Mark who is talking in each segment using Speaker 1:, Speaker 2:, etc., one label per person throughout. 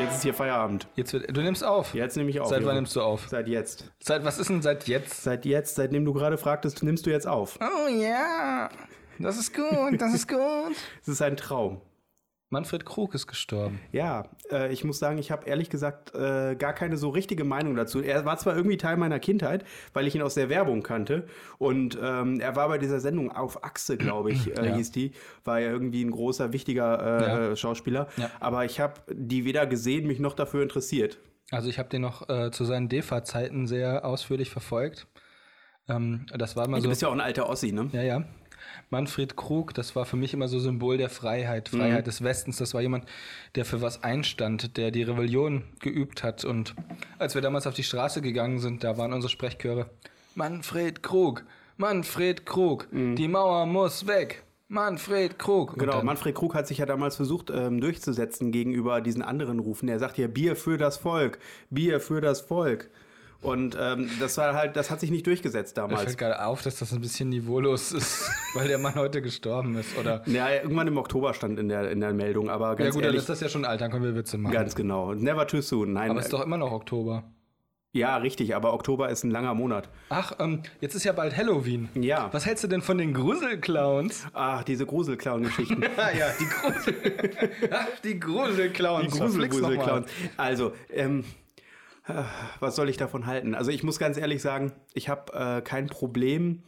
Speaker 1: Jetzt ist hier Feierabend.
Speaker 2: Jetzt wird, du nimmst auf.
Speaker 1: Jetzt nehme ich auf.
Speaker 2: Seit wann
Speaker 1: Jürgen.
Speaker 2: nimmst du auf?
Speaker 1: Seit jetzt.
Speaker 2: Seit was ist denn seit jetzt?
Speaker 1: Seit jetzt, seitdem du gerade fragtest, nimmst du jetzt auf.
Speaker 2: Oh ja. Das ist gut, das ist gut.
Speaker 1: Es ist ein Traum.
Speaker 2: Manfred Krug ist gestorben.
Speaker 1: Ja, äh, ich muss sagen, ich habe ehrlich gesagt äh, gar keine so richtige Meinung dazu. Er war zwar irgendwie Teil meiner Kindheit, weil ich ihn aus der Werbung kannte. Und ähm, er war bei dieser Sendung auf Achse, glaube ich, äh,
Speaker 2: Ja.
Speaker 1: hieß die. War ja irgendwie ein großer, wichtiger äh, Schauspieler.
Speaker 2: Ja.
Speaker 1: Aber ich habe die weder gesehen, mich noch dafür interessiert.
Speaker 2: Also ich habe den noch äh, zu seinen DEFA-Zeiten sehr ausführlich verfolgt. Ähm, das war immer
Speaker 1: Du
Speaker 2: so.
Speaker 1: bist ja auch ein alter Ossi, ne?
Speaker 2: Ja, ja. Manfred Krug, das war für mich immer so Symbol der Freiheit, Freiheit
Speaker 1: Mhm.
Speaker 2: des Westens. Das war jemand, der für was einstand, der die Rebellion geübt hat. Und als wir damals auf die Straße gegangen sind, da waren unsere Sprechchöre. Manfred Krug, Manfred Krug, die Mauer muss weg. Manfred Krug. Und
Speaker 1: Mhm. Genau,
Speaker 2: dann-
Speaker 1: Manfred Krug hat sich ja damals versucht ähm, durchzusetzen gegenüber diesen anderen Rufen. Er sagt ja Bier für das Volk, Bier für das Volk. Und ähm, das war halt, das hat sich nicht durchgesetzt
Speaker 2: Mir fällt
Speaker 1: damals.
Speaker 2: gerade auf, dass das ein bisschen niveaulos ist, weil der Mann heute gestorben ist. Oder
Speaker 1: Ja, irgendwann im Oktober stand in der, in der Meldung, aber
Speaker 2: ja
Speaker 1: ganz
Speaker 2: gut, dann
Speaker 1: ehrlich,
Speaker 2: ist das ja schon alt, dann können wir Witze machen.
Speaker 1: ganz genau. Never too soon. Nein,
Speaker 2: Aber es ist doch immer noch Oktober.
Speaker 1: ja, richtig, aber Oktober ist ein langer Monat.
Speaker 2: Ach, ähm, jetzt ist ja bald Halloween.
Speaker 1: Ja.
Speaker 2: Was hältst du denn von den Gruselclowns?
Speaker 1: Ach, diese Gruselclown-Geschichten.
Speaker 2: Ah ja, die Grusel. Ach, die Gruselclowns.
Speaker 1: Die Gruselgrusel-Clowns. Also, ähm, äh, was soll ich davon halten? Also, ich muss ganz ehrlich sagen, ich habe äh, kein Problem.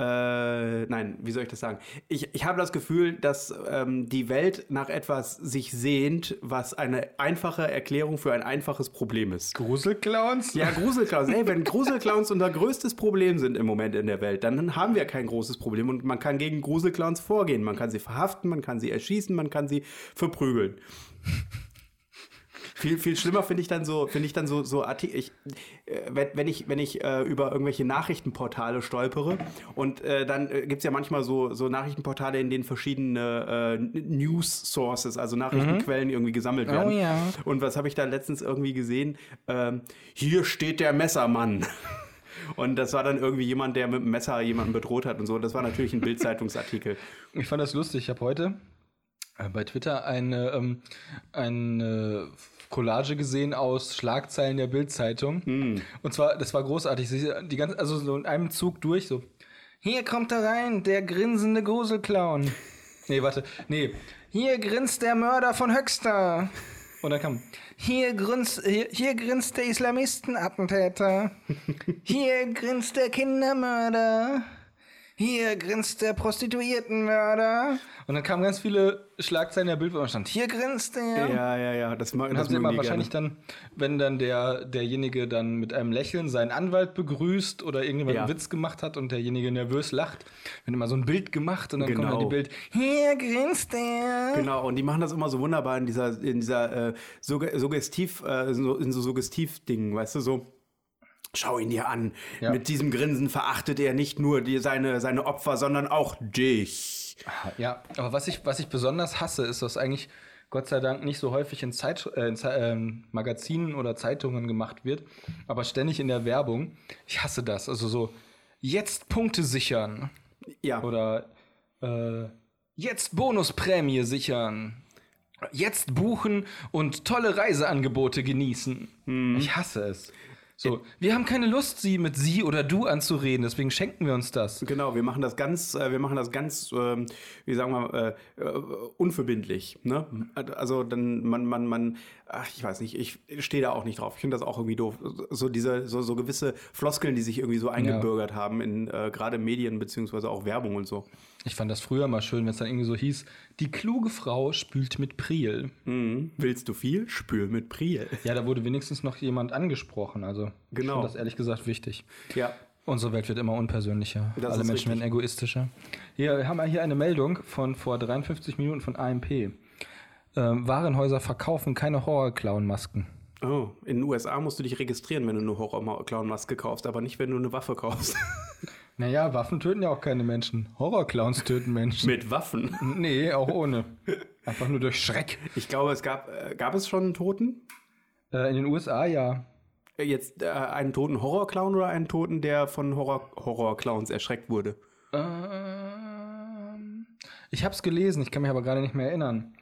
Speaker 1: Äh, nein, wie soll ich das sagen? Ich, ich habe das Gefühl, dass ähm, die Welt nach etwas sich sehnt, was eine einfache Erklärung für ein einfaches Problem ist.
Speaker 2: Gruselclowns?
Speaker 1: Ja, Gruselclowns. Ey, wenn Gruselclowns unser größtes Problem sind im Moment in der Welt, dann haben wir kein großes Problem und man kann gegen Gruselclowns vorgehen. Man kann sie verhaften, man kann sie erschießen, man kann sie verprügeln. Viel, viel schlimmer finde ich dann so, finde ich dann so, so Arti ich, äh, wenn, wenn ich, wenn ich äh, über irgendwelche Nachrichtenportale stolpere und äh, dann äh, gibt es ja manchmal so, so Nachrichtenportale, in denen verschiedene äh, News Sources, also Nachrichtenquellen irgendwie gesammelt werden.
Speaker 2: Mhm. Oh ja.
Speaker 1: Und was habe ich da letztens irgendwie gesehen? Ähm, hier steht der Messermann. Und das war dann irgendwie jemand, der mit dem Messer jemanden bedroht hat und so. Das war natürlich ein Bildzeitungsartikel.
Speaker 2: Ich fand das lustig. Ich habe heute äh, bei Twitter eine, ähm, eine Collage gesehen aus Schlagzeilen der Bildzeitung. Und zwar, das war großartig. Sie- Die ganze, also so in einem Zug durch, so. Hier kommt er rein, der grinsende Gruselclown. Nee, warte. Nee. Hier grinst der Mörder von Höxter. Und dann kam, hier grinst, hier, hier grinst der Islamistenattentäter. Hier grinst der Kindermörder. Hier grinst der Prostituiertenmörder. Und dann kamen ganz viele Schlagzeilen der Bild, wo man stand, hier grinst der.
Speaker 1: Ja, ja, ja. Das, ma-
Speaker 2: Dann
Speaker 1: das
Speaker 2: haben sie
Speaker 1: mögen
Speaker 2: immer
Speaker 1: die
Speaker 2: wahrscheinlich dann, wenn dann der, derjenige dann mit einem Lächeln seinen Anwalt begrüßt oder irgendjemand
Speaker 1: Ja.
Speaker 2: einen Witz gemacht hat und derjenige nervös lacht, wird immer so ein Bild gemacht und dann kommt dann die
Speaker 1: Genau.
Speaker 2: Bild, hier grinst der.
Speaker 1: Genau, und die machen das immer so wunderbar in dieser, in dieser äh, sugge- suggestiv, äh, so, in so Suggestiv-Dingen, weißt du, so. Schau ihn dir an.
Speaker 2: Ja.
Speaker 1: Mit diesem Grinsen verachtet er nicht nur die, seine, seine Opfer, sondern auch dich.
Speaker 2: Ja, aber was ich, was ich besonders hasse, ist, dass eigentlich Gott sei Dank nicht so häufig in, Zeit, äh, in Zei- ähm, Magazinen oder Zeitungen gemacht wird, aber ständig in der Werbung. Ich hasse das. Also so, jetzt Punkte sichern
Speaker 1: Ja,
Speaker 2: oder äh, jetzt Bonusprämie sichern. Jetzt buchen und tolle Reiseangebote genießen. Ich hasse es. So, wir haben keine Lust, sie mit sie oder du anzureden, deswegen schenken wir uns das.
Speaker 1: genau. Wir machen das ganz, äh, wir machen das ganz, ähm, wie sagen wir, äh, äh, unverbindlich. Ne? Also dann, man, man, man, ach, ich weiß nicht, ich stehe da auch nicht drauf. Ich finde das auch irgendwie doof. So diese, so, so gewisse Floskeln, die sich irgendwie so eingebürgert haben in äh, gerade Medien beziehungsweise auch Werbung und so.
Speaker 2: Ich fand das früher mal schön, wenn es dann irgendwie so hieß, die kluge Frau spült mit Priel.
Speaker 1: Mhm. Willst du viel? Spül mit Priel.
Speaker 2: Ja, da wurde wenigstens noch jemand angesprochen. Also ich
Speaker 1: Genau.
Speaker 2: finde das ehrlich gesagt wichtig.
Speaker 1: Ja.
Speaker 2: Unsere Welt wird immer unpersönlicher.
Speaker 1: Das
Speaker 2: Alle
Speaker 1: ist
Speaker 2: Menschen
Speaker 1: richtig.
Speaker 2: werden egoistischer. Hier, wir haben ja hier eine Meldung von vor 53 Minuten von AMP. Ähm, Warenhäuser verkaufen keine Horror-Clown-Masken.
Speaker 1: Oh, in den USA musst du dich registrieren, wenn du eine Horror-Clown-Maske kaufst, aber nicht, wenn du eine Waffe kaufst.
Speaker 2: Naja, Waffen töten ja auch keine Menschen. Horror-Clowns töten Menschen.
Speaker 1: mit Waffen.
Speaker 2: nee, auch ohne. Einfach nur durch Schreck.
Speaker 1: Ich glaube, es gab, äh, gab es schon einen Toten?
Speaker 2: Äh, in den USA ja.
Speaker 1: Äh, Jetzt äh, einen toten Horror-Clown oder einen Toten, der von Horror- Horror-Clowns erschreckt wurde?
Speaker 2: Ähm, ich habe es gelesen, ich kann mich aber gerade nicht mehr erinnern.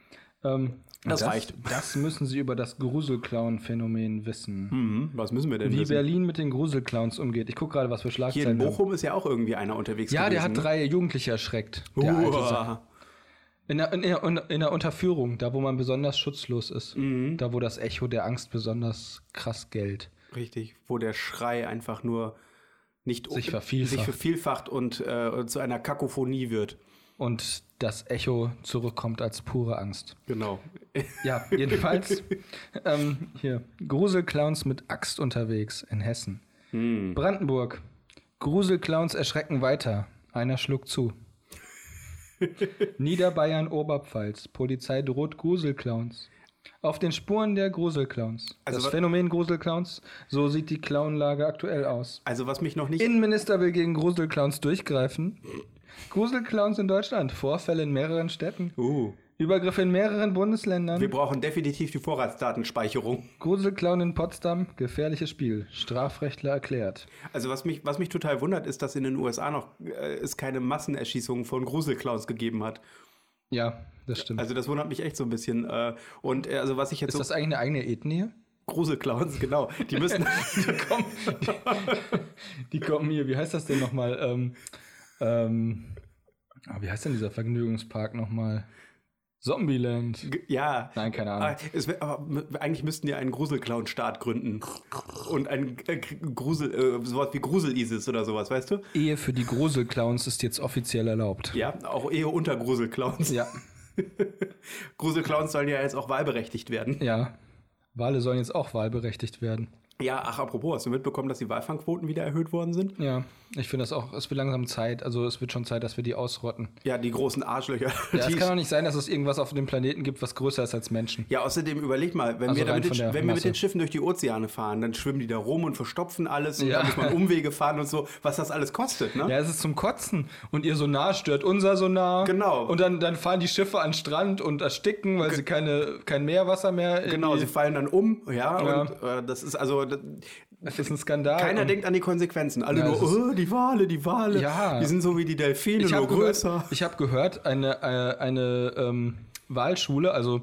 Speaker 2: Ähm,
Speaker 1: Das, reicht.
Speaker 2: Das müssen Sie über das Gruselclown-Phänomen wissen.
Speaker 1: Mhm. Was müssen wir denn
Speaker 2: Wie
Speaker 1: wissen?
Speaker 2: Berlin mit den Gruselclowns umgeht. Ich gucke gerade, was für
Speaker 1: Hier
Speaker 2: Schlagzeilen
Speaker 1: in
Speaker 2: wir haben.
Speaker 1: Bochum ist ja auch irgendwie einer unterwegs
Speaker 2: Ja, der
Speaker 1: gewesen.
Speaker 2: hat drei Jugendliche erschreckt. Der
Speaker 1: ne?
Speaker 2: alte Sack.
Speaker 1: Uah.
Speaker 2: in, der, in, der, in der Unterführung, da wo man besonders schutzlos ist.
Speaker 1: Mhm.
Speaker 2: Da wo das Echo der Angst besonders krass gellt.
Speaker 1: Richtig, wo der Schrei einfach nur nicht
Speaker 2: Sich vervielfacht.
Speaker 1: sich vervielfacht und äh, zu einer Kakophonie wird.
Speaker 2: Und das Echo zurückkommt als pure Angst.
Speaker 1: Genau.
Speaker 2: Ja, jedenfalls. ähm, hier. Gruselclowns mit Axt unterwegs in Hessen.
Speaker 1: Hm.
Speaker 2: Brandenburg. Gruselclowns erschrecken weiter. Einer schlug zu. Niederbayern, Oberpfalz. Polizei droht Gruselclowns. Auf den Spuren der Gruselclowns.
Speaker 1: Also wa-
Speaker 2: das Phänomen Gruselclowns, so sieht die Clownlage aktuell aus.
Speaker 1: Also was mich noch nicht.
Speaker 2: Innenminister will gegen Gruselclowns durchgreifen. Gruselclowns in Deutschland. Vorfälle in mehreren Städten.
Speaker 1: Uh,
Speaker 2: Übergriffe in mehreren Bundesländern.
Speaker 1: wir brauchen definitiv die Vorratsdatenspeicherung.
Speaker 2: Gruselclown in Potsdam, gefährliches Spiel. Strafrechtler erklärt.
Speaker 1: Also was mich, was mich total wundert, ist, dass in den USA noch äh, es keine Massenerschießungen von Gruselclowns gegeben hat.
Speaker 2: Ja, das stimmt.
Speaker 1: Also das wundert mich echt so ein bisschen. Äh, und äh, also was ich jetzt
Speaker 2: ist
Speaker 1: so
Speaker 2: das eigentlich eine eigene Ethnie?
Speaker 1: Gruselclowns, genau, die müssen
Speaker 2: Die kommen hier, wie heißt das denn nochmal? Ähm, ähm, ah, wie heißt denn dieser Vergnügungspark nochmal? Zombieland.
Speaker 1: ja.
Speaker 2: Nein, keine
Speaker 1: Ah,
Speaker 2: Ahnung.
Speaker 1: Es wär, aber m- eigentlich müssten die einen Gruselclown-Staat gründen. Und ein äh, Grusel, äh, sowas wie Grusel-ISIS oder sowas, weißt du?
Speaker 2: Ehe für die Gruselclowns ist jetzt offiziell erlaubt.
Speaker 1: Ja, auch Ehe unter Gruselclowns.
Speaker 2: Ja,
Speaker 1: Gruselclowns sollen ja jetzt auch wahlberechtigt werden.
Speaker 2: ja. Wale sollen jetzt auch wahlberechtigt werden.
Speaker 1: Ja, ach, apropos, hast du mitbekommen, dass die Walfangquoten wieder erhöht worden sind?
Speaker 2: Ja, ich finde das auch, es wird langsam Zeit. Also es wird schon Zeit, dass wir die ausrotten.
Speaker 1: Ja, die großen Arschlöcher.
Speaker 2: Ja, es
Speaker 1: die,
Speaker 2: kann doch nicht sein, dass es irgendwas auf dem Planeten gibt, was größer ist als Menschen.
Speaker 1: ja außerdem überleg mal, wenn,
Speaker 2: Also
Speaker 1: wir, da
Speaker 2: rein
Speaker 1: mit den,
Speaker 2: von
Speaker 1: Sch-
Speaker 2: der
Speaker 1: wenn wir mit
Speaker 2: Masse.
Speaker 1: den Schiffen durch die Ozeane fahren, dann schwimmen die da rum und verstopfen alles und
Speaker 2: Ja.
Speaker 1: dann muss man Umwege fahren und so, was das alles kostet, ne?
Speaker 2: Ja, es ist zum Kotzen. Und ihr Sonar stört unser Sonar.
Speaker 1: Genau.
Speaker 2: Und dann, dann fahren die Schiffe an den Strand und ersticken, weil sie keine, kein Meerwasser mehr. in
Speaker 1: Genau,
Speaker 2: die-
Speaker 1: sie fallen dann um, ja,
Speaker 2: Ja.
Speaker 1: und äh, das ist also, das,
Speaker 2: Das ist ein Skandal.
Speaker 1: Keiner
Speaker 2: Und
Speaker 1: denkt an die Konsequenzen. Alle
Speaker 2: Ja,
Speaker 1: nur,
Speaker 2: es ist-
Speaker 1: oh, die Wale, die Wale.
Speaker 2: Ja.
Speaker 1: Die sind so wie die Delfine,
Speaker 2: Ich
Speaker 1: nur
Speaker 2: habe gehört,
Speaker 1: größer.
Speaker 2: ich hab gehört, eine, äh, eine ähm, Walschule, also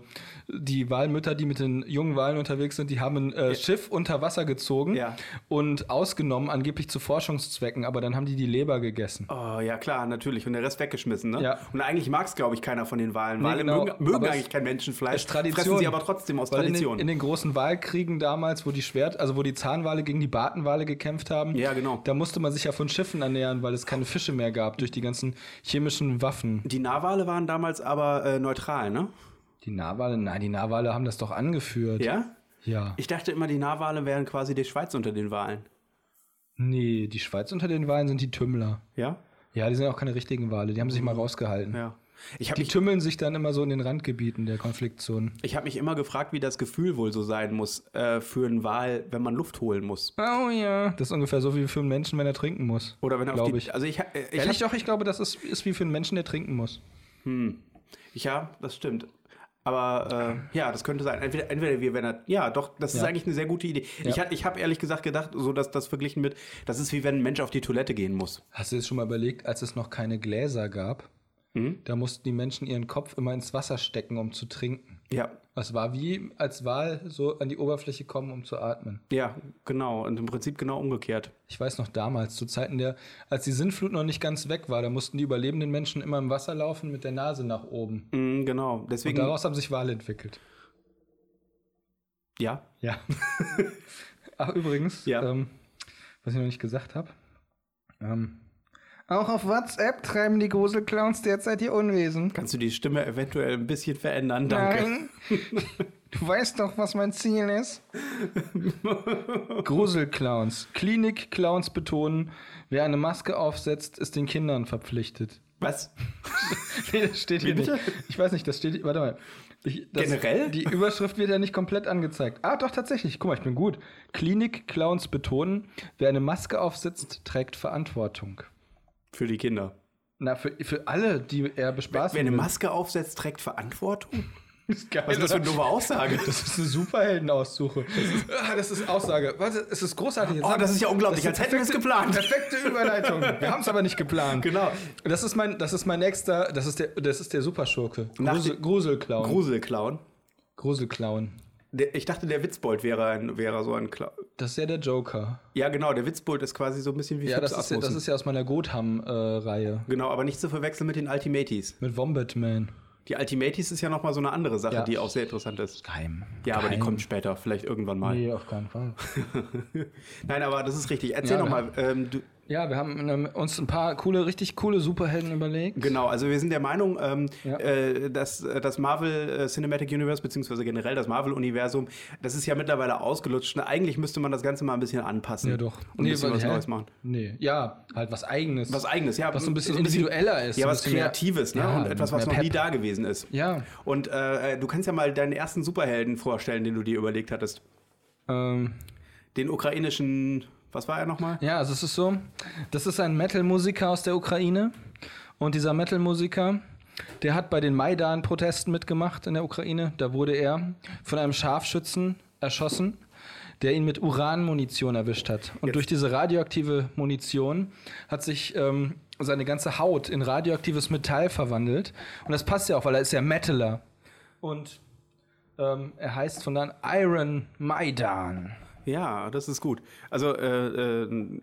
Speaker 2: die Walmütter, die mit den jungen Walen unterwegs sind, die haben ein äh, Schiff unter Wasser gezogen
Speaker 1: Ja.
Speaker 2: und ausgenommen, angeblich zu Forschungszwecken, aber dann haben die die Leber gegessen.
Speaker 1: Oh, ja, klar, natürlich. Und der Rest weggeschmissen, ne?
Speaker 2: Ja.
Speaker 1: Und eigentlich mag es, glaube ich, keiner von den Walen. Wale
Speaker 2: genau.
Speaker 1: mögen, mögen
Speaker 2: Aber es-
Speaker 1: eigentlich kein Menschenfleisch.
Speaker 2: ist Tradition.
Speaker 1: Fressen sie aber trotzdem aus
Speaker 2: Weil in
Speaker 1: Tradition.
Speaker 2: den, in den großen Wahlkriegen damals, wo die Schwert, also wo die Zahnwale gegen die Bartenwale gekämpft haben,
Speaker 1: Ja, genau.
Speaker 2: da musste man sich ja von Schiffen ernähren, weil es keine Fische mehr gab durch die ganzen chemischen Waffen.
Speaker 1: die Narwale waren damals aber äh, neutral, ne?
Speaker 2: Die Narwale, nein, die Narwale haben das doch angeführt.
Speaker 1: Ja?
Speaker 2: Ja.
Speaker 1: Ich dachte immer, die Narwale wären quasi die Schweiz unter den Walen.
Speaker 2: Nee, die Schweiz unter den Wahlen sind die Tümmler.
Speaker 1: Ja?
Speaker 2: Ja, die sind auch keine richtigen Wale, die haben sich mal rausgehalten.
Speaker 1: Oh. Ja. Ich habe
Speaker 2: Die
Speaker 1: mich,
Speaker 2: tümmeln sich dann immer so in den Randgebieten der Konfliktzonen.
Speaker 1: ich hab mich immer gefragt, wie das Gefühl wohl so sein muss äh, für einen Wal, wenn man Luft holen muss.
Speaker 2: Oh ja. Das ist ungefähr so wie für einen Menschen, wenn er trinken muss.
Speaker 1: Oder wenn er auf
Speaker 2: Glaube
Speaker 1: die,
Speaker 2: ich.
Speaker 1: Also ich, ha- äh, ich hab-
Speaker 2: Ehrlich doch, ich glaube, das ist, ist wie für einen Menschen, der trinken muss.
Speaker 1: Ja, das stimmt. Aber äh, ja, das könnte sein. Entweder, entweder wir, wenn er. Ja, doch, das ist
Speaker 2: Ja.
Speaker 1: eigentlich eine sehr gute Idee. Ich, hat- ich habe ehrlich gesagt gedacht, so dass das verglichen mit, das ist wie wenn ein Mensch auf die Toilette gehen muss.
Speaker 2: Hast du jetzt schon mal überlegt, als es noch keine Gläser gab, da mussten die Menschen ihren Kopf immer ins Wasser stecken, um zu trinken.
Speaker 1: Ja.
Speaker 2: Das war wie als Wal so an die Oberfläche kommen, um zu atmen.
Speaker 1: Ja, genau. Und im Prinzip genau umgekehrt.
Speaker 2: Ich weiß noch damals, zu Zeiten der, als die Sintflut noch nicht ganz weg war, da mussten die überlebenden Menschen immer im Wasser laufen mit der Nase nach oben.
Speaker 1: Mhm, genau.
Speaker 2: Und
Speaker 1: Deswegen.
Speaker 2: daraus haben sich Wale entwickelt.
Speaker 1: Ja.
Speaker 2: Ja. Ach, übrigens,
Speaker 1: Ja.
Speaker 2: ähm, was ich noch nicht gesagt habe. Ähm, auch auf WhatsApp treiben die Gruselclowns derzeit ihr Unwesen.
Speaker 1: Kannst du die Stimme eventuell ein bisschen verändern? Danke.
Speaker 2: Du weißt doch, was mein Ziel ist. Gruselclowns. Klinik-Clowns betonen, wer eine Maske aufsetzt, ist den Kindern verpflichtet.
Speaker 1: Was?
Speaker 2: Nee, das steht hier
Speaker 1: Wie
Speaker 2: nicht.
Speaker 1: bitte?
Speaker 2: Ich weiß nicht, das steht. Warte mal. Ich, das,
Speaker 1: Generell?
Speaker 2: Die Überschrift wird ja nicht komplett angezeigt. Ah, doch, tatsächlich. Guck mal, ich bin gut. Klinik-Clowns betonen, wer eine Maske aufsetzt, trägt Verantwortung.
Speaker 1: Für die Kinder.
Speaker 2: Na, für, für alle, die er bespaßen
Speaker 1: Wer eine
Speaker 2: will.
Speaker 1: Maske aufsetzt, trägt Verantwortung?
Speaker 2: ist geil,
Speaker 1: Was ist das für eine
Speaker 2: oder?
Speaker 1: dumme Aussage?
Speaker 2: Das ist eine Superheldenaussuche. Ah, das ist Aussage. Warte, es ist großartig. Jetzt
Speaker 1: Oh,
Speaker 2: haben
Speaker 1: das
Speaker 2: wir-
Speaker 1: ist ja unglaublich,
Speaker 2: das ist
Speaker 1: als hätten wir es
Speaker 2: perfekte-
Speaker 1: geplant.
Speaker 2: Perfekte Überleitung. Wir haben es aber nicht geplant.
Speaker 1: Genau.
Speaker 2: Das ist mein, das ist mein nächster, das ist der, das ist der Superschurke.
Speaker 1: Nach
Speaker 2: Grusel,
Speaker 1: dem-
Speaker 2: Gruselclown.
Speaker 1: Gruselclown.
Speaker 2: Gruselclown.
Speaker 1: Der, ich dachte, der Witzbold wäre, ein, wäre so ein Clown.
Speaker 2: Das ist ja der Joker.
Speaker 1: Ja, genau, der Witzbold ist quasi so ein bisschen wie
Speaker 2: Ja,
Speaker 1: Fips
Speaker 2: das ist ja, das
Speaker 1: Asmussen.
Speaker 2: ist ja aus meiner Gotham-Reihe.
Speaker 1: Genau, aber nicht zu verwechseln mit den Ultimates.
Speaker 2: Mit Wombat Man.
Speaker 1: Die Ultimates ist ja nochmal so eine andere Sache,
Speaker 2: Ja.
Speaker 1: die auch sehr interessant ist.
Speaker 2: Geheim.
Speaker 1: Ja, aber die kommt später, vielleicht irgendwann mal.
Speaker 2: Nee, auf keinen Fall.
Speaker 1: Nein, aber das ist richtig. Erzähl
Speaker 2: Ja,
Speaker 1: noch mal. Ähm, du,
Speaker 2: Ja, wir haben ähm, uns ein paar coole, richtig coole Superhelden überlegt.
Speaker 1: genau, also wir sind der Meinung, ähm,
Speaker 2: Ja.
Speaker 1: äh, dass äh, das Marvel äh, Cinematic Universe, beziehungsweise generell das Marvel-Universum, das ist ja mittlerweile ausgelutscht. Ne, Eigentlich müsste man das Ganze mal ein bisschen anpassen.
Speaker 2: Ja, doch.
Speaker 1: Und ein bisschen
Speaker 2: weil-
Speaker 1: was
Speaker 2: hä?
Speaker 1: Neues machen.
Speaker 2: Nee. Ja, halt was Eigenes.
Speaker 1: Was Eigenes, ja.
Speaker 2: Was so ein bisschen individueller ist.
Speaker 1: Ja,
Speaker 2: ein
Speaker 1: was
Speaker 2: bisschen mehr-
Speaker 1: Kreatives, ne?
Speaker 2: Ja,
Speaker 1: Und etwas, was
Speaker 2: mehr
Speaker 1: noch nie
Speaker 2: Pep.
Speaker 1: da gewesen ist.
Speaker 2: Ja.
Speaker 1: Und äh, äh, du kannst ja mal deinen ersten Superhelden vorstellen, den du dir überlegt hattest.
Speaker 2: Ähm,
Speaker 1: Den ukrainischen, was war er nochmal?
Speaker 2: ja, also es ist so, das ist ein Metal-Musiker aus der Ukraine. Und dieser Metal-Musiker, der hat bei den Maidan-Protesten mitgemacht in der Ukraine. Da wurde er von einem Scharfschützen erschossen, der ihn mit Uranmunition erwischt hat. Und
Speaker 1: Jetzt-
Speaker 2: durch diese radioaktive Munition hat sich ähm, seine ganze Haut in radioaktives Metall verwandelt. Und das passt ja auch, weil er ist ja Metaler. Und ähm, er heißt von dann Iron Maidan.
Speaker 1: Ja, das ist gut. Also äh, äh,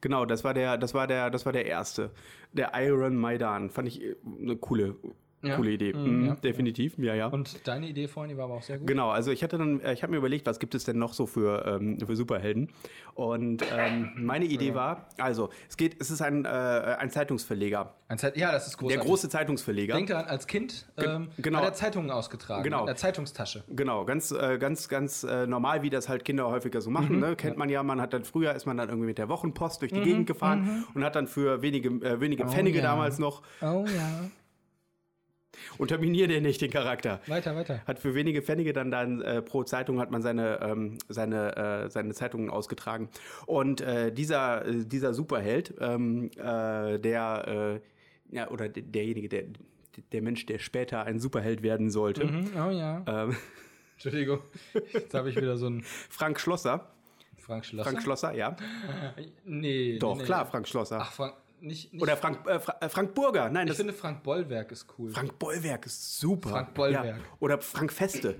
Speaker 1: genau, das war der, das war der, das war der erste, der Iron Maidan. Fand ich äh, eine coole,
Speaker 2: Ja.
Speaker 1: coole Idee,
Speaker 2: Mm,
Speaker 1: Mhm,
Speaker 2: ja.
Speaker 1: definitiv, ja, ja.
Speaker 2: Und deine Idee vorhin, die war aber auch sehr gut.
Speaker 1: Genau, also ich hatte dann, äh, ich habe mir überlegt, was gibt es denn noch so für, ähm, für Superhelden? Und ähm, meine Idee war, also es geht, es ist ein, äh, ein Zeitungsverleger,
Speaker 2: Ein Zeit ja, das ist großartig.
Speaker 1: der große Zeitungsverleger.
Speaker 2: Denk daran, als Kind ähm,
Speaker 1: genau.
Speaker 2: hat er Zeitungen ausgetragen.
Speaker 1: Genau.
Speaker 2: In der Zeitungstasche.
Speaker 1: Genau, ganz, äh, ganz, ganz äh, normal, wie das halt Kinder häufiger so
Speaker 2: Mhm.
Speaker 1: machen. Ne? Kennt man ja, man hat dann früher ist man dann irgendwie mit der Wochenpost durch die Gegend gefahren und hat dann für wenige, äh, wenige Pfennige
Speaker 2: mhm. ja.
Speaker 1: damals noch,
Speaker 2: Oh ja.
Speaker 1: unterminier den nicht den Charakter.
Speaker 2: Weiter, weiter.
Speaker 1: Hat für wenige Pfennige dann, dann äh, pro Zeitung hat man seine, ähm, seine, äh, seine Zeitungen ausgetragen. Und äh, dieser, äh, dieser Superheld, ähm, äh, der, äh, ja, oder de- derjenige, der, der Mensch, der später ein Superheld werden sollte,
Speaker 2: Mhm, Oh ja.
Speaker 1: ähm,
Speaker 2: Entschuldigung. Jetzt habe ich wieder so einen
Speaker 1: Frank Schlosser,
Speaker 2: Frank Schlosser.
Speaker 1: Frank Schlosser, ja.
Speaker 2: nee.
Speaker 1: Doch,
Speaker 2: nee, nee.
Speaker 1: klar, Frank Schlosser.
Speaker 2: Ach, Frank. Nicht, nicht
Speaker 1: Oder Frank, äh, Fra äh, Frank Burger. Nein,
Speaker 2: Ich
Speaker 1: das
Speaker 2: finde Frank Bollwerk ist cool.
Speaker 1: Frank Bollwerk ist super.
Speaker 2: Frank Bollwerk.
Speaker 1: Ja. Oder Frank Feste.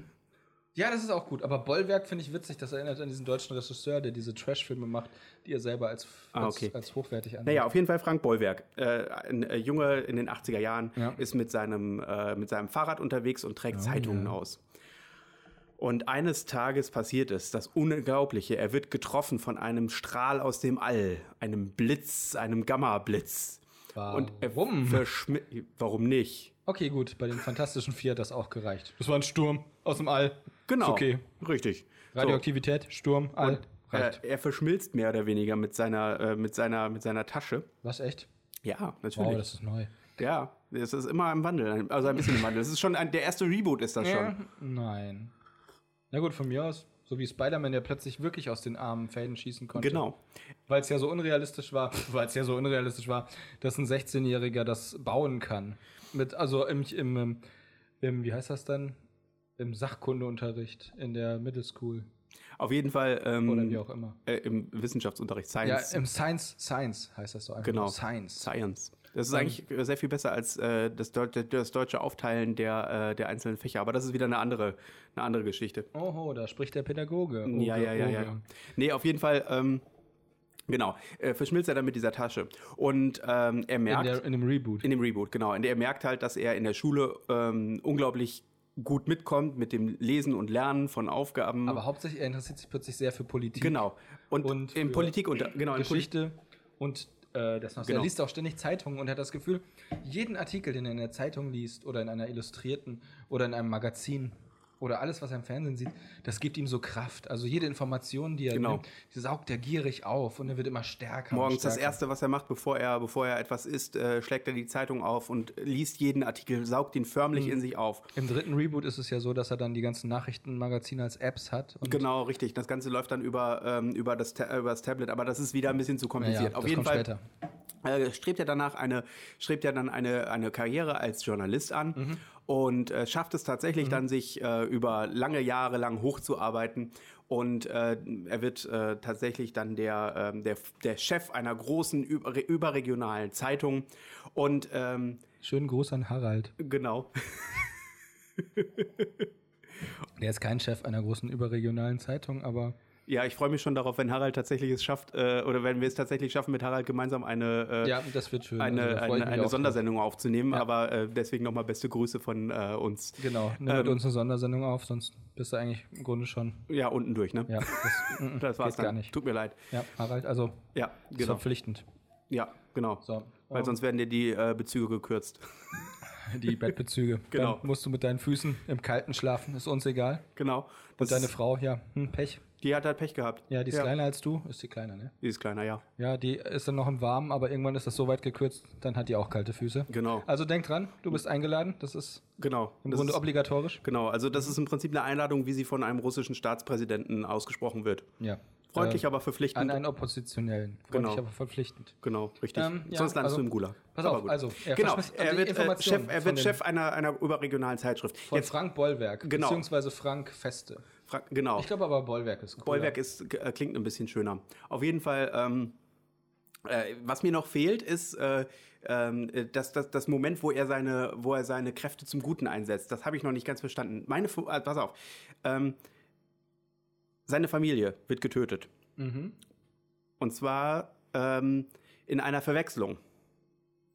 Speaker 2: Ja, das ist auch gut. Aber Bollwerk finde ich witzig. Das erinnert an diesen deutschen Regisseur, der diese Trash-Filme macht, die er selber als,
Speaker 1: Ah,
Speaker 2: als,
Speaker 1: okay.
Speaker 2: als hochwertig ansieht.
Speaker 1: Naja, auf jeden Fall Frank Bollwerk. Äh, ein äh, Junge in den 80er Jahren
Speaker 2: Ja. Oh,
Speaker 1: ist mit seinem, äh, mit seinem Fahrrad unterwegs und trägt Zeitungen aus. Und eines Tages passiert es, das Unglaubliche. Er wird getroffen von einem Strahl aus dem All, einem Blitz, einem Gamma-Blitz. Und er
Speaker 2: Warum?
Speaker 1: verschmi- Warum nicht?
Speaker 2: Okay, gut. Bei den Fantastischen Vier hat das auch gereicht. Das war ein Sturm aus dem All.
Speaker 1: Genau.
Speaker 2: Ist okay.
Speaker 1: Richtig. So.
Speaker 2: Radioaktivität, Sturm, All.
Speaker 1: Äh,
Speaker 2: Reicht.
Speaker 1: er verschmilzt mehr oder weniger mit seiner, äh, mit seiner, mit seiner Tasche.
Speaker 2: Was, echt?
Speaker 1: Ja,
Speaker 2: Wow,
Speaker 1: natürlich.
Speaker 2: das ist neu.
Speaker 1: ja, es ist immer im Wandel, also ein bisschen im Wandel. Das ist schon ein, der erste Reboot ist das schon.
Speaker 2: Nein. Na gut, von mir aus. So wie Spider-Man, der plötzlich wirklich aus den Armen Fäden schießen konnte.
Speaker 1: Genau.
Speaker 2: Weil es ja so unrealistisch war, weil es ja so unrealistisch war, dass ein 16-Jähriger das bauen kann. Mit, also im, im, im, im, wie heißt das dann? Im Sachkundeunterricht in der Middle School
Speaker 1: Auf jeden Fall
Speaker 2: oder wie
Speaker 1: ähm,
Speaker 2: auch immer.
Speaker 1: äh, im Wissenschaftsunterricht
Speaker 2: Ja,
Speaker 1: Science.
Speaker 2: im Science, Science heißt das so einfach.
Speaker 1: Genau.
Speaker 2: Science.
Speaker 1: Science. Das ist eigentlich äh, sehr viel besser als äh, das, Deu das deutsche Aufteilen der, äh, der einzelnen Fächer. Aber das ist wieder eine andere, eine andere Geschichte.
Speaker 2: Oho, da spricht der Pädagoge. Oh,
Speaker 1: ja,
Speaker 2: Oge,
Speaker 1: ja, ja, ja.
Speaker 2: Oge.
Speaker 1: Nee, auf jeden Fall, ähm, genau, äh, verschmilzt er dann mit dieser Tasche. Und ähm, er merkt.
Speaker 2: In, der, in dem Reboot.
Speaker 1: In dem Reboot, genau. Und er merkt halt, dass er in der Schule ähm, unglaublich gut mitkommt mit dem Lesen und Lernen von Aufgaben.
Speaker 2: Aber hauptsächlich, er interessiert sich plötzlich sehr für Politik.
Speaker 1: Hm. genau. Und,
Speaker 2: Und
Speaker 1: in
Speaker 2: für
Speaker 1: Politik unter, genau, in Politik.
Speaker 2: Geschichte und äh, das noch.
Speaker 1: Genau.
Speaker 2: Er liest auch ständig Zeitungen und hat das Gefühl, jeden Artikel, den er in der Zeitung liest oder in einer Illustrierten oder in einem Magazin oder alles, was er im Fernsehen sieht, das gibt ihm so Kraft. Also jede Information, die er
Speaker 1: Genau.
Speaker 2: nimmt, die saugt er gierig auf und er wird immer stärker. und
Speaker 1: Morgens das
Speaker 2: stärker.
Speaker 1: Erste, was er macht, bevor er, bevor er etwas isst, äh, schlägt er die Zeitung auf und liest jeden Artikel, saugt ihn förmlich
Speaker 2: Mhm.
Speaker 1: in sich auf.
Speaker 2: Im dritten Reboot ist es ja so, dass er dann die ganzen Nachrichtenmagazine als Apps hat. Und
Speaker 1: Genau, richtig. Das Ganze läuft dann über, ähm, über, das, Ta über das Tablet, aber das ist wieder ein bisschen zu
Speaker 2: Naja,
Speaker 1: kompliziert.
Speaker 2: das
Speaker 1: Auf jeden
Speaker 2: kommt
Speaker 1: Fall
Speaker 2: später.
Speaker 1: äh, strebt er danach eine, strebt er dann eine, eine Karriere als Journalist an
Speaker 2: Mhm.
Speaker 1: und äh, schafft es tatsächlich dann, sich äh, über lange Jahre lang hochzuarbeiten. Und äh, er wird äh, tatsächlich dann der, ähm, der, der Chef einer großen über, überregionalen Zeitung. Und ähm,
Speaker 2: Schönen Gruß an Harald.
Speaker 1: genau.
Speaker 2: Der ist kein Chef einer großen überregionalen Zeitung, aber.
Speaker 1: Ja, ich freue mich schon darauf, wenn Harald tatsächlich es schafft, äh, oder wenn wir es tatsächlich schaffen, mit Harald gemeinsam eine, äh,
Speaker 2: Ja, das wird schön. Also
Speaker 1: eine,
Speaker 2: da freu ich
Speaker 1: eine,
Speaker 2: mich
Speaker 1: eine
Speaker 2: auch
Speaker 1: Sondersendung aufzunehmen.
Speaker 2: Ja.
Speaker 1: Aber äh, deswegen nochmal beste Grüße von äh, uns.
Speaker 2: drauf. Genau, nimm mit
Speaker 1: Ähm.
Speaker 2: uns eine Sondersendung auf, sonst bist du eigentlich im Grunde schon.
Speaker 1: Ja, unten durch, ne?
Speaker 2: Ja, das, mm, mm,
Speaker 1: Das war's
Speaker 2: geht
Speaker 1: dann.
Speaker 2: gar nicht.
Speaker 1: Tut mir leid.
Speaker 2: Ja, Harald, also
Speaker 1: Ja,
Speaker 2: ist
Speaker 1: genau.
Speaker 2: verpflichtend.
Speaker 1: Ja, genau.
Speaker 2: So.
Speaker 1: Weil
Speaker 2: ähm,
Speaker 1: sonst werden dir die äh, Bezüge gekürzt.
Speaker 2: die Bettbezüge.
Speaker 1: Genau.
Speaker 2: Dann musst du mit deinen Füßen im Kalten schlafen, ist uns egal.
Speaker 1: genau. Das
Speaker 2: Und deine
Speaker 1: ist-
Speaker 2: Frau, ja, hm, Pech.
Speaker 1: die hat halt Pech gehabt.
Speaker 2: Ja, die ist kleiner als du, ist die kleiner, ne?
Speaker 1: Die ist kleiner, ja.
Speaker 2: Ja, die ist dann noch im Warmen, aber irgendwann ist das so weit gekürzt, dann hat die auch kalte Füße.
Speaker 1: Genau.
Speaker 2: Also denk dran, du bist eingeladen, das ist
Speaker 1: Genau.
Speaker 2: im
Speaker 1: Das
Speaker 2: Grunde
Speaker 1: ist,
Speaker 2: obligatorisch.
Speaker 1: genau. Also, das ist im Prinzip eine Einladung, wie sie von einem russischen Staatspräsidenten ausgesprochen wird.
Speaker 2: Ja.
Speaker 1: Freundlich,
Speaker 2: Äh,
Speaker 1: aber
Speaker 2: an
Speaker 1: verpflichtend.
Speaker 2: einen Oppositionellen. Freundlich,
Speaker 1: Genau.
Speaker 2: aber verpflichtend.
Speaker 1: Genau, richtig.
Speaker 2: Ähm, ja,
Speaker 1: Sonst landest
Speaker 2: also-
Speaker 1: du im Gulag.
Speaker 2: Pass
Speaker 1: Aber
Speaker 2: auf,
Speaker 1: gut.
Speaker 2: also, er
Speaker 1: genau,
Speaker 2: verschmiss-
Speaker 1: er
Speaker 2: die
Speaker 1: wird, äh,
Speaker 2: Information
Speaker 1: Chef, er
Speaker 2: von
Speaker 1: wird
Speaker 2: dem-
Speaker 1: Chef einer, einer überregionalen Zeitschrift.
Speaker 2: Von
Speaker 1: Jetzt,
Speaker 2: Frank Bollwerk,
Speaker 1: Genau.
Speaker 2: beziehungsweise Frank Feste.
Speaker 1: Fra genau,
Speaker 2: Ich glaube aber, Bollwerk ist cool.
Speaker 1: Bollwerk ist, äh, klingt ein bisschen schöner. Auf jeden Fall, ähm, äh, was mir noch fehlt, ist äh, ähm, äh, das, das, das Moment, wo er, seine, wo er seine Kräfte zum Guten einsetzt. Das habe ich noch nicht ganz verstanden. Meine, Fu- äh, pass auf, ähm, seine Familie wird getötet.
Speaker 2: Mhm.
Speaker 1: Und zwar ähm, in einer Verwechslung.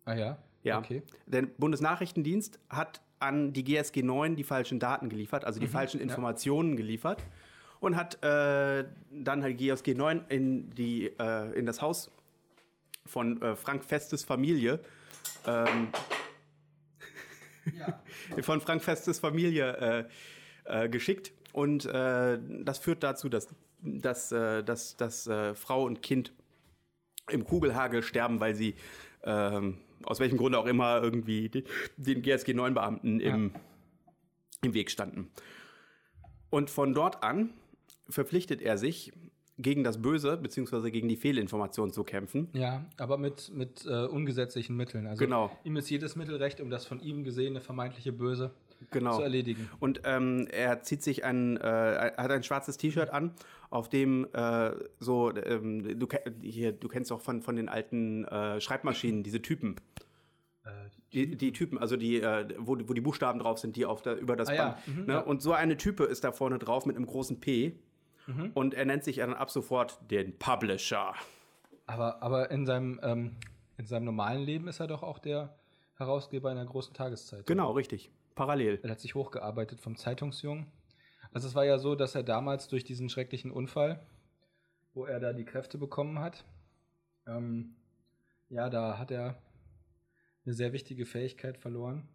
Speaker 2: Ah ja?
Speaker 1: Ja.
Speaker 2: Okay.
Speaker 1: Der Bundesnachrichtendienst hat an die GSG 9 die falschen Daten geliefert, also die falschen Informationen geliefert und hat äh, dann halt GSG 9 in, die, äh, in das Haus von äh, Frank Festes Familie ähm,
Speaker 2: Ja.
Speaker 1: von Frank Festes Familie äh, äh, geschickt. Und äh, das führt dazu, dass, dass, äh, dass, dass äh, Frau und Kind im Kugelhagel sterben, weil sie ähm, aus welchem Grund auch immer irgendwie die- den GSG 9 Beamten im, im Weg standen. Und von dort an verpflichtet er sich, gegen das Böse bzw. gegen die Fehlinformation zu kämpfen.
Speaker 2: Ja, aber mit, mit äh, ungesetzlichen Mitteln. Also
Speaker 1: Genau.
Speaker 2: ihm ist jedes Mittel recht, um das von ihm gesehene vermeintliche Böse
Speaker 1: Genau.
Speaker 2: zu erledigen.
Speaker 1: Und ähm, er zieht sich ein, äh, er hat ein schwarzes T-Shirt an, auf dem äh, so, ähm, du, ke- hier, du kennst doch von, von den alten äh, Schreibmaschinen, diese Typen. Die, die Typen, also die, äh, wo, wo die Buchstaben drauf sind, die auf der, über das
Speaker 2: Ah ja,
Speaker 1: Band. ne? Und so eine Type ist da vorne drauf mit einem großen P.
Speaker 2: Mhm.
Speaker 1: Und er nennt sich dann ab sofort den Publisher.
Speaker 2: Aber, aber in, seinem, ähm, in seinem normalen Leben ist er doch auch der Herausgeber einer großen Tageszeitung.
Speaker 1: Genau, richtig. Parallel.
Speaker 2: Er hat sich hochgearbeitet vom Zeitungsjungen. Also es war ja so, dass er damals durch diesen schrecklichen Unfall, wo er da die Kräfte bekommen hat, ähm, ja, da hat er eine sehr wichtige Fähigkeit verloren.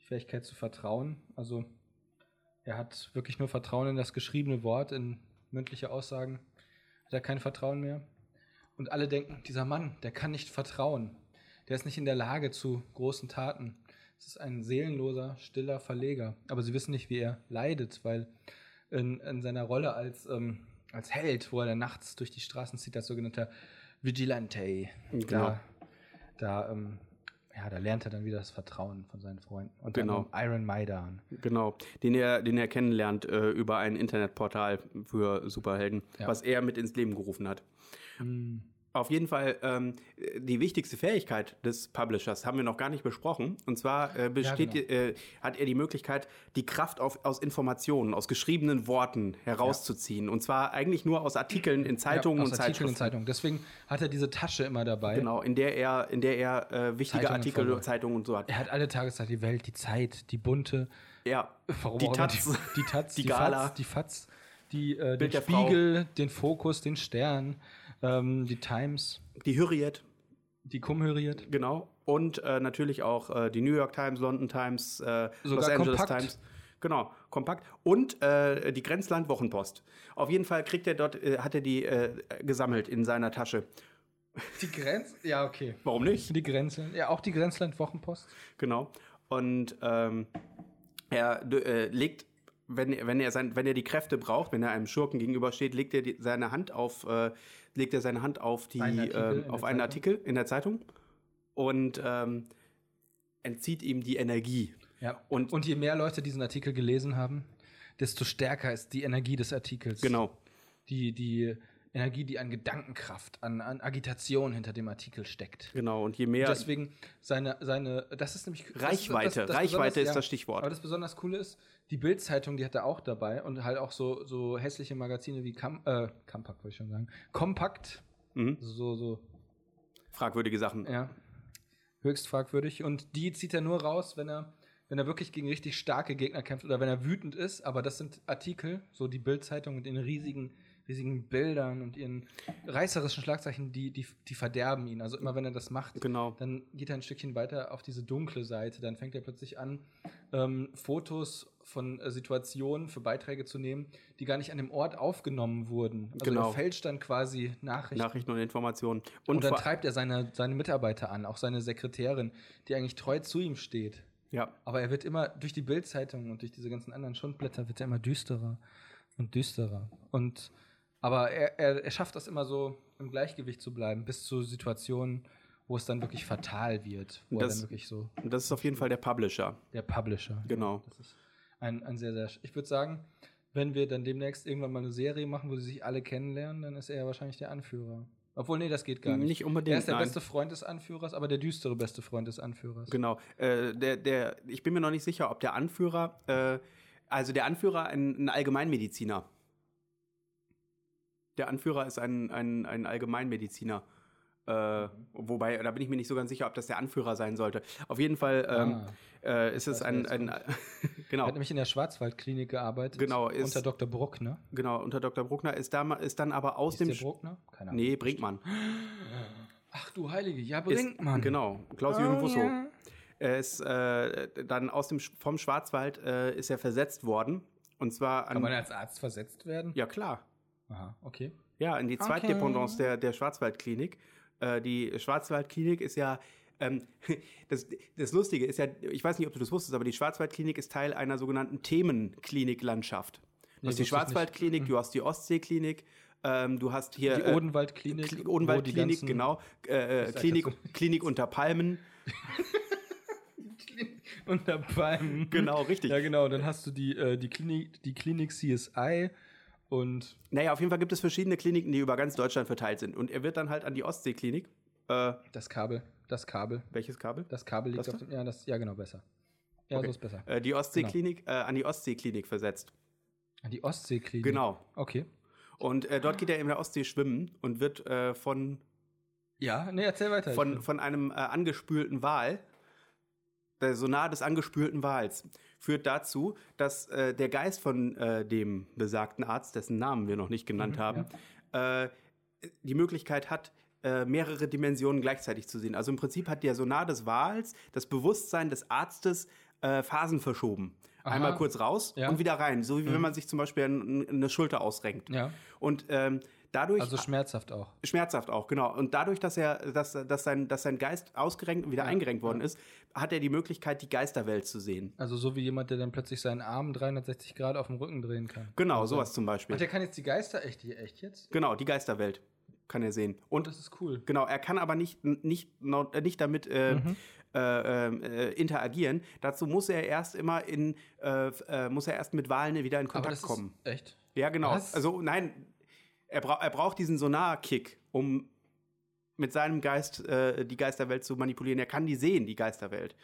Speaker 2: Die Fähigkeit zu vertrauen. Also er hat wirklich nur Vertrauen in das geschriebene Wort, in mündliche Aussagen hat er kein Vertrauen mehr. Und alle denken, dieser Mann, der kann nicht vertrauen. Der ist nicht in der Lage zu großen Taten. Es ist ein seelenloser, stiller Verleger. Aber sie wissen nicht, wie er leidet, weil in, in seiner Rolle als, ähm, als Held, wo er dann nachts durch die Straßen zieht, als sogenannter Vigilante,
Speaker 1: Genau.
Speaker 2: da, da, ähm, ja, da lernt er dann wieder das Vertrauen von seinen Freunden. Und
Speaker 1: Genau.
Speaker 2: dann Iron Maidan.
Speaker 1: Genau, den er, den er kennenlernt äh, über ein Internetportal für Superhelden,
Speaker 2: Ja.
Speaker 1: was er mit ins Leben gerufen hat. Auf jeden Fall ähm, die wichtigste Fähigkeit des Publishers haben wir noch gar nicht besprochen. Und zwar äh, besteht,
Speaker 2: genau.
Speaker 1: äh, hat er die Möglichkeit, die Kraft auf, aus Informationen, aus geschriebenen Worten herauszuziehen. Und zwar eigentlich nur aus Artikeln in Zeitungen
Speaker 2: ja,
Speaker 1: und
Speaker 2: aus Artikeln
Speaker 1: Zeitschriften.
Speaker 2: und Zeitungen. Deswegen hat er diese Tasche immer dabei.
Speaker 1: Genau, in der er, in der er äh, wichtige
Speaker 2: Zeitungen
Speaker 1: Artikel,
Speaker 2: vorbereitet.
Speaker 1: Zeitungen und so hat.
Speaker 2: Er hat alle Tageszeit, die Welt, die Zeit, die bunte,
Speaker 1: Ja,
Speaker 2: warum
Speaker 1: die
Speaker 2: auch immer,
Speaker 1: Taz,
Speaker 2: die, die Taz,
Speaker 1: die Gala.
Speaker 2: Fatz, die Fatz, die, äh, den
Speaker 1: Bild der Frau.
Speaker 2: Spiegel, den Fokus, den Stern, ähm, die Times,
Speaker 1: die Hürriyet.
Speaker 2: die Kumhöriert.
Speaker 1: Genau. Und äh, natürlich auch äh, die New York Times, London Times, äh, Los
Speaker 2: Sogar
Speaker 1: Angeles
Speaker 2: kompakt.
Speaker 1: Times. Genau, kompakt. Und äh, die Grenzland-Wochenpost. Auf jeden Fall kriegt er dort, äh, hat er die äh, gesammelt in seiner Tasche.
Speaker 2: Die Grenz, ja, okay.
Speaker 1: Warum nicht?
Speaker 2: Die Grenze, ja, auch die Grenzland-Wochenpost.
Speaker 1: Genau. Und ähm, er d- äh, legt, wenn, wenn, er sein, wenn er die Kräfte braucht, wenn er einem Schurken gegenübersteht, legt er die, seine Hand auf, äh, legt er seine Hand auf die,
Speaker 2: Einen Artikel
Speaker 1: ähm,
Speaker 2: in
Speaker 1: auf
Speaker 2: der
Speaker 1: einen
Speaker 2: Zeitung.
Speaker 1: Artikel in der Zeitung und ähm, entzieht ihm die Energie.
Speaker 2: Ja.
Speaker 1: Und-
Speaker 2: Und, und je mehr Leute diesen Artikel gelesen haben, desto stärker ist die Energie des Artikels.
Speaker 1: Genau.
Speaker 2: Die, die, Energie, die an Gedankenkraft, an, an Agitation hinter dem Artikel steckt.
Speaker 1: Genau, und je mehr.
Speaker 2: Deswegen seine, seine, das ist nämlich.
Speaker 1: Reichweite, Reichweite
Speaker 2: besonders-
Speaker 1: ist das Stichwort.
Speaker 2: Aber das besonders Coole ist, die Bild-Zeitung, die hat er auch dabei und halt auch so, so hässliche Magazine wie Kam, äh, Kampakt, wollte ich schon sagen. Kompakt,
Speaker 1: mhm.
Speaker 2: so, so,
Speaker 1: Fragwürdige Sachen.
Speaker 2: ja. Höchst fragwürdig. Und die zieht er nur raus, wenn er, wenn er wirklich gegen richtig starke Gegner kämpft oder wenn er wütend ist. Aber das sind Artikel, so die Bild-Zeitung mit ihren riesigen, riesigen Bildern und ihren reißerischen Schlagzeichen, die, die, die verderben ihn. Also immer wenn er das macht,
Speaker 1: Genau.
Speaker 2: dann geht er ein Stückchen weiter auf diese dunkle Seite. Dann fängt er plötzlich an, ähm, Fotos von äh, Situationen für Beiträge zu nehmen, die gar nicht an dem Ort aufgenommen wurden. Also
Speaker 1: Genau.
Speaker 2: er fälscht dann quasi Nachrichten.
Speaker 1: Nachrichten und Informationen.
Speaker 2: Und,
Speaker 1: Und,
Speaker 2: dann
Speaker 1: vor,
Speaker 2: treibt er seine, seine Mitarbeiter an, auch seine Sekretärin, die eigentlich treu zu ihm steht.
Speaker 1: ja,
Speaker 2: Aber er wird immer durch die Bildzeitung und durch diese ganzen anderen Schundblätter wird er immer düsterer und düsterer. Und aber er, er, er schafft das immer so im Gleichgewicht zu bleiben, bis zu Situationen, wo es dann wirklich fatal wird, wo
Speaker 1: Das-
Speaker 2: er dann wirklich so
Speaker 1: und das ist auf jeden Fall der Publisher.
Speaker 2: der Publisher.
Speaker 1: Genau.
Speaker 2: Das ist ein, ein sehr, sehr. sch- Ich würde sagen, wenn wir dann demnächst irgendwann mal eine Serie machen, wo sie sich alle kennenlernen, dann ist er ja wahrscheinlich der Anführer. Obwohl, nee, das geht gar nicht.
Speaker 1: Nicht unbedingt,
Speaker 2: Er ist der
Speaker 1: nein.
Speaker 2: beste Freund des Anführers, aber der düstere beste Freund des Anführers.
Speaker 1: Genau. Äh, der, der, ich bin mir noch nicht sicher, ob der Anführer, äh, also der Anführer ein, ein Allgemeinmediziner. Der Anführer ist ein, ein, ein Allgemeinmediziner. Äh, wobei, da bin ich mir nicht so ganz sicher, ob das der Anführer sein sollte. Auf jeden Fall ähm,
Speaker 2: Ah.
Speaker 1: äh, ist
Speaker 2: Ich
Speaker 1: es
Speaker 2: weiß,
Speaker 1: ein,
Speaker 2: wer jetzt
Speaker 1: ein
Speaker 2: Er
Speaker 1: genau,
Speaker 2: hat nämlich in der Schwarzwaldklinik gearbeitet.
Speaker 1: Genau, ist-
Speaker 2: unter Dr. Bruckner.
Speaker 1: genau, unter Dr. Bruckner ist, da, ist dann aber aus
Speaker 2: Ist
Speaker 1: dem
Speaker 2: der
Speaker 1: Sch-
Speaker 2: Bruckner? Keine Ahnung.
Speaker 1: Nee, Brinkmann.
Speaker 2: Ach du Heilige, ja,
Speaker 1: Ist,
Speaker 2: Brinkmann.
Speaker 1: Genau, Klaus-Jürgen Wusso. Er ist äh, dann aus dem, Sch- vom Schwarzwald äh, ist er versetzt worden. Und zwar
Speaker 2: Kann man
Speaker 1: an.
Speaker 2: als Arzt versetzt werden?
Speaker 1: Ja, klar.
Speaker 2: Aha, okay.
Speaker 1: Ja, in die
Speaker 2: Okay.
Speaker 1: Zweitdependance der, der Schwarzwaldklinik. Äh, die Schwarzwaldklinik ist ja. Ähm, das, das Lustige ist ja, ich weiß nicht, ob du das wusstest, aber die Schwarzwaldklinik ist Teil einer sogenannten Themenkliniklandschaft. Du
Speaker 2: Nee,
Speaker 1: hast die
Speaker 2: wusste ich nicht. Hm. Mhm.
Speaker 1: Schwarzwaldklinik, du hast die Ostseeklinik, ähm, du hast hier.
Speaker 2: Die
Speaker 1: äh,
Speaker 2: Odenwaldklinik.
Speaker 1: Kli-
Speaker 2: wo die
Speaker 1: Odenwaldklinik,
Speaker 2: ganzen-
Speaker 1: genau. Äh, äh,
Speaker 2: sag
Speaker 1: Klinik,
Speaker 2: dazu.
Speaker 1: Klinik unter Palmen.
Speaker 2: Und dabei.
Speaker 1: Genau, richtig.
Speaker 2: Ja, genau. Dann hast du die, äh, die, Klinik, die Klinik CSI und
Speaker 1: Naja, auf jeden Fall gibt es verschiedene Kliniken, die über ganz Deutschland verteilt sind. Und er wird dann halt an die Ostseeklinik. Äh,
Speaker 2: das Kabel. Das Kabel.
Speaker 1: welches Kabel?
Speaker 2: Das Kabel liegt
Speaker 1: Das
Speaker 2: auf dem. Ja, das, ja, genau, besser. Ja,
Speaker 1: Okay.
Speaker 2: so ist besser.
Speaker 1: Äh, die Ostseeklinik, äh, an die Ostseeklinik versetzt.
Speaker 2: An Die Ostseeklinik.
Speaker 1: Genau.
Speaker 2: Okay.
Speaker 1: Und äh, dort geht er in der Ostsee schwimmen und wird äh, von,
Speaker 2: Ja, nee, erzähl weiter.
Speaker 1: von, von einem äh, angespülten Wal, der Sonar des angespülten Wals, führt dazu, dass äh, der Geist von äh, dem besagten Arzt, dessen Namen wir noch nicht
Speaker 2: Mhm,
Speaker 1: genannt haben, äh, die Möglichkeit hat, äh, mehrere Dimensionen gleichzeitig zu sehen. Also im Prinzip hat der Sonar des Wals das Bewusstsein des Arztes äh, Phasen verschoben.
Speaker 2: Aha.
Speaker 1: Einmal kurz raus
Speaker 2: Ja. Mhm.
Speaker 1: und wieder rein. So wie wenn man sich zum Beispiel an- an eine Schulter ausrenkt.
Speaker 2: ja,
Speaker 1: Und ähm, dadurch
Speaker 2: also schmerzhaft auch.
Speaker 1: schmerzhaft auch, genau. Und dadurch, dass er, dass, dass sein, dass sein Geist ausgerenkt und wieder eingerenkt worden ist, hat er die Möglichkeit, die Geisterwelt zu sehen.
Speaker 2: Also so wie jemand, der dann plötzlich seinen Arm 360 Grad auf dem Rücken drehen kann.
Speaker 1: Genau, sowas zum Beispiel.
Speaker 2: Und der kann jetzt die Geister echt, die- echt jetzt?
Speaker 1: Genau, die Geisterwelt kann er sehen.
Speaker 2: Und
Speaker 1: Und
Speaker 2: das ist cool.
Speaker 1: genau, er kann aber nicht, nicht, noch- nicht damit äh,
Speaker 2: Mhm.
Speaker 1: äh, äh, interagieren. Dazu muss er erst immer in, äh, äh, muss er erst mit Wahlen wieder in
Speaker 2: Aber
Speaker 1: Kontakt
Speaker 2: das
Speaker 1: kommen.
Speaker 2: ist echt.
Speaker 1: Ja, genau.
Speaker 2: Was?
Speaker 1: Also nein, er, bra er braucht diesen Sonar-Kick, um mit seinem Geist äh, die Geisterwelt zu manipulieren. Er kann die sehen, die Geisterwelt.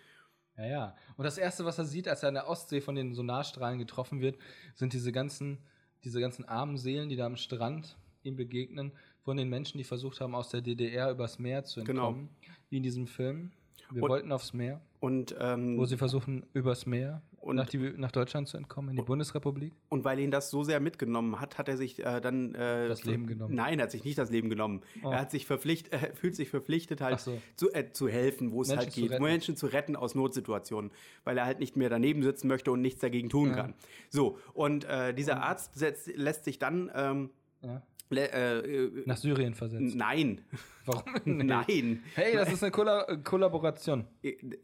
Speaker 2: Ja, ja. Und das Erste, was er sieht, als er in der Ostsee von den Sonarstrahlen getroffen wird, sind diese ganzen, diese ganzen armen Seelen, die da am Strand ihm begegnen, von den Menschen, die versucht haben, aus der DDR übers Meer zu
Speaker 1: Genau.
Speaker 2: entkommen. Wie in diesem Film. Wir
Speaker 1: Und-
Speaker 2: wollten aufs Meer,
Speaker 1: Und,
Speaker 2: wo
Speaker 1: ähm,
Speaker 2: sie versuchen, übers Meer
Speaker 1: Und-
Speaker 2: nach, die, nach Deutschland zu entkommen, in die Bundesrepublik.
Speaker 1: und weil ihn das so sehr mitgenommen hat, hat er sich äh, dann äh,
Speaker 2: Das Leben genommen.
Speaker 1: Nein, er hat sich nicht das Leben genommen.
Speaker 2: Oh.
Speaker 1: Er hat sich verpflichtet, äh, fühlt sich verpflichtet halt
Speaker 2: Ach so.
Speaker 1: zu, äh, zu helfen, wo es
Speaker 2: Menschen
Speaker 1: halt
Speaker 2: zu
Speaker 1: geht,
Speaker 2: retten.
Speaker 1: Menschen zu retten aus Notsituationen, weil er halt nicht mehr daneben sitzen möchte und nichts dagegen tun kann. So und äh, dieser Arzt setzt, lässt sich dann ähm,
Speaker 2: Ja.
Speaker 1: le- äh, äh,
Speaker 2: Nach Syrien versetzt.
Speaker 1: nein,
Speaker 2: Warum? Nee.
Speaker 1: nein.
Speaker 2: Hey, das ist eine Kolla äh, Kollaboration.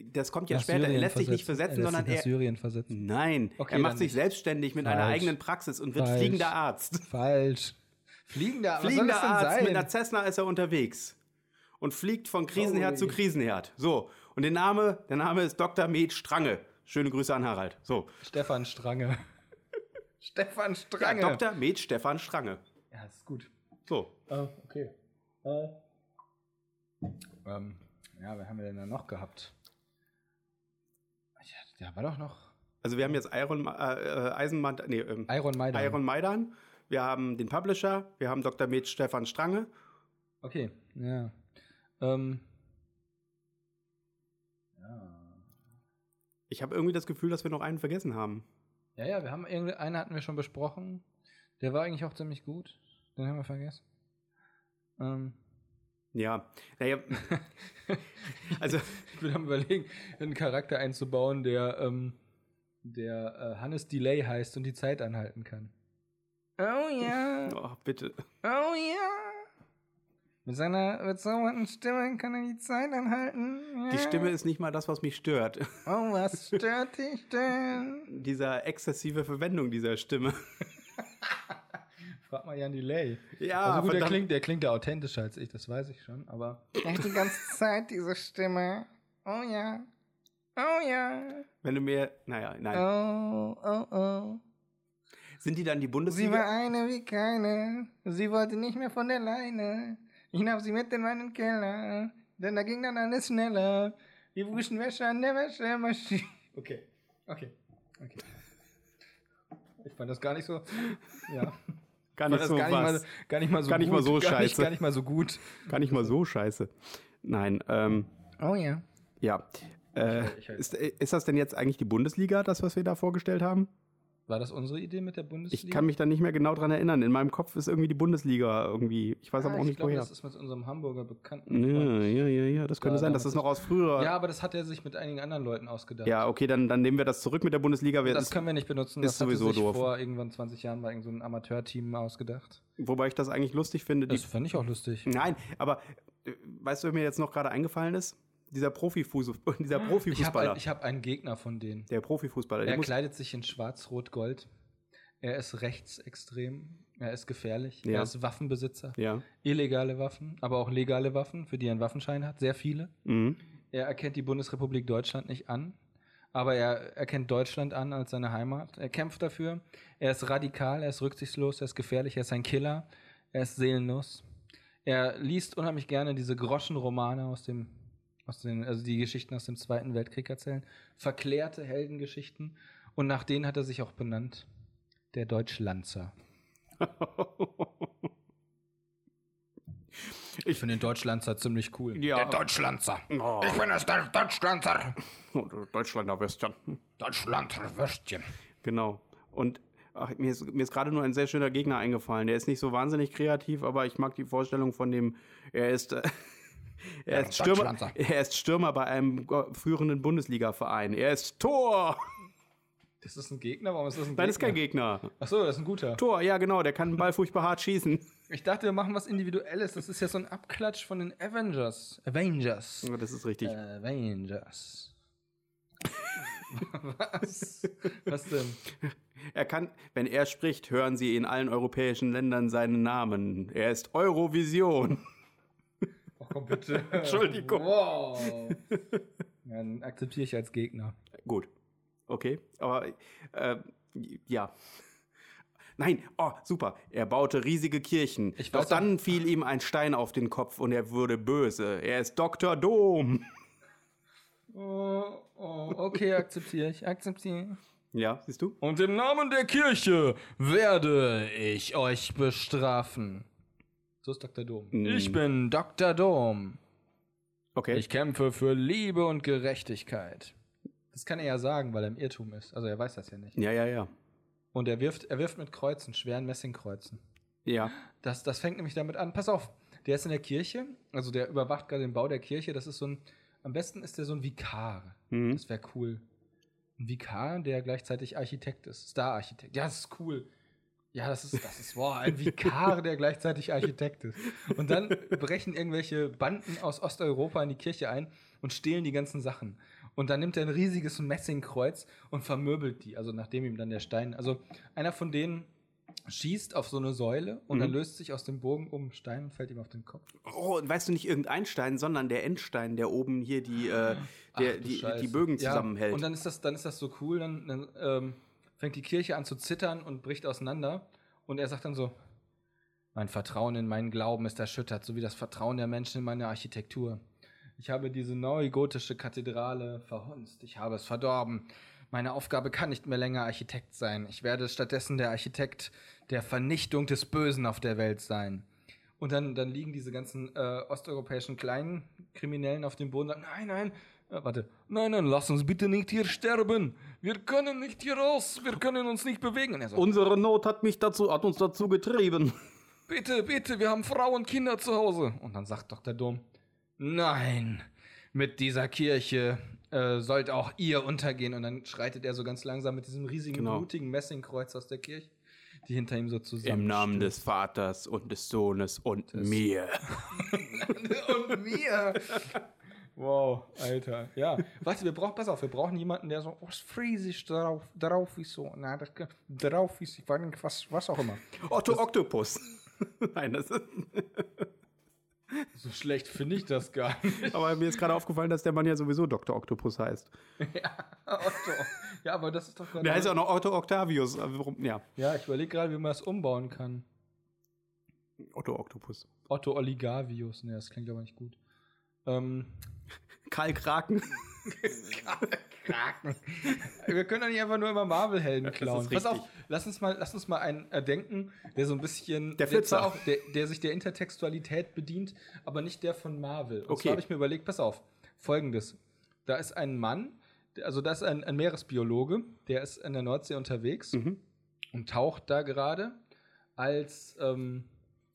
Speaker 1: Das kommt ja später. er
Speaker 2: Syrien
Speaker 1: lässt sich nicht
Speaker 2: versetzt.
Speaker 1: versetzen,
Speaker 2: er lässt
Speaker 1: sondern
Speaker 2: sich nach
Speaker 1: er.
Speaker 2: Syrien versetzen.
Speaker 1: Nein, er
Speaker 2: Okay, dann
Speaker 1: macht sich
Speaker 2: nicht.
Speaker 1: selbstständig mit einer
Speaker 2: Falsch.
Speaker 1: eigenen Praxis und wird
Speaker 2: Falsch.
Speaker 1: fliegender Arzt.
Speaker 2: Falsch. Fliegender,
Speaker 1: Fliegender Arzt
Speaker 2: Arzt
Speaker 1: mit einer Cessna ist er unterwegs und fliegt von Krisenherd
Speaker 2: Sorry.
Speaker 1: zu Krisenherd. So, und der Name, der Name ist Dr. Med Strange. Schöne Grüße an Harald. So,
Speaker 2: Stefan Strange. Stefan
Speaker 1: ja,
Speaker 2: Strange.
Speaker 1: Dr. Med Stefan Strange.
Speaker 2: Ja, ist gut.
Speaker 1: So.
Speaker 2: Ah, okay. Äh. Ähm, ja, wer haben wir denn da noch gehabt? Ja, da war doch noch
Speaker 1: Also wir haben jetzt Iron, Ma- äh, äh, Eisenbahn, nee, ähm,
Speaker 2: Iron Maiden.
Speaker 1: Iron Maidan. Wir haben den Publisher, wir haben Dr. Med Stefan Strange.
Speaker 2: Okay, ja. Ähm,
Speaker 1: Ich habe irgendwie das Gefühl, dass wir noch einen vergessen haben.
Speaker 2: ja, ja, wir haben irgendwie, einen hatten wir schon besprochen. Der war eigentlich auch ziemlich gut. Den haben wir vergessen. Ähm,
Speaker 1: Ja, naja, also
Speaker 2: ich bin am überlegen, einen Charakter einzubauen, der, ähm, der äh, Hannes Delay heißt und die Zeit anhalten kann. Oh ja,
Speaker 1: oh, bitte.
Speaker 2: oh ja. Mit seiner bezaubernden Stimme kann er die Zeit anhalten.
Speaker 1: Die Stimme ist nicht mal das, was mich stört.
Speaker 2: Oh, was stört dich denn?
Speaker 1: Dieser exzessive Verwendung dieser Stimme.
Speaker 2: Frag mal Jan Delay.
Speaker 1: Ja,
Speaker 2: also gut, der
Speaker 1: Ah, verdammt.
Speaker 2: klingt, der klingt ja authentischer als ich, das weiß ich schon, aber. Er hat die ganze Zeit diese Stimme. Oh ja. Oh ja.
Speaker 1: Wenn du mir, naja, nein.
Speaker 2: Oh, oh, oh.
Speaker 1: Sind die dann die Bundesliga?
Speaker 2: eine wie keine. Sie wollte nicht mehr von der Leine. Ich nahm sie mit in meinen Keller. Denn da ging dann alles schneller. Wir wuschen Wäsche an der Wäschemaschine. Okay. Okay. Okay. Ich fand das gar nicht so. Ja.
Speaker 1: Gar
Speaker 2: Ich
Speaker 1: nicht
Speaker 2: fand
Speaker 1: so
Speaker 2: das gar nicht, mal,
Speaker 1: was.
Speaker 2: gar nicht mal so
Speaker 1: Gar nicht
Speaker 2: gut.
Speaker 1: mal so
Speaker 2: gar Nicht,
Speaker 1: scheiße.
Speaker 2: gar nicht mal so gut.
Speaker 1: Gar nicht mal so scheiße. Nein, ähm,
Speaker 2: Oh ja.
Speaker 1: ja. Äh,
Speaker 2: Ich- ich-
Speaker 1: ist, ist das denn jetzt eigentlich die Bundesliga, das, was wir da vorgestellt haben?
Speaker 2: War das unsere Idee mit der Bundesliga?
Speaker 1: Ich kann mich da nicht mehr genau dran erinnern. In meinem Kopf ist irgendwie die Bundesliga irgendwie. Ich weiß aber
Speaker 2: ah,
Speaker 1: auch
Speaker 2: ich
Speaker 1: nicht
Speaker 2: glaube,
Speaker 1: woher.
Speaker 2: das ist mit unserem Hamburger Bekannten.
Speaker 1: ja,
Speaker 2: Freund.
Speaker 1: ja, ja, ja, das könnte
Speaker 2: Ja,
Speaker 1: sein. Das
Speaker 2: damit
Speaker 1: ist noch aus früherer.
Speaker 2: ja,
Speaker 1: Ja,
Speaker 2: aber das hat er sich mit einigen anderen Leuten ausgedacht.
Speaker 1: okay, dann, dann nehmen wir das zurück mit der Bundesliga. Wir,
Speaker 2: das können wir nicht benutzen. Das
Speaker 1: ist
Speaker 2: hatte
Speaker 1: sowieso
Speaker 2: sich
Speaker 1: doof.
Speaker 2: vor irgendwann 20 Jahren bei irgendeinem so einem Amateurteam ausgedacht.
Speaker 1: wobei ich das eigentlich lustig finde. Die,
Speaker 2: Das fand ich auch lustig.
Speaker 1: nein, aber äh, weißt du, wer mir jetzt noch gerade eingefallen ist? Dieser Profifuß, dieser
Speaker 2: Ich habe
Speaker 1: Profifußballer.
Speaker 2: ein, ich hab einen Gegner von denen.
Speaker 1: der Profifußballer. Der
Speaker 2: er
Speaker 1: muss,
Speaker 2: kleidet sich in schwarz-rot-gold. Er ist rechtsextrem. Er ist gefährlich.
Speaker 1: Ja.
Speaker 2: Er ist Waffenbesitzer.
Speaker 1: ja.
Speaker 2: Illegale Waffen, aber auch legale Waffen, für die er einen Waffenschein hat. Sehr viele.
Speaker 1: Mhm.
Speaker 2: Er erkennt die Bundesrepublik Deutschland nicht an, aber er erkennt Deutschland an als seine Heimat. Er kämpft dafür. Er ist radikal, er ist rücksichtslos, er ist gefährlich, er ist ein Killer, er ist seelenlos. Er liest unheimlich gerne diese Groschenromane aus dem, aus den, also die Geschichten aus dem Zweiten Weltkrieg erzählen, verklärte Heldengeschichten. Und nach denen hat er sich auch benannt. Der Deutschlanzer. Ich finde den Deutschlanzer ziemlich cool.
Speaker 1: Ja.
Speaker 2: Der Deutschlanzer.
Speaker 1: Oh,
Speaker 3: Ich bin es, der Deutschlander.
Speaker 1: Deutschlander Western.
Speaker 3: Deutschlander Würstchen.
Speaker 1: Genau. Und ach, mir ist, mir ist gerade nur ein sehr schöner Gegner eingefallen. Der ist nicht so wahnsinnig kreativ, aber ich mag die Vorstellung von dem, er ist, äh, er ist, Stürmer,
Speaker 3: Deutschlanzer.
Speaker 1: er ist Stürmer bei einem go- führenden Bundesliga-Verein. Er ist Tor!
Speaker 2: Das ist ein Gegner? Warum ist das ein
Speaker 1: Nein, ist kein Gegner.
Speaker 2: Achso, das ist ein guter.
Speaker 1: Tor, ja genau, der kann den Ball furchtbar hart schießen.
Speaker 2: Ich dachte, wir machen was Individuelles. Das ist ja so ein Abklatsch von den Avengers. Avengers.
Speaker 1: Ja, Das ist richtig.
Speaker 2: Avengers. was? Was denn?
Speaker 1: Er kann, wenn er spricht, hören sie in allen europäischen Ländern seinen Namen. Er ist Eurovision.
Speaker 2: Oh, komm bitte.
Speaker 1: Entschuldigung.
Speaker 2: Wow. Ja, Dann akzeptiere ich als Gegner.
Speaker 1: Gut. Okay. Aber äh, ja. Nein, oh, super. Er baute riesige Kirchen.
Speaker 2: Ich
Speaker 1: Doch
Speaker 2: weiß noch-
Speaker 1: dann fiel ihm ein Stein auf den Kopf und er wurde böse. Er ist Dr. Dom.
Speaker 2: Oh, oh, okay, akzeptiere ich. Akzeptiere.
Speaker 1: Ja, siehst du?
Speaker 2: Und im Namen der Kirche werde ich euch bestrafen. So ist Dr. Dom. Ich bin Dr. Dom.
Speaker 1: Okay.
Speaker 2: Ich kämpfe für Liebe und Gerechtigkeit. Das kann er ja sagen, weil er im Irrtum ist. Also er weiß das ja nicht.
Speaker 1: ja, ja, ja.
Speaker 2: Und er wirft, er wirft mit Kreuzen, schweren Messingkreuzen.
Speaker 1: Ja.
Speaker 2: Das, das fängt nämlich damit an. Pass auf, der ist in der Kirche, also der überwacht gerade den Bau der Kirche. Das ist so ein, am besten ist der so ein Vikar.
Speaker 1: Mhm.
Speaker 2: Das wäre cool. Ein Vikar, der gleichzeitig Architekt ist. Star-Architekt. Ja, das ist cool. Ja, das ist, das ist, boah, ein Vikar, der gleichzeitig Architekt ist. Und dann brechen irgendwelche Banden aus Osteuropa in die Kirche ein und stehlen die ganzen Sachen. Und dann nimmt er ein riesiges Messingkreuz und vermöbelt die, also nachdem ihm dann der Stein. Also einer von denen schießt auf so eine Säule und dann löst sich aus dem Bogen um Stein und fällt ihm auf den Kopf.
Speaker 1: Oh, und weißt du nicht irgendein Stein, sondern der Endstein, der oben hier die, äh, der,
Speaker 2: Ach, du
Speaker 1: die,
Speaker 2: Scheiße.
Speaker 1: die Bögen
Speaker 2: Ja,
Speaker 1: zusammenhält.
Speaker 2: Und dann ist das, dann ist das so cool, dann, dann ähm, fängt die Kirche an zu zittern und bricht auseinander. Und er sagt dann so: Mein Vertrauen in meinen Glauben ist erschüttert, sowie das Vertrauen der Menschen in meine Architektur. Ich habe diese neugotische Kathedrale verhunzt. Ich habe es verdorben. Meine Aufgabe kann nicht mehr länger Architekt sein. Ich werde stattdessen der Architekt der Vernichtung des Bösen auf der Welt sein. Und dann, dann liegen diese ganzen äh, osteuropäischen kleinen Kriminellen auf dem Boden und sagen, nein, nein, äh, warte, nein, nein, lass uns bitte nicht hier sterben. Wir können nicht hier raus, wir können uns nicht bewegen. Und er so,
Speaker 1: Unsere Not hat mich dazu, hat uns dazu getrieben.
Speaker 2: bitte, bitte, wir haben Frauen und Kinder zu Hause. Und dann sagt Dr. Dom, nein, mit dieser Kirche äh, sollt auch ihr untergehen. Und dann schreitet er so ganz langsam mit diesem riesigen,
Speaker 1: Genau.
Speaker 2: blutigen Messingkreuz aus der Kirche, die hinter ihm so zusammen.
Speaker 1: Im Namen des Vaters und des Sohnes und mir.
Speaker 2: und mir. Wow, Alter. Ja. Warte, wir brauchen, pass auf, wir brauchen jemanden, der so, was friesisch darauf, darauf ist so, na, das, drauf ist, ich weiß nicht, was, was auch immer.
Speaker 1: Otto Octopus. Nein, das ist,
Speaker 2: So schlecht finde ich das gar nicht.
Speaker 1: aber mir ist gerade aufgefallen, dass der Mann ja sowieso Dr. Octopus heißt.
Speaker 2: Otto. Ja, aber das ist doch genau gerade.
Speaker 1: Der heißt ja auch noch Otto Octavius. aber warum- Ja,
Speaker 2: Ja, ich überlege gerade, wie man das umbauen kann.
Speaker 1: Otto Octopus.
Speaker 2: Otto Oligavius, ne, das klingt aber nicht gut. Ähm,
Speaker 1: Karl Kraken.
Speaker 2: Wir können doch nicht einfach nur immer Marvel-Helden
Speaker 1: ist
Speaker 2: klauen. Pass
Speaker 1: richtig.
Speaker 2: auf, lass uns mal, lass uns mal einen erdenken, der so ein bisschen.
Speaker 1: Der Flitzer.
Speaker 2: zwar auch, der, der sich der Intertextualität bedient, aber nicht der von Marvel. Und
Speaker 1: Okay.
Speaker 2: zwar habe ich mir überlegt, pass auf, folgendes. Da ist ein Mann, der- also da ist ein, ein Meeresbiologe, der ist in der Nordsee unterwegs
Speaker 1: Mhm.
Speaker 2: und taucht da gerade als ähm,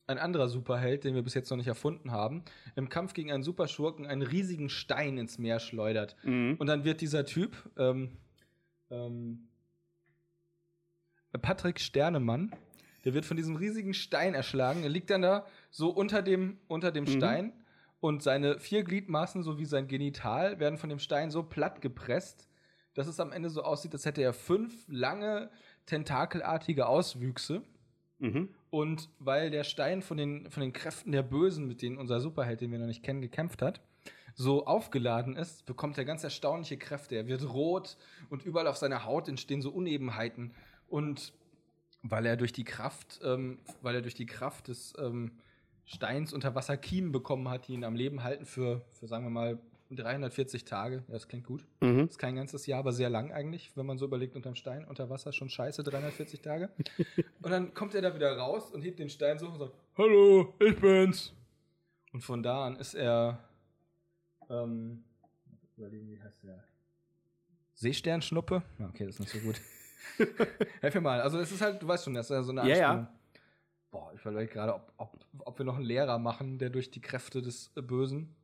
Speaker 2: ein anderer Superheld, den wir bis jetzt noch nicht erfunden haben, im Kampf gegen einen Superschurken einen riesigen Stein ins Meer schleudert.
Speaker 1: Mhm.
Speaker 2: Und dann wird dieser Typ, ähm, ähm, Patrick Sternemann, der wird von diesem riesigen Stein erschlagen. Er liegt dann da so unter dem, unter dem Stein und seine vier Gliedmaßen sowie sein Genital werden von dem Stein so platt gepresst, dass es am Ende so aussieht, als hätte er fünf lange, tentakelartige Auswüchse.
Speaker 1: Mhm.
Speaker 2: Und weil der Stein von den, von den Kräften der Bösen, mit denen unser Superheld, den wir noch nicht kennen, gekämpft hat, so aufgeladen ist, bekommt er ganz erstaunliche Kräfte. Er wird rot und überall auf seiner Haut entstehen so Unebenheiten. Und weil er durch die Kraft, ähm, weil er durch die Kraft des ähm, Steins unter Wasser Kiemen bekommen hat, die ihn am Leben halten für, für sagen wir mal, 340 Tage. Ja, das klingt gut.
Speaker 1: Mhm.
Speaker 2: Ist kein ganzes Jahr, aber sehr lang eigentlich, wenn man so überlegt, unterm Stein, unter Wasser schon scheiße, 340 Tage. und dann kommt er da wieder raus und hebt den Stein so und sagt, Hallo, ich bin's. Und von da an ist er, ähm, überlegen, wie heißt der? Seesternschnuppe? Ja, okay, das ist nicht so gut. Helf mir mal. Also es ist halt, du weißt schon, das ist ja so eine
Speaker 1: Ja, ja.
Speaker 2: Anspielung. Boah, ich überlege gerade, ob, ob, ob wir noch einen Lehrer machen, der durch die Kräfte des äh, Bösen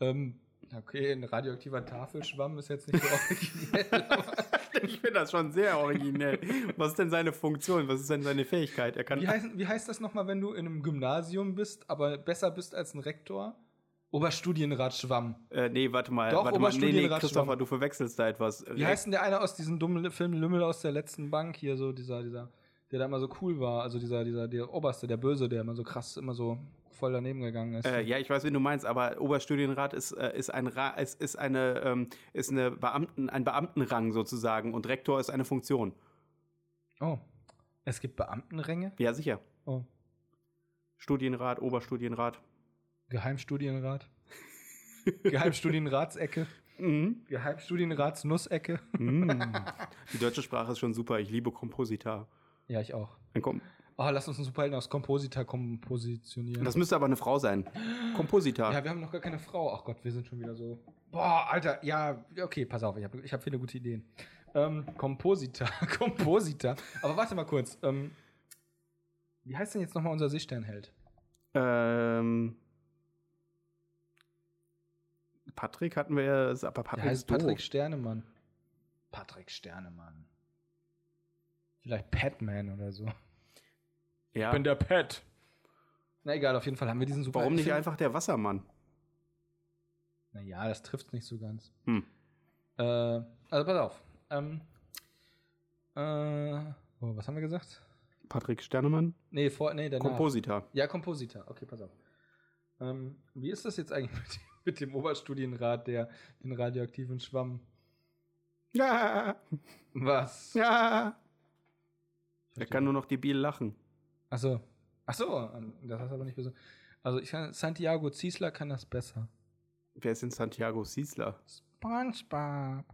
Speaker 2: ähm, okay, ein radioaktiver Tafelschwamm ist jetzt nicht so originell. aber-
Speaker 1: Ich finde das schon sehr originell. Was ist denn seine Funktion? Was ist denn seine Fähigkeit? Er kann.
Speaker 2: wie, heißt, wie heißt das nochmal, wenn du in einem Gymnasium bist, aber besser bist als ein Rektor? Oberstudienrat Schwamm.
Speaker 1: Äh, nee, warte mal.
Speaker 2: Doch,
Speaker 1: warte mal. Nee, nee,
Speaker 2: Oberstudienrat
Speaker 1: Christopher,
Speaker 2: Schwamm.
Speaker 1: du verwechselst da etwas.
Speaker 2: Wie heißt denn der eine aus diesem dummen Film Lümmel aus der letzten Bank hier, so dieser, dieser, der da immer so cool war, also dieser, dieser, der Oberste, der Böse, der immer so krass, immer so voll daneben gegangen ist.
Speaker 1: Äh, ja, ich weiß, wen du meinst, aber Oberstudienrat ist, äh, ist, ein, Ra ist, ist, eine, ähm, ist eine Beamten, ein Beamtenrang sozusagen und Rektor ist eine Funktion.
Speaker 2: Oh. Es gibt Beamtenränge?
Speaker 1: Ja, sicher.
Speaker 2: Oh.
Speaker 1: Studienrat, Oberstudienrat.
Speaker 2: Geheimstudienrat? Geheimstudienratsecke?
Speaker 1: Mhm.
Speaker 2: Geheimstudienratsnussecke?
Speaker 1: Die deutsche Sprache ist schon super. Ich liebe Kompositar.
Speaker 2: ja, ich auch.
Speaker 1: Dann komm.
Speaker 2: Oh, lass uns einen Superhelden aus Kompositor kompositionieren.
Speaker 1: Das müsste aber eine Frau sein. Kompositar.
Speaker 2: ja, wir haben noch gar keine Frau. Ach Gott, wir sind schon wieder so. Boah, Alter, ja, okay, pass auf, ich habe ich hab viele gute Ideen. Ähm, Kompositor, Kompositor. Aber warte mal kurz. Ähm, wie heißt denn jetzt nochmal unser Seesternheld?
Speaker 1: Ähm, Patrick hatten wir ja, ist aber Patrick
Speaker 2: Der heißt
Speaker 1: ist doof.
Speaker 2: Patrick Sternemann. Patrick Sternemann. Vielleicht Patman oder so.
Speaker 1: Ja.
Speaker 2: der Pat. Na egal, auf jeden Fall haben wir diesen super.
Speaker 1: Warum nicht einfach der Wassermann?
Speaker 2: Naja, das trifft nicht so ganz.
Speaker 1: Hm.
Speaker 2: Äh, also pass auf. Ähm, äh, oh, was haben wir gesagt?
Speaker 1: Patrick Sternemann?
Speaker 2: Nee, vor, nee,
Speaker 1: Genau.
Speaker 2: danach.
Speaker 1: Kompositor.
Speaker 2: Ja, Kompositor. Okay, pass auf. Ähm, wie ist das jetzt eigentlich mit, dem- mit dem Oberstudienrat, der den radioaktiven Schwamm?
Speaker 1: Ja,
Speaker 2: Was?
Speaker 1: ja. Er kann nur noch debil lachen.
Speaker 2: Achso. Ach so, das hast du aber nicht besonders. Also ich kann, Santiago Ziesler kann das besser.
Speaker 1: Wer ist denn Santiago Siesler?
Speaker 2: SpongeBob.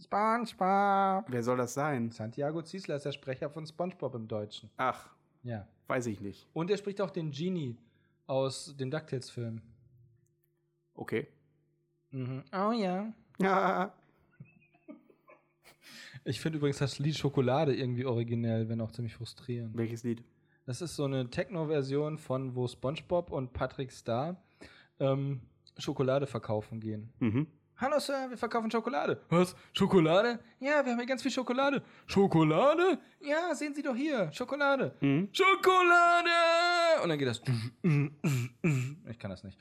Speaker 2: SpongeBob.
Speaker 1: Wer soll das sein?
Speaker 2: Santiago Ziesler ist der Sprecher von SpongeBob im Deutschen.
Speaker 1: Ach,
Speaker 2: Ja.
Speaker 1: weiß ich nicht.
Speaker 2: Und er spricht auch den Genie aus dem DuckTales-Film.
Speaker 1: Okay.
Speaker 2: Mhm. Oh ja.
Speaker 1: Ja.
Speaker 2: Ich finde übrigens das Lied Schokolade irgendwie originell, wenn auch ziemlich frustrierend.
Speaker 1: Welches Lied?
Speaker 2: Das ist so eine Techno-Version von wo SpongeBob und Patrick Star ähm, Schokolade verkaufen gehen.
Speaker 1: Mhm.
Speaker 2: Hallo Sir, wir verkaufen Schokolade. Was? Schokolade? Ja, wir haben hier ganz viel Schokolade. Schokolade? Ja, sehen Sie doch hier. Schokolade.
Speaker 1: Mhm.
Speaker 2: Schokolade! Und dann geht das. Ich kann das nicht.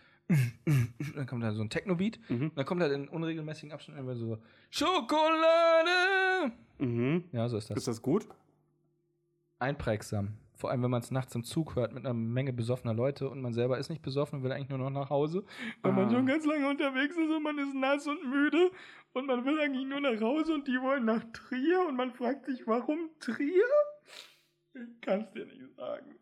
Speaker 2: Dann kommt da so ein Techno-Beat. Und dann kommt da in unregelmäßigen Abständen immer so Schokolade!
Speaker 1: Mhm.
Speaker 2: Ja, so ist das.
Speaker 1: Ist das gut?
Speaker 2: Einprägsam. Vor allem, wenn man es nachts im Zug hört mit einer Menge besoffener Leute und man selber ist nicht besoffen und will eigentlich nur noch nach Hause, weil man
Speaker 1: Ah.
Speaker 2: schon ganz lange unterwegs ist und man ist nass und müde und man will eigentlich nur nach Hause und die wollen nach Trier und man fragt sich, warum Trier? Ich kann es dir nicht sagen.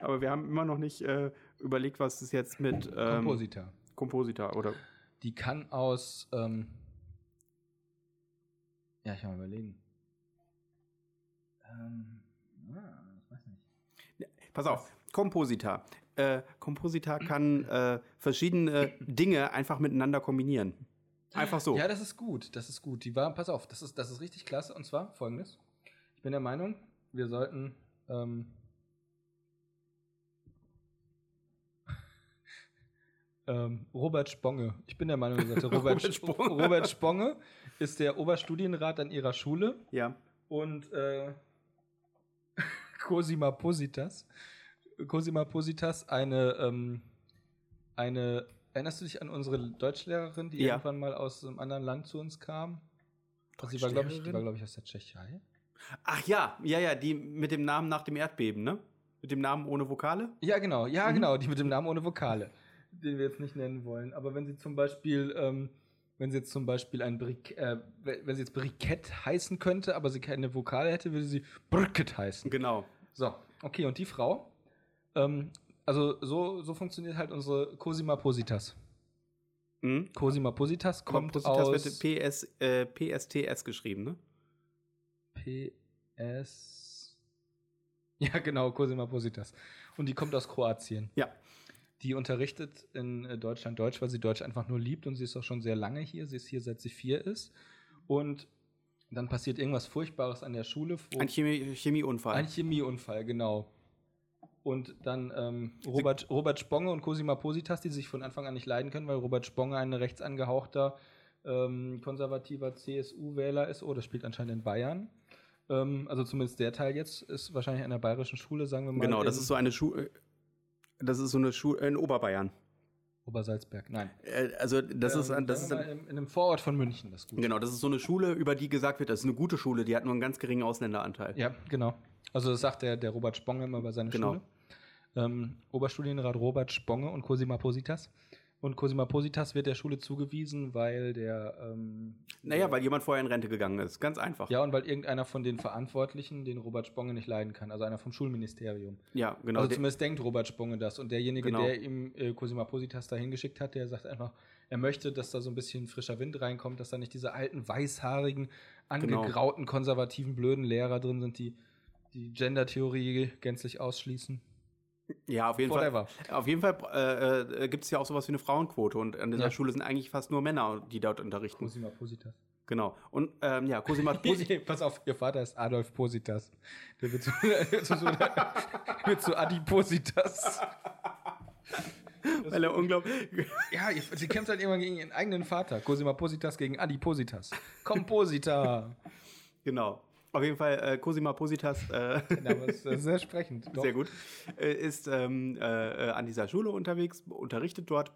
Speaker 1: Aber wir haben immer noch nicht äh, überlegt, was es jetzt mit ähm,
Speaker 2: Kompositor.
Speaker 1: Kompositor oder
Speaker 2: Die kann aus. Ähm ja, ich kann mal überlegen. Ähm, ah, ich weiß nicht.
Speaker 1: Pass auf, Kompositor. Äh,
Speaker 2: Mhm.
Speaker 1: Kompositor kann äh, verschiedene Dinge einfach miteinander kombinieren. Einfach so.
Speaker 2: Ja, das ist gut, das ist gut. Die war, pass auf, das ist, das ist richtig klasse. Und zwar folgendes. Ich bin der Meinung, wir sollten. Ähm, ähm, Robert Sponge. Ich bin der Meinung, wir sollten Robert,
Speaker 1: Robert Sponge.
Speaker 2: Sponge. Robert Sponge ist der Oberstudienrat an ihrer Schule
Speaker 1: Ja.
Speaker 2: und äh, Cosima Positas. Cosima Positas, eine, ähm, eine, erinnerst du dich an unsere Deutschlehrerin, die
Speaker 1: Ja.
Speaker 2: irgendwann mal aus einem anderen Land zu uns kam? Also sie war, glaube ich, die war, glaub ich, aus der Tschechei.
Speaker 1: Ach ja, ja, ja, die mit dem Namen nach dem Erdbeben, ne? Mit dem Namen ohne Vokale?
Speaker 2: Ja, genau, ja, genau, die mit dem Namen ohne Vokale, den wir jetzt nicht nennen wollen. Aber wenn sie zum Beispiel, ähm, wenn sie jetzt zum Beispiel ein Brick, äh, wenn wenn sie jetzt Brikett heißen könnte, aber sie keine Vokale hätte, würde sie Brikett heißen.
Speaker 1: Genau.
Speaker 2: So, okay, und die Frau? Ähm, also so, so funktioniert halt unsere Cosima Positas.
Speaker 1: Mhm.
Speaker 2: Cosima Positas kommt
Speaker 1: Kompositor
Speaker 2: aus
Speaker 1: wird PS, äh, PSTS geschrieben, ne?
Speaker 2: PS. Ja, genau, Cosima Positas. Und die kommt aus Kroatien.
Speaker 1: Ja.
Speaker 2: Die unterrichtet in äh, Deutschland Deutsch, weil sie Deutsch einfach nur liebt und sie ist auch schon sehr lange hier. Sie ist hier seit sie vier ist. Und dann passiert irgendwas Furchtbares an der Schule. wo-
Speaker 1: Ein Chemie Chemieunfall.
Speaker 2: Oh. Ein Chemieunfall, genau. Und dann ähm, Robert, Robert Sponge und Cosima Positas, die sich von Anfang an nicht leiden können, weil Robert Sponge ein rechts angehauchter, ähm, konservativer CSU-Wähler ist. Oh, das spielt anscheinend in Bayern. Ähm, also zumindest der Teil jetzt ist wahrscheinlich an der bayerischen Schule, sagen wir mal.
Speaker 1: genau,
Speaker 2: in
Speaker 1: das ist so eine Schule. Das ist so eine Schule in Oberbayern.
Speaker 2: Obersalzberg, nein.
Speaker 1: Äh, Also, das
Speaker 2: Ähm,
Speaker 1: ist ein, das ist
Speaker 2: sagen wir
Speaker 1: ein,
Speaker 2: mal in, in einem Vorort von München, das ist gut.
Speaker 1: genau, das ist so eine Schule, über die gesagt wird, das ist eine gute Schule, die hat nur einen ganz geringen Ausländeranteil.
Speaker 2: Ja, genau. Also das sagt der, der Robert Sponge immer bei seiner
Speaker 1: Genau.
Speaker 2: Schule. Ähm, Oberstudienrat Robert Sponge und Cosima Positas. Und Cosima Positas wird der Schule zugewiesen, weil der ähm,
Speaker 1: Naja, weil jemand vorher in Rente gegangen ist. Ganz einfach.
Speaker 2: ja und weil irgendeiner von den Verantwortlichen den Robert Sponge nicht leiden kann, also einer vom Schulministerium.
Speaker 1: Ja, genau.
Speaker 2: also
Speaker 1: Der-
Speaker 2: zumindest denkt Robert Sponge das und derjenige,
Speaker 1: Genau.
Speaker 2: der ihm äh, Cosima Positas da hingeschickt hat, der sagt einfach, er möchte, dass da so ein bisschen frischer Wind reinkommt, dass da nicht diese alten, weißhaarigen,
Speaker 1: Genau.
Speaker 2: angegrauten, konservativen, blöden Lehrer drin sind, die die Gender-Theorie gänzlich ausschließen.
Speaker 1: Ja, auf jeden
Speaker 2: Whatever.
Speaker 1: Fall. Auf jeden Fall äh, äh, gibt es ja auch sowas wie eine Frauenquote und an dieser
Speaker 2: Ja.
Speaker 1: Schule sind eigentlich fast nur Männer, die dort unterrichten.
Speaker 2: Cosima Positas.
Speaker 1: Genau. Und ähm, ja, Cosima Posi
Speaker 2: Pass auf, ihr Vater ist Adolf Positas. Der wird zu, zu, so- wird zu Adi Positas.
Speaker 1: weil er unglaublich.
Speaker 2: Ja, ihr- sie kämpft halt immer gegen ihren eigenen Vater. Cosima Positas gegen Adi Positas. Komposita.
Speaker 1: genau. Auf jeden Fall, äh, Cosima Positas, äh,
Speaker 2: Ja, aber es ist äh, sehr sprechend. Doch.
Speaker 1: sehr gut, äh, ist ähm, äh, äh, an dieser Schule unterwegs, unterrichtet dort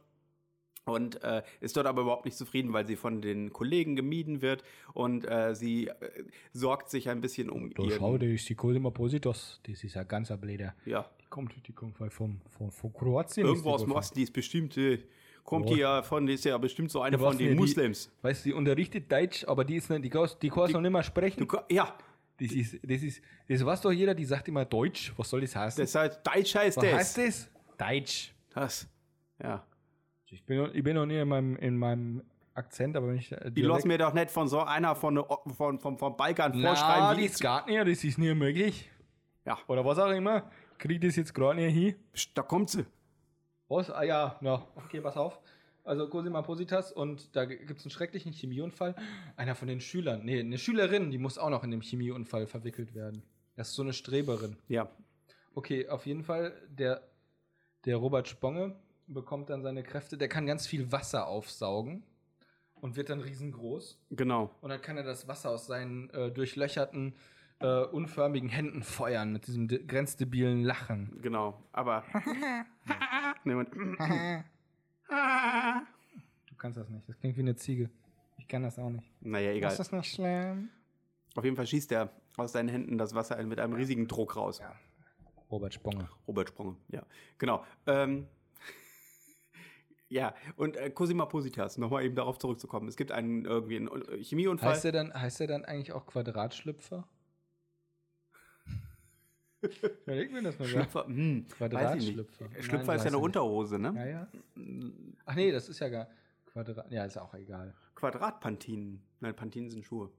Speaker 1: und äh, ist dort aber überhaupt nicht zufrieden, weil sie von den Kollegen gemieden wird und äh, sie äh, sorgt sich ein bisschen um
Speaker 2: Du
Speaker 1: ihren-
Speaker 2: schau, die ist die Cosima Positas. Das ist ja ganz ein Blöder.
Speaker 1: Ja.
Speaker 2: Die kommt, die kommt vom, vom, von Kroatien.
Speaker 1: Irgendwo
Speaker 2: ist
Speaker 1: aus
Speaker 2: die
Speaker 1: dem
Speaker 2: wohl
Speaker 1: Osten, die ist bestimmt, äh, kommt
Speaker 2: Ja.
Speaker 1: die ja von, die ist ja bestimmt so eine
Speaker 2: von-
Speaker 1: von den
Speaker 2: Die-
Speaker 1: Muslims.
Speaker 2: Weißt du, die unterrichtet Deutsch, aber die ist nicht, die, kann- die kann es noch nicht mal sprechen.
Speaker 1: Du, ko- ja,
Speaker 2: Das ist, das ist, das weiß doch jeder, die sagt immer Deutsch. Was soll das heißen?
Speaker 1: Das heißt, Deutsch heißt
Speaker 2: Was
Speaker 1: das.
Speaker 2: heißt das? Deutsch.
Speaker 1: Das. Ja.
Speaker 2: Ich bin, noch- ich bin noch nie in meinem, in meinem Akzent, aber wenn ich. äh,
Speaker 1: Die lassen
Speaker 2: Dialekt-
Speaker 1: mir doch nicht von so einer von, ne- von, von, von Balkan
Speaker 2: Na,
Speaker 1: vorschreiben. wie
Speaker 2: das geht nicht, das ist nicht möglich.
Speaker 1: Ja.
Speaker 2: Oder was auch immer. Krieg das jetzt gerade nicht hin.
Speaker 1: ich- da kommt sie.
Speaker 2: Was? Ah ja, na, okay, pass auf. Also Cosima Positas und da gibt es einen schrecklichen Chemieunfall. Einer von den Schülern, nee, eine Schülerin, die muss auch noch in dem Chemieunfall verwickelt werden. Das ist so eine Streberin.
Speaker 1: Ja.
Speaker 2: Okay, auf jeden Fall, der, der Robert Sponge bekommt dann seine Kräfte. Der kann ganz viel Wasser aufsaugen und wird dann riesengroß.
Speaker 1: Genau.
Speaker 2: Und dann kann er das Wasser aus seinen äh, durchlöcherten, äh, unförmigen Händen feuern mit diesem de- grenzdebilen Lachen.
Speaker 1: Genau. Aber. Niemand.
Speaker 2: Du kannst das nicht. Das klingt wie eine Ziege. Ich kann das auch nicht.
Speaker 1: naja, egal.
Speaker 2: nicht schlimm?
Speaker 1: Auf jeden Fall schießt er aus seinen Händen das Wasser mit einem riesigen Druck raus.
Speaker 2: Robert Sponge.
Speaker 1: Robert Sprung, ja. Genau. Ähm, ja, und äh, Cosima Positas, nochmal eben darauf zurückzukommen. Es gibt einen irgendwie einen äh, Chemieunfall.
Speaker 2: Heißt er, dann, heißt er dann eigentlich auch Quadratschlüpfer? Überleg mir das mal. ja.
Speaker 1: Schlüpfer, hm, weiß ich nicht.
Speaker 2: Quadratschlüpfer. Nein,
Speaker 1: Schlüpfer
Speaker 2: weiß
Speaker 1: ist
Speaker 2: ich
Speaker 1: ja eine
Speaker 2: nicht.
Speaker 1: Unterhose, ne?
Speaker 2: Ja, ja. Ach nee, das ist ja gar. Quadrat. Ja, ist auch egal.
Speaker 1: Quadratpantinen. Nein, Pantinen sind Schuhe.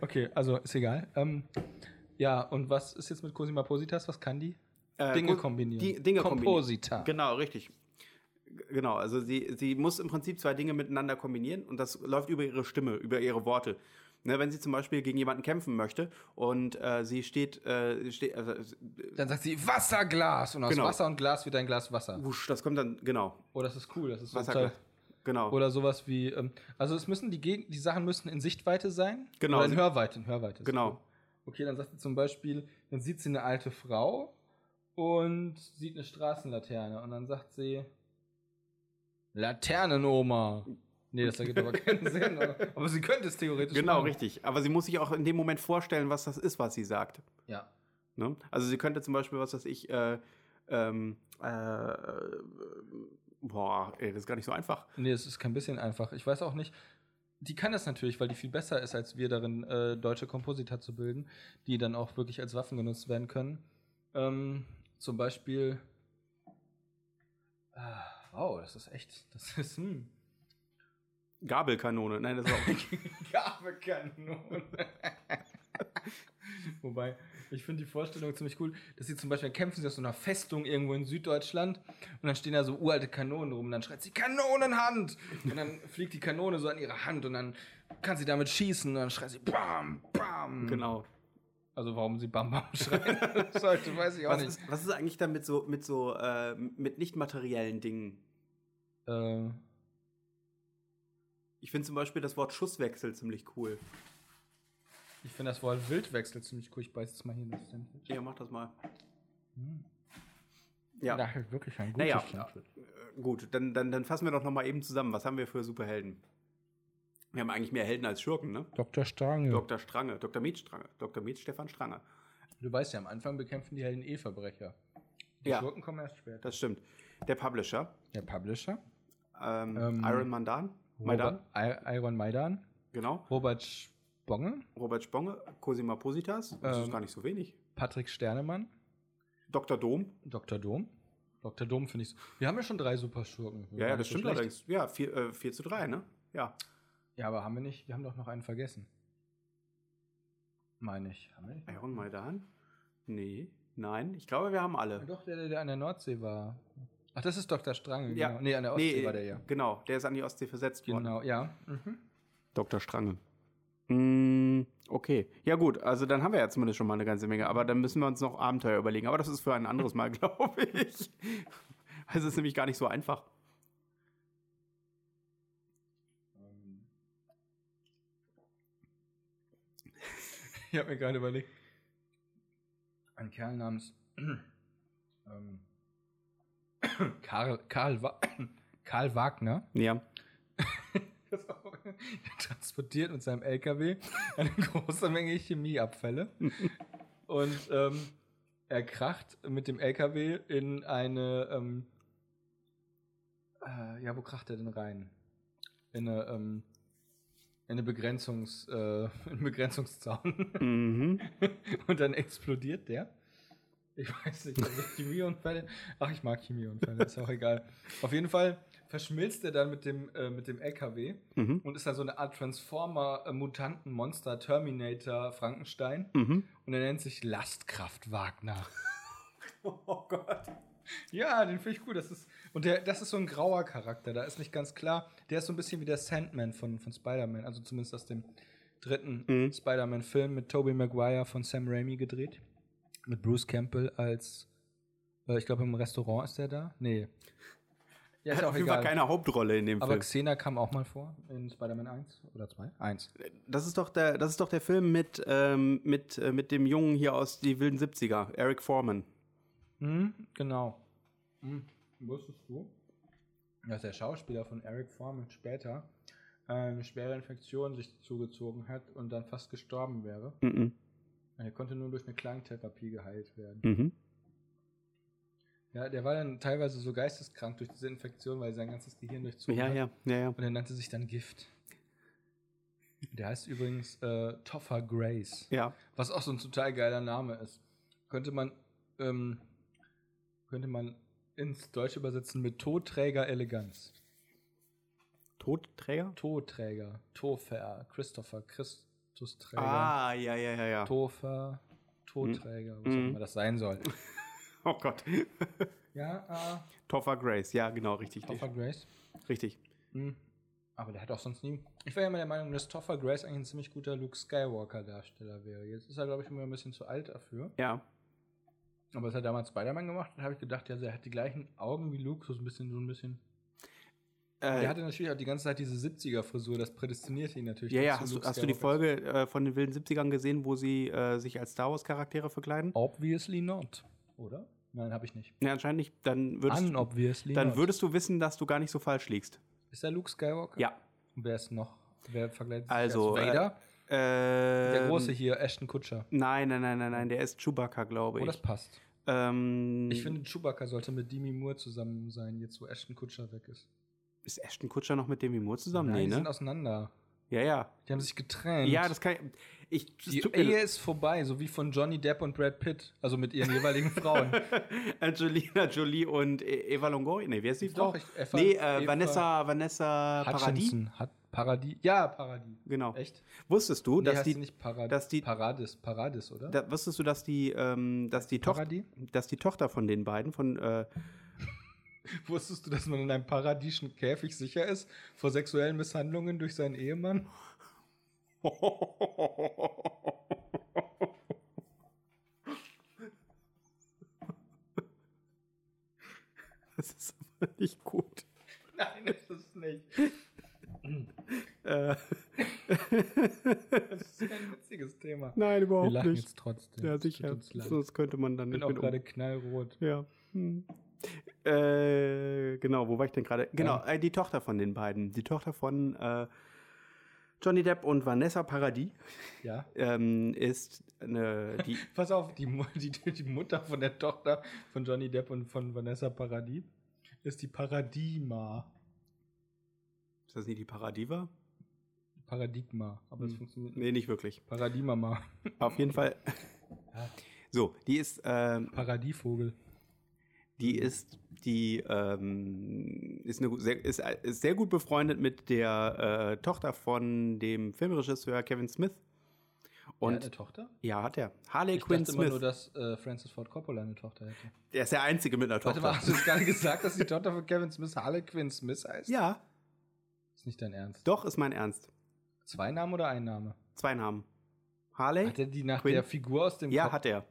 Speaker 2: Okay, also ist egal. Ähm, ja, und was ist jetzt mit Cosima Positas? Was kann die?
Speaker 1: Äh,
Speaker 2: Dinge
Speaker 1: Ko-
Speaker 2: kombinieren.
Speaker 1: Die, Dinge
Speaker 2: Komposita.
Speaker 1: kombinieren. Genau, richtig. G- Genau, also sie, sie muss im Prinzip zwei Dinge miteinander kombinieren und das läuft über ihre Stimme, über ihre Worte. Ne, wenn sie zum Beispiel gegen jemanden kämpfen möchte und äh, sie steht, äh, steht also, äh,
Speaker 2: Dann sagt sie Wasserglas und aus
Speaker 1: Genau.
Speaker 2: Wasser und Glas wird ein Glas Wasser.
Speaker 1: wusch, das kommt dann, genau,
Speaker 2: Oh, das ist cool. Das ist so
Speaker 1: Wasserglas.
Speaker 2: toll.
Speaker 1: Genau.
Speaker 2: Oder sowas wie, ähm, also es müssen die, Geg die Sachen müssen in Sichtweite sein.
Speaker 1: Genau.
Speaker 2: Oder in Hörweite. In Hörweite. ist
Speaker 1: Genau.
Speaker 2: cool. Okay, dann sagt sie zum Beispiel, dann sieht sie eine alte Frau und sieht eine Straßenlaterne und dann sagt sie Laternenoma. Nee, das ergibt aber keinen Sinn. Aber, aber sie könnte es theoretisch
Speaker 1: genau,
Speaker 2: machen.
Speaker 1: richtig. Aber sie muss sich auch in dem Moment vorstellen, was das ist, was sie sagt.
Speaker 2: Ja.
Speaker 1: Ne? Also sie könnte zum Beispiel, was weiß ich, äh, ähm, äh, boah, ey, das ist gar nicht so einfach.
Speaker 2: Nee, es ist kein bisschen einfach. Ich weiß auch nicht. Die kann das natürlich, weil die viel besser ist als wir darin, äh, deutsche Komposita zu bilden, die dann auch wirklich als Waffen genutzt werden können. Ähm, zum Beispiel. Ah, wow, das ist echt. Das ist. Hm.
Speaker 1: Gabelkanone, nein, das ist auch.
Speaker 2: Gabekanone. Wobei, ich finde die Vorstellung ziemlich cool, dass sie zum Beispiel kämpfen sie aus so einer Festung irgendwo in Süddeutschland und dann stehen da so uralte Kanonen rum und dann schreit sie Kanonenhand und dann fliegt die Kanone so an ihre Hand und dann kann sie damit schießen und dann schreit sie Bam, Bam.
Speaker 1: genau.
Speaker 2: Also warum sie Bam, Bam schreien sollte, weiß ich auch
Speaker 1: Was
Speaker 2: nicht.
Speaker 1: ist, was ist eigentlich dann mit so, mit so, äh, mit nicht materiellen Dingen?
Speaker 2: Äh,
Speaker 1: Ich finde zum Beispiel das Wort Schusswechsel ziemlich cool.
Speaker 2: ich finde das Wort Wildwechsel ziemlich cool. Ich beiß jetzt mal hier in das Sandwich.
Speaker 1: Ja, mach das mal. Ja,
Speaker 2: Das ist halt wirklich ein gutes
Speaker 1: Naja.
Speaker 2: Sandwich.
Speaker 1: äh, gut, dann, dann, dann fassen wir doch nochmal eben zusammen. Was haben wir für Superhelden? Wir haben eigentlich mehr Helden als Schurken, ne?
Speaker 2: Dr. Strange.
Speaker 1: Dr. Strange, Dr. Miet Strange, Dr. Miet Stefan Strange.
Speaker 2: Du weißt ja, am Anfang bekämpfen die Helden eh Verbrecher. Die
Speaker 1: Ja.
Speaker 2: Schurken kommen erst später.
Speaker 1: Das stimmt. Der Publisher,
Speaker 2: Der Publisher.
Speaker 1: ähm,
Speaker 2: Ähm,
Speaker 1: Iron Mandan, Maidan,
Speaker 2: Robert, I Iron Maidan.
Speaker 1: genau.
Speaker 2: Robert Sponge.
Speaker 1: Robert Sponge, Cosima Positas, das
Speaker 2: Ähm,
Speaker 1: ist gar nicht so wenig.
Speaker 2: Patrick Sternemann.
Speaker 1: Dr. Dom,
Speaker 2: Dr. Dom. Dr. Dom finde ich so. Wir haben ja schon drei Superschurken.
Speaker 1: ja, ja, das
Speaker 2: Gar nicht so
Speaker 1: stimmt
Speaker 2: schlecht.
Speaker 1: allerdings. Ja, 4 äh, vier zu 3, ne? Ja.
Speaker 2: Ja, aber haben wir nicht. Wir haben doch noch einen vergessen. Meine ich. Haben wir nicht?
Speaker 1: Iron Maidan? Nee, nein, ich glaube, wir haben alle.
Speaker 2: Doch, der, der, der an der Nordsee war. Ach, das ist Dr. Strange.
Speaker 1: Ja.
Speaker 2: Genau. Nee, an der Ostsee war der ja.
Speaker 1: Genau, der ist an die Ostsee versetzt worden.
Speaker 2: Genau, ja. Mhm.
Speaker 1: Dr. Strange. Mm, okay. Ja, gut, also dann haben wir ja zumindest schon mal eine ganze Menge, aber dann müssen wir uns noch Abenteuer überlegen. Aber das ist für ein anderes Mal, glaube ich. Also, Es ist nämlich gar nicht so einfach.
Speaker 2: Ähm. Ich habe mir gerade überlegt. Ein Kerl namens ähm, Karl, Karl, Wa Karl Wagner
Speaker 1: Ja.
Speaker 2: der transportiert mit seinem LKW eine große Menge Chemieabfälle und ähm, er kracht mit dem LKW in eine ähm, äh, ja wo kracht er denn rein? in eine, ähm, in eine Begrenzungs, äh, in einen Begrenzungszaun
Speaker 1: Mhm.
Speaker 2: und dann explodiert der. Ich weiß nicht, also Chemieunfälle. Ach, ich mag Chemieunfälle, ist auch egal. Auf jeden Fall verschmilzt er dann mit dem, äh, mit dem LKW
Speaker 1: Mhm.
Speaker 2: und ist dann so eine Art Transformer, äh, Mutanten, Monster, Terminator, Frankenstein.
Speaker 1: Mhm.
Speaker 2: Und er nennt sich Lastkraft Wagner.
Speaker 1: Oh Gott.
Speaker 2: Ja, den finde ich gut. Das ist, und der, das ist so ein grauer Charakter. Da ist nicht ganz klar. Der ist so ein bisschen wie der Sandman von, von Spider-Man. Also zumindest aus dem dritten
Speaker 1: Mhm.
Speaker 2: Spider-Man-Film mit Tobey Maguire von Sam Raimi gedreht. Mit Bruce Campbell als. Äh, ich glaube, im Restaurant ist der da. Nee. Ja,
Speaker 1: Er
Speaker 2: ist
Speaker 1: hat
Speaker 2: auch
Speaker 1: auf jeden Fall
Speaker 2: egal.
Speaker 1: keine Hauptrolle in dem
Speaker 2: Aber
Speaker 1: Film.
Speaker 2: Xena kam auch mal vor in Spider-Man 1 oder 2? 1.
Speaker 1: Das ist doch der, das ist doch der Film mit, ähm, mit, äh, mit dem Jungen hier aus die wilden 70er, Eric Foreman.
Speaker 2: Hm, genau. Hm, wusstest du, dass der Schauspieler von Eric Foreman später äh, eine schwere Infektion sich zugezogen hat und dann fast gestorben wäre?
Speaker 1: Mhm.
Speaker 2: Er konnte nur durch eine Klangtherapie geheilt werden.
Speaker 1: Mhm.
Speaker 2: Ja, der war dann teilweise so geisteskrank durch diese Infektion, weil sein ganzes Gehirn durchzogen
Speaker 1: Ja,
Speaker 2: hat.
Speaker 1: ja, ja, ja.
Speaker 2: Und er nannte sich dann Gift. Der heißt übrigens äh, Toffer Grace.
Speaker 1: Ja.
Speaker 2: Was auch so ein total geiler Name ist. Könnte man, ähm, könnte man ins Deutsche übersetzen mit Todträger Eleganz.
Speaker 1: Todträger?
Speaker 2: Todträger, Tofer, Christopher, Christusträger,
Speaker 1: Ah, ja, ja, ja, ja.
Speaker 2: Tofer, Todträger, was auch
Speaker 1: Mhm.
Speaker 2: immer das sein soll.
Speaker 1: Oh Gott.
Speaker 2: Ja, äh,
Speaker 1: Toffer Grace, ja, genau, richtig.
Speaker 2: Toffer Grace.
Speaker 1: Richtig.
Speaker 2: Mhm. Aber der hat auch sonst nie. Ich war ja immer der Meinung, dass Toffer Grace eigentlich ein ziemlich guter Luke Skywalker-Darsteller wäre. Jetzt ist er, glaube ich, immer ein bisschen zu alt dafür.
Speaker 1: Ja.
Speaker 2: Aber als er damals Spider-Man gemacht hat, habe ich gedacht, ja, er hat die gleichen Augen wie Luke, so ein bisschen, so ein bisschen.
Speaker 1: Äh,
Speaker 2: Er hatte natürlich auch die ganze Zeit diese 70er-Frisur, das prädestiniert ihn natürlich.
Speaker 1: ja, ja,
Speaker 2: dazu,
Speaker 1: hast, du-
Speaker 2: Luke
Speaker 1: hast du die
Speaker 2: Skywalker
Speaker 1: Folge äh, von den wilden 70ern gesehen, wo sie äh, sich als Star Wars Charaktere verkleiden?
Speaker 2: zu- Obviously not, oder? Nein, habe ich nicht.
Speaker 1: Ja, anscheinend nicht. Dann würdest,
Speaker 2: Unobviously
Speaker 1: dann
Speaker 2: not.
Speaker 1: würdest du wissen, dass du gar nicht so falsch liegst.
Speaker 2: Ist der Luke Skywalker?
Speaker 1: Ja.
Speaker 2: Und wer ist noch? Wer vergleicht sich
Speaker 1: Also,
Speaker 2: als Vader?
Speaker 1: Äh,
Speaker 2: der große hier, Ashton Kutscher.
Speaker 1: Nein, nein, nein, nein, nein, der ist Chewbacca, glaube
Speaker 2: Oh, das
Speaker 1: ich.
Speaker 2: passt.
Speaker 1: Ähm,
Speaker 2: Ich finde, Chewbacca sollte mit Demi Moore zusammen sein, jetzt wo Ashton Kutscher weg ist.
Speaker 1: Ist Ashton Kutscher noch mit Demi Moore zusammen?
Speaker 2: Nein, die
Speaker 1: nee,
Speaker 2: sind
Speaker 1: ne?
Speaker 2: auseinander.
Speaker 1: Ja, ja.
Speaker 2: Die haben sich getrennt.
Speaker 1: Ja, das kann ich. ich es
Speaker 2: die
Speaker 1: tut mir
Speaker 2: Ehe ist vorbei, so wie von Johnny Depp und Brad Pitt. Also mit ihren jeweiligen Frauen.
Speaker 1: Angelina Jolie und E- Eva Longoria. Nee, wer ist die Frau?
Speaker 2: Doch, ich- Eva-
Speaker 1: nee, äh,
Speaker 2: Eva-
Speaker 1: Vanessa, Vanessa Paradis.
Speaker 2: Hutchinson hat Paradis. Ja, Paradis.
Speaker 1: Genau.
Speaker 2: Echt?
Speaker 1: Wusstest du,
Speaker 2: Nee,
Speaker 1: dass
Speaker 2: heißt
Speaker 1: die,
Speaker 2: sie nicht Paradis.
Speaker 1: dass die-
Speaker 2: Paradis, Paradis, oder?
Speaker 1: da, wusstest du, dass die, ähm, dass die Tochter,
Speaker 2: Paradis?
Speaker 1: dass die Tochter von den beiden von, äh,
Speaker 2: Wusstest du, dass man in einem paradiesischen Käfig sicher ist vor sexuellen Misshandlungen durch seinen Ehemann?
Speaker 1: das ist aber nicht gut.
Speaker 2: Nein, ist es nicht.
Speaker 1: Äh,
Speaker 2: Das ist kein witziges Thema.
Speaker 1: nein,
Speaker 2: Wir
Speaker 1: überhaupt
Speaker 2: lachen
Speaker 1: nicht.
Speaker 2: jetzt trotzdem.
Speaker 1: Ja,
Speaker 2: Es tut
Speaker 1: sicher.
Speaker 2: uns leid.
Speaker 1: Sonst könnte man dann
Speaker 2: Ich bin
Speaker 1: nicht
Speaker 2: auch
Speaker 1: mit um.
Speaker 2: gerade knallrot.
Speaker 1: Ja. Hm. Äh, genau, wo war ich denn gerade? Genau,
Speaker 2: Ja.
Speaker 1: äh, die Tochter von den beiden. Die Tochter von äh, Johnny Depp und Vanessa Paradis
Speaker 2: Ja.
Speaker 1: ähm, ist eine, die,
Speaker 2: Pass auf, die, Mu- die, die Mutter von der Tochter von Johnny Depp und von Vanessa Paradis ist die Paradigma.
Speaker 1: ist das nicht die Paradiva?
Speaker 2: Paradigma. Aber das
Speaker 1: Hm.
Speaker 2: funktioniert nicht.
Speaker 1: Nee, nicht wirklich.
Speaker 2: Paradigma.
Speaker 1: Auf jeden Fall. So, die ist, ähm,
Speaker 2: Paradivogel.
Speaker 1: die ist, die ähm, ist, eine, gu- sehr, ist, äh, ist sehr gut befreundet mit der äh, Tochter von dem Filmregisseur Kevin Smith.
Speaker 2: Er hat
Speaker 1: Und
Speaker 2: eine Tochter?
Speaker 1: ja, hat er. Harley
Speaker 2: Ich
Speaker 1: Quinn
Speaker 2: dachte immer
Speaker 1: Smith.
Speaker 2: nur, dass äh, Francis Ford Coppola eine Tochter hätte.
Speaker 1: Der ist der Einzige mit einer
Speaker 2: Warte mal,
Speaker 1: Tochter.
Speaker 2: hast du jetzt gerade gesagt, dass die Tochter von Kevin Smith Harley Quinn Smith heißt?
Speaker 1: Ja,
Speaker 2: Ist nicht dein Ernst.
Speaker 1: doch, ist mein Ernst.
Speaker 2: Zwei Namen oder ein Name?
Speaker 1: Zwei Namen. Harley?
Speaker 2: Hat er die nach
Speaker 1: Quinn?
Speaker 2: der Figur aus dem
Speaker 1: ja,
Speaker 2: Kopf?
Speaker 1: hat er.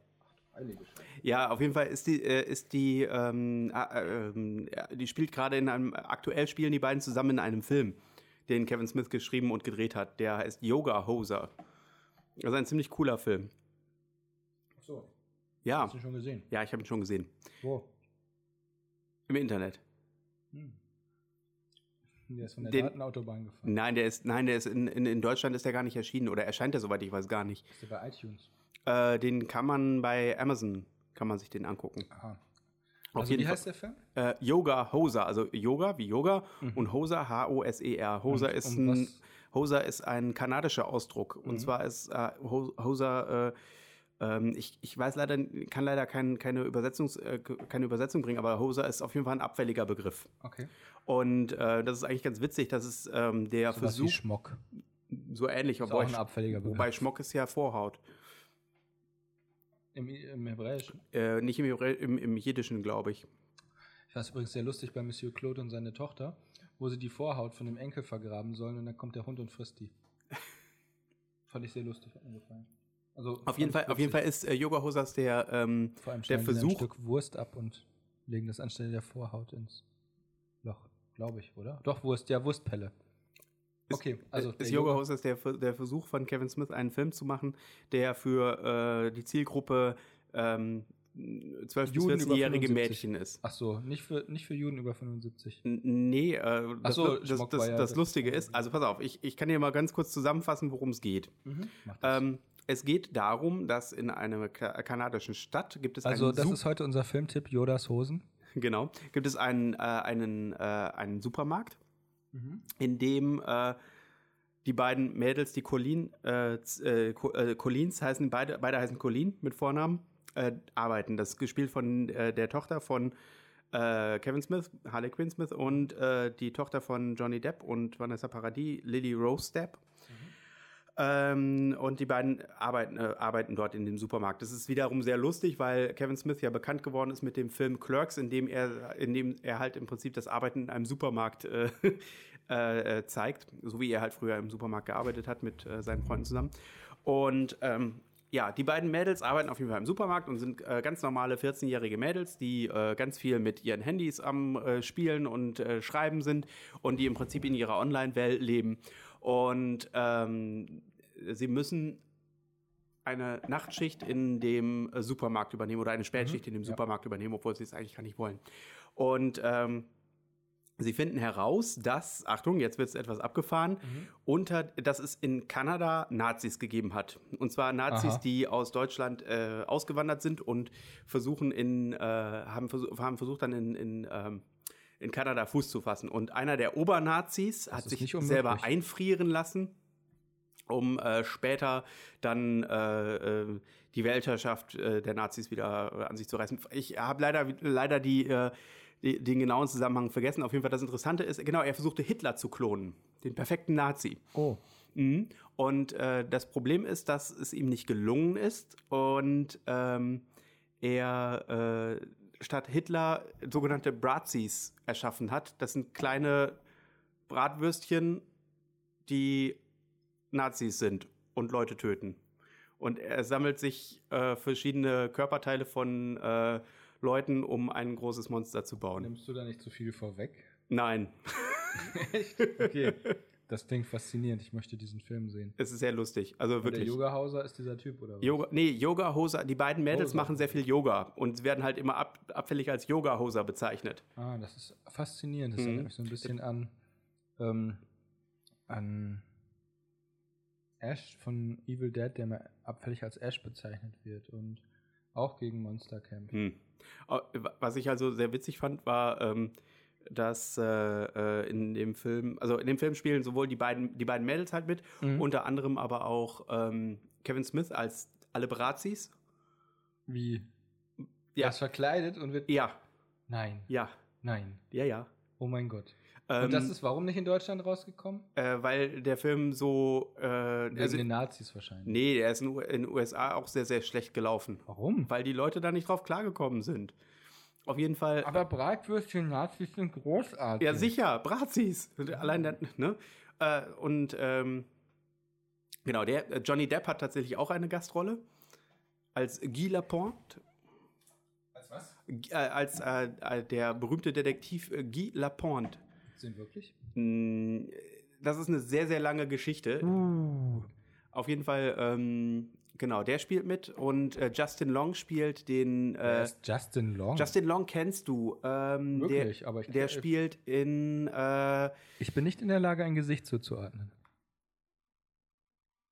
Speaker 2: Heilige Scheiße.
Speaker 1: Ja, auf jeden Fall ist die, äh, ist die, ähm, äh, ähm, äh, die spielt gerade in einem, aktuell spielen die beiden zusammen in einem Film, den Kevin Smith geschrieben und gedreht hat. Der heißt Yoga Hoser. Das ist ein ziemlich cooler Film.
Speaker 2: Ach so,
Speaker 1: Ja,
Speaker 2: hast du schon gesehen.
Speaker 1: ja, ich habe ihn schon gesehen.
Speaker 2: Wo?
Speaker 1: Im Internet.
Speaker 2: Hm. Der ist von der
Speaker 1: Den-
Speaker 2: Datenautobahn gefallen.
Speaker 1: Nein, der ist, nein, der ist in, in, in Deutschland ist der gar nicht erschienen oder erscheint der, soweit ich weiß, gar nicht.
Speaker 2: Ist der bei iTunes?
Speaker 1: Äh, den kann man bei Amazon, kann man sich den angucken.
Speaker 2: Aha.
Speaker 1: Auf
Speaker 2: Also, wie
Speaker 1: jeden
Speaker 2: heißt der Film? Hm.
Speaker 1: Äh, Yoga Hoser, also Yoga wie Yoga und Hoser H-O-S-E-R. Hoser
Speaker 2: Und
Speaker 1: E ist ein
Speaker 2: um was- Mhm.
Speaker 1: Hoser ist ein kanadischer Ausdruck und zwar ist äh, Ho- Hoser äh, ähm, ich, ich weiß leider kann leider kein, keine Übersetzungs äh, keine Übersetzung bringen, aber Hoser ist auf jeden Fall ein abfälliger Begriff.
Speaker 2: Okay.
Speaker 1: Und äh, das ist eigentlich ganz witzig, dass es ähm, der
Speaker 2: Was wie
Speaker 1: Versuch
Speaker 2: Schmock.
Speaker 1: so ähnlich,
Speaker 2: Ist auch
Speaker 1: wobei,
Speaker 2: ein abfälliger Begriff.
Speaker 1: wobei Schmock ist ja Vorhaut.
Speaker 2: Im, Im Hebräischen.
Speaker 1: Äh, nicht im, Hebrä- im, im Jiddischen, glaube ich.
Speaker 2: Ich fand es übrigens sehr lustig bei Monsieur Claude und seine Tochter, wo sie die Vorhaut von dem Enkel vergraben sollen und dann kommt der Hund und frisst die. fand ich sehr lustig, hat mir gefallen. Also,
Speaker 1: Auf
Speaker 2: fand
Speaker 1: jeden
Speaker 2: ich
Speaker 1: Fall, auf jeden Fall
Speaker 2: witzig.
Speaker 1: ist äh, Yoga Hosers der ähm,
Speaker 2: Vor allem
Speaker 1: der
Speaker 2: schneiden sie dann
Speaker 1: Versuch-
Speaker 2: ein Stück Wurst ab und legen das anstelle der Vorhaut ins Loch, glaube ich, oder? Doch, Wurst, ja, Wurstpelle. Okay, also der
Speaker 1: äh, ist Yoga House ist der, Ver- der Versuch von Kevin Smith, einen Film zu machen, der für äh, die Zielgruppe ähm, 12- bis
Speaker 2: Juden über
Speaker 1: 14-jährige
Speaker 2: 75.
Speaker 1: Mädchen ist.
Speaker 2: Ach so, nicht für, nicht für Juden über 75.
Speaker 1: N- Nee, äh, das,
Speaker 2: so,
Speaker 1: das, das,
Speaker 2: Schmuck war
Speaker 1: das,
Speaker 2: ja
Speaker 1: das
Speaker 2: das-
Speaker 1: Lustige ist, also pass auf, ich, ich kann dir mal ganz kurz zusammenfassen, worum es geht.
Speaker 2: Mach das.
Speaker 1: Ähm, es geht darum, dass in einer ka kanadischen Stadt gibt es
Speaker 2: also,
Speaker 1: einen
Speaker 2: das
Speaker 1: Sup-
Speaker 2: ist heute unser Filmtipp, Yodas Hosen.
Speaker 1: Genau. Gibt es einen, äh, einen, äh, einen Supermarkt, in dem äh, die beiden Mädels, die Colleen, äh, z- äh, Co- äh, Collins heißen, beide, beide heißen Colleen mit Vornamen, äh, arbeiten. Das ist gespielt von äh, der Tochter von äh, Kevin Smith, Harley Quinn Smith und äh, die Tochter von Johnny Depp und Vanessa Paradis, Lily Rose Depp. Ähm, und die beiden arbeiten, äh, arbeiten dort in dem Supermarkt. Das ist wiederum sehr lustig, weil Kevin Smith ja bekannt geworden ist mit dem Film Clerks, in dem er, in dem er halt im Prinzip das Arbeiten in einem Supermarkt äh, äh, äh, zeigt, so wie er halt früher im Supermarkt gearbeitet hat mit äh, seinen Freunden zusammen. Und ähm, ja, die beiden Mädels arbeiten auf jeden Fall im Supermarkt und sind äh, ganz normale 14-jährige Mädels, die äh, ganz viel mit ihren Handys am äh, Spielen und äh, Schreiben sind und die im Prinzip in ihrer Online-Welt leben. Und ähm, sie müssen eine Nachtschicht in dem äh, Supermarkt übernehmen oder eine Spätschicht in dem Supermarkt übernehmen, obwohl sie es eigentlich gar nicht wollen. Und ähm, sie finden heraus, dass, Achtung, jetzt wird es etwas abgefahren, unter, dass es in Kanada Nazis gegeben hat. Und zwar Nazis,
Speaker 2: Aha.
Speaker 1: die aus Deutschland äh, ausgewandert sind und versuchen in, äh, haben, versuch, haben versucht dann in, in ähm, in Kanada Fuß zu fassen. Und einer der Obernazis hat
Speaker 2: ist
Speaker 1: sich
Speaker 2: nicht unmöglich.
Speaker 1: selber einfrieren lassen um äh, später dann äh, äh, die Weltherrschaft äh, der Nazis wieder äh, an sich zu reißen. Ich habe leider, leider die, äh, die, den genauen Zusammenhang vergessen. Auf jeden Fall das Interessante ist, genau, er versuchte Hitler zu klonen, den perfekten Nazi.
Speaker 2: Oh,
Speaker 1: Mhm. Und äh, das Problem ist, dass es ihm nicht gelungen ist und ähm, er äh, statt Hitler sogenannte Brazis erschaffen hat. Das sind kleine Bratwürstchen, die Nazis sind und Leute töten. Und er sammelt sich äh, verschiedene Körperteile von äh, Leuten, um ein großes Monster zu bauen.
Speaker 2: nimmst du da nicht zu viel vorweg?
Speaker 1: Nein,
Speaker 2: Echt? Okay. Das klingt faszinierend. Ich möchte diesen Film sehen.
Speaker 1: es ist sehr lustig. Also
Speaker 2: Der
Speaker 1: wirklich.
Speaker 2: Yogahauser ist dieser Typ, oder was?
Speaker 1: Yoga, nee, Yoga Hoser, die beiden Mädels
Speaker 2: Hoser.
Speaker 1: machen sehr viel Yoga und werden halt immer ab, abfällig als Yoga Hoser bezeichnet.
Speaker 2: Ah, das ist faszinierend. Das
Speaker 1: Mhm.
Speaker 2: erinnert mich so ein bisschen an, ähm, an Ash von Evil Dead, der mir abfällig als Ash bezeichnet wird und auch gegen Monster kämpft.
Speaker 1: Hm. Au- Was ich also sehr witzig fand, war, ähm, dass äh, äh, in dem Film, also in dem Film spielen sowohl die beiden, die beiden Mädels halt mit,
Speaker 2: Hm.
Speaker 1: unter anderem aber auch ähm, Kevin Smith als alle Brazis.
Speaker 2: Wie?
Speaker 1: Ja.
Speaker 2: Er ist verkleidet und wird.
Speaker 1: Ja,
Speaker 2: Nein,
Speaker 1: ja,
Speaker 2: nein.
Speaker 1: ja, ja.
Speaker 2: Oh mein Gott.
Speaker 1: Ähm,
Speaker 2: und das ist warum nicht in Deutschland rausgekommen?
Speaker 1: äh, weil der Film so, äh,
Speaker 2: Wegen
Speaker 1: also,
Speaker 2: den Nazis wahrscheinlich.
Speaker 1: nee, der ist in U- in den USA auch sehr, sehr schlecht gelaufen.
Speaker 2: Warum?
Speaker 1: weil die Leute da nicht drauf klargekommen sind. Auf jeden Fall.
Speaker 2: Aber Bratwürstchen Nazis sind großartig.
Speaker 1: ja, sicher, Brazis. Allein dann, ne? Äh, und ähm, genau, der äh, Johnny Depp hat tatsächlich auch eine Gastrolle als Guy Lapointe.
Speaker 2: Als was?
Speaker 1: G- Äh, als äh, äh, der berühmte Detektiv äh, Guy Lapointe.
Speaker 2: Sind wirklich?
Speaker 1: Mm, Das ist eine sehr, sehr lange Geschichte. Uh, Auf jeden Fall, ähm, genau, der spielt mit und äh, Justin Long spielt den.
Speaker 2: Wer
Speaker 1: Äh,
Speaker 2: ist Justin Long.
Speaker 1: Justin Long kennst du. Ähm,
Speaker 2: Wirklich,
Speaker 1: der,
Speaker 2: aber ich-
Speaker 1: der spielt in. Äh,
Speaker 2: ich bin nicht in der Lage, ein Gesicht zuzuordnen.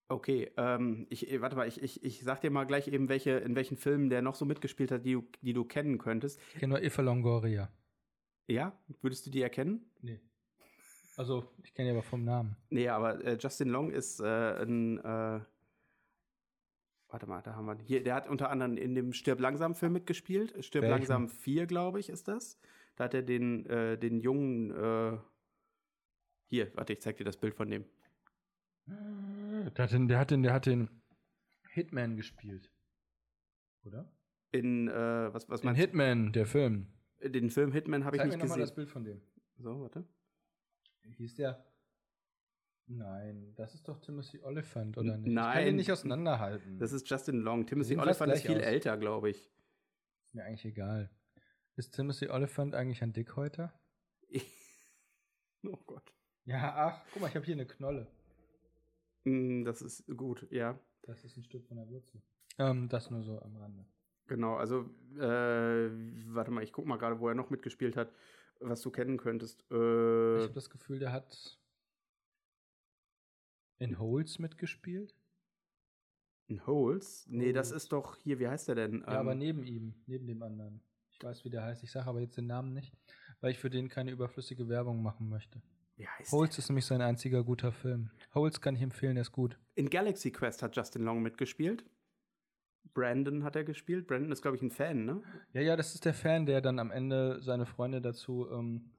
Speaker 1: Okay, ähm, ich, eh, warte mal, ich, ich, ich sag dir mal gleich eben, welche, in welchen Filmen der noch so mitgespielt hat, die du, die du kennen könntest.
Speaker 2: Ich kenne nur Eva Longoria.
Speaker 1: Ja, würdest du die erkennen?
Speaker 2: Nee. Also, ich kenne die aber vom Namen.
Speaker 1: Nee, aber äh, Justin Long ist äh, ein. Äh, warte mal, da haben wir. Hier, der hat unter anderem in dem Stirb langsam Film mitgespielt. Stirb
Speaker 2: Welchen?
Speaker 1: langsam 4, glaube ich, ist das. Da hat er den, äh, den jungen. Äh, hier, warte, ich zeig dir das Bild von dem.
Speaker 2: Der hat den, der hat den, der hat den Hitman gespielt. Oder?
Speaker 1: In, äh, was, was
Speaker 2: Den
Speaker 1: meinst
Speaker 2: Hitman, der Film.
Speaker 1: du? Den Film Hitman habe ich
Speaker 2: Zeig mir
Speaker 1: nicht
Speaker 2: nochmal
Speaker 1: gesehen.
Speaker 2: das Bild von dem.
Speaker 1: So, warte.
Speaker 2: Hieß der. Nein, das ist doch Timothy Oliphant, oder
Speaker 1: N-
Speaker 2: nicht? Ich kann
Speaker 1: nein.
Speaker 2: den nicht auseinanderhalten.
Speaker 1: Das ist Justin Long. Timothy
Speaker 2: sehen Mhm. fast
Speaker 1: Oliphant ist
Speaker 2: gleich
Speaker 1: viel
Speaker 2: aus.
Speaker 1: älter, glaube ich.
Speaker 2: Ist mir eigentlich egal. Ist Timothy Oliphant eigentlich ein Dickhäuter?
Speaker 1: Oh Gott.
Speaker 2: Ja, ach, guck mal, ich habe hier eine Knolle.
Speaker 1: Mm, Das ist gut, ja.
Speaker 2: Das ist ein Stück von der Wurzel. Ähm, das nur so am Rande.
Speaker 1: Genau, also, äh, warte mal, ich guck mal gerade, wo er noch mitgespielt hat, was du kennen könntest.
Speaker 2: Ich
Speaker 1: Äh,
Speaker 2: habe das Gefühl, der hat in Holes mitgespielt.
Speaker 1: in Holes? Nee, das
Speaker 2: Holes.
Speaker 1: ist doch hier, wie heißt der denn?
Speaker 2: ja, aber
Speaker 1: Ähm,
Speaker 2: neben ihm, neben dem anderen. Ich weiß, wie der heißt. Ich sage aber jetzt den Namen nicht, weil ich für den keine überflüssige Werbung machen möchte.
Speaker 1: Wie heißt der?
Speaker 2: Holes ist nämlich sein einziger guter Film. Holes kann ich empfehlen, der ist gut.
Speaker 1: In Galaxy Quest hat Justin Long mitgespielt. Brandon hat er gespielt. Brandon ist, glaube ich, ein Fan, ne?
Speaker 2: Ja, ja, das ist der Fan, der dann am Ende seine Freunde dazu, ähm,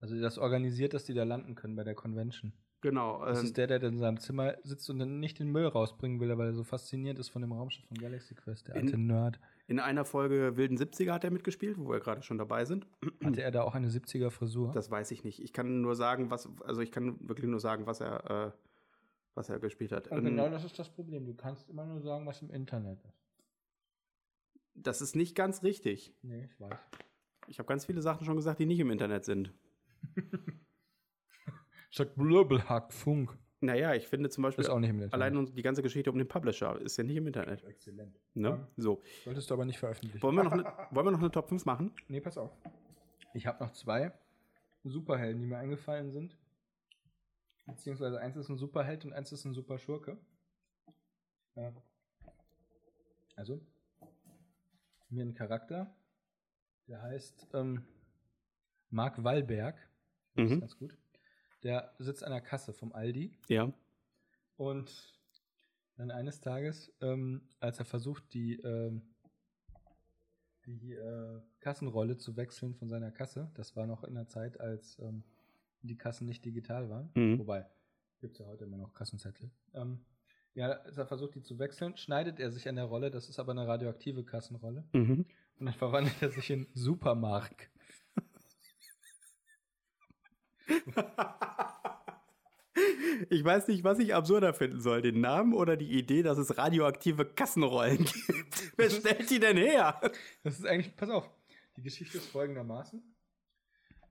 Speaker 2: also das organisiert, dass die da landen können bei der Convention.
Speaker 1: Genau.
Speaker 2: Das
Speaker 1: ähm,
Speaker 2: ist der, der dann in seinem Zimmer sitzt und dann nicht den Müll rausbringen will, weil er so fasziniert ist von dem Raumschiff von Galaxy Quest. Der alte
Speaker 1: In-
Speaker 2: Nerd.
Speaker 1: in einer Folge Wilden 70er hat er mitgespielt, wo wir gerade schon dabei sind.
Speaker 2: Hatte er da auch eine 70er-Frisur?
Speaker 1: Das weiß ich nicht. Ich kann nur sagen, was, also ich kann wirklich nur sagen, was er, äh, was er gespielt hat. Ähm,
Speaker 2: genau das ist das Problem. Du kannst immer nur sagen, was im Internet ist.
Speaker 1: das ist nicht ganz richtig.
Speaker 2: Nee, ich weiß.
Speaker 1: Ich habe ganz viele Sachen schon gesagt, die nicht im Internet sind.
Speaker 2: Statt Blöbelhack Funk.
Speaker 1: Naja, ich finde zum Beispiel
Speaker 2: Ist auch nicht im Internet.
Speaker 1: allein uns- die ganze Geschichte um den Publisher ist ja nicht im Internet.
Speaker 2: Exzellent.
Speaker 1: Ne? So.
Speaker 2: Solltest du aber nicht veröffentlichen.
Speaker 1: Wollen wir, noch ne, wollen wir noch eine Top 5 machen?
Speaker 2: Nee, pass auf. Ich habe noch zwei Superhelden, die mir eingefallen sind. Beziehungsweise eins ist ein Superheld und eins ist ein Superschurke. Ja. Also, mir ein Charakter, der heißt ähm, Mark Wallberg. Das ist
Speaker 1: Mhm.
Speaker 2: ganz gut. Der sitzt an der Kasse vom Aldi.
Speaker 1: Ja.
Speaker 2: Und dann eines Tages, ähm, als er versucht, die, ähm, die äh, Kassenrolle zu wechseln von seiner Kasse, das war noch in der Zeit, als ähm, die Kassen nicht digital waren,
Speaker 1: Mhm.
Speaker 2: wobei gibt es ja heute immer noch Kassenzettel. Ähm, ja, als er versucht, die zu wechseln, schneidet er sich an der Rolle, das ist aber eine radioaktive Kassenrolle,
Speaker 1: Mhm.
Speaker 2: und dann verwandelt er sich in Supermarkt.
Speaker 1: Ich weiß nicht, was ich absurder finden soll. Den Namen oder die Idee, dass es radioaktive Kassenrollen gibt. Wer stellt die denn her?
Speaker 2: Das ist eigentlich, pass auf, die Geschichte ist folgendermaßen.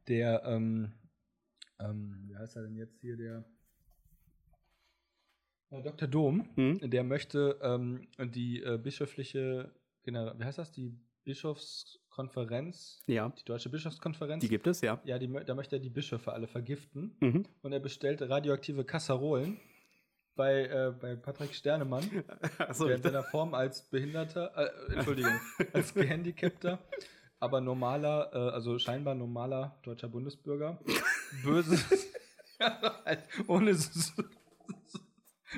Speaker 2: Der, ähm, ähm, wie heißt er denn jetzt hier, der, äh, Dr. Dom,
Speaker 1: Mhm.
Speaker 2: der möchte ähm, die äh, bischöfliche, General, wie heißt das, die Bischofskonferenz,
Speaker 1: Ja,
Speaker 2: die deutsche Bischofskonferenz,
Speaker 1: die gibt es, ja.
Speaker 2: ja, die, mö- da möchte er die Bischöfe alle vergiften
Speaker 1: Mhm.
Speaker 2: und er bestellt radioaktive Kasserolen bei, äh, bei Patrick Sternemann
Speaker 1: Achso,
Speaker 2: der
Speaker 1: ich
Speaker 2: in seiner Form als Behinderter, äh, Entschuldigung, als Gehandicapter, aber normaler, äh, also scheinbar normaler deutscher Bundesbürger, böses, ohne, S-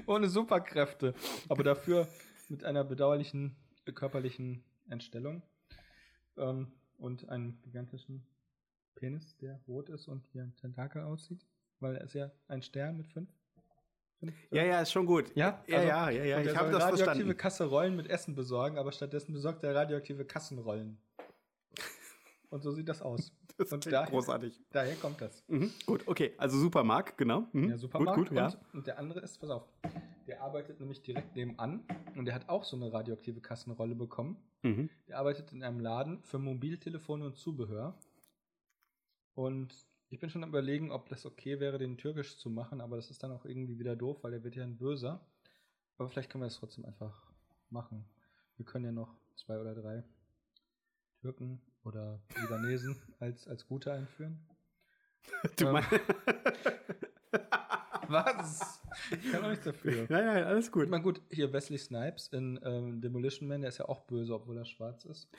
Speaker 2: ohne Superkräfte, aber dafür mit einer bedauerlichen äh, körperlichen Entstellung ähm, und einem gigantischen Penis, der rot ist und wie ein Tentakel aussieht, weil er ist ja ein Stern mit fünf. fünf
Speaker 1: ja, ja, ist schon gut.
Speaker 2: ja, also,
Speaker 1: Ja, also ja, ja, ja,
Speaker 2: und der
Speaker 1: ich habe
Speaker 2: soll
Speaker 1: das
Speaker 2: radioaktive
Speaker 1: verstanden.
Speaker 2: Kasserollen mit Essen besorgen, aber stattdessen besorgt er radioaktive Kassenrollen. Und so sieht das aus.
Speaker 1: Das
Speaker 2: und
Speaker 1: klingt
Speaker 2: daher-
Speaker 1: großartig.
Speaker 2: Daher kommt das.
Speaker 1: Mhm. Gut, okay, also Supermarkt, genau. Mhm.
Speaker 2: Der Supermarkt.
Speaker 1: Gut, gut, ja.
Speaker 2: und, und der andere ist, pass auf, der arbeitet nämlich direkt nebenan und der hat auch so eine radioaktive Kassenrolle bekommen.
Speaker 1: Mhm.
Speaker 2: Der arbeitet in einem Laden für Mobiltelefone und Zubehör. Und ich bin schon am überlegen, ob das okay wäre, den türkisch zu machen, aber das ist dann auch irgendwie wieder doof, weil der wird ja ein Böser. Aber vielleicht können wir das trotzdem einfach machen. Wir können ja noch zwei oder drei Türken oder Libanesen als, als Gute einführen.
Speaker 1: Du
Speaker 2: Ähm,
Speaker 1: meinst,
Speaker 2: Was? Ich kann auch nichts dafür.
Speaker 1: Nein, nein, alles gut.
Speaker 2: Ich meine, gut, hier Wesley Snipes in ähm, Demolition Man, der ist ja auch böse, obwohl er schwarz ist.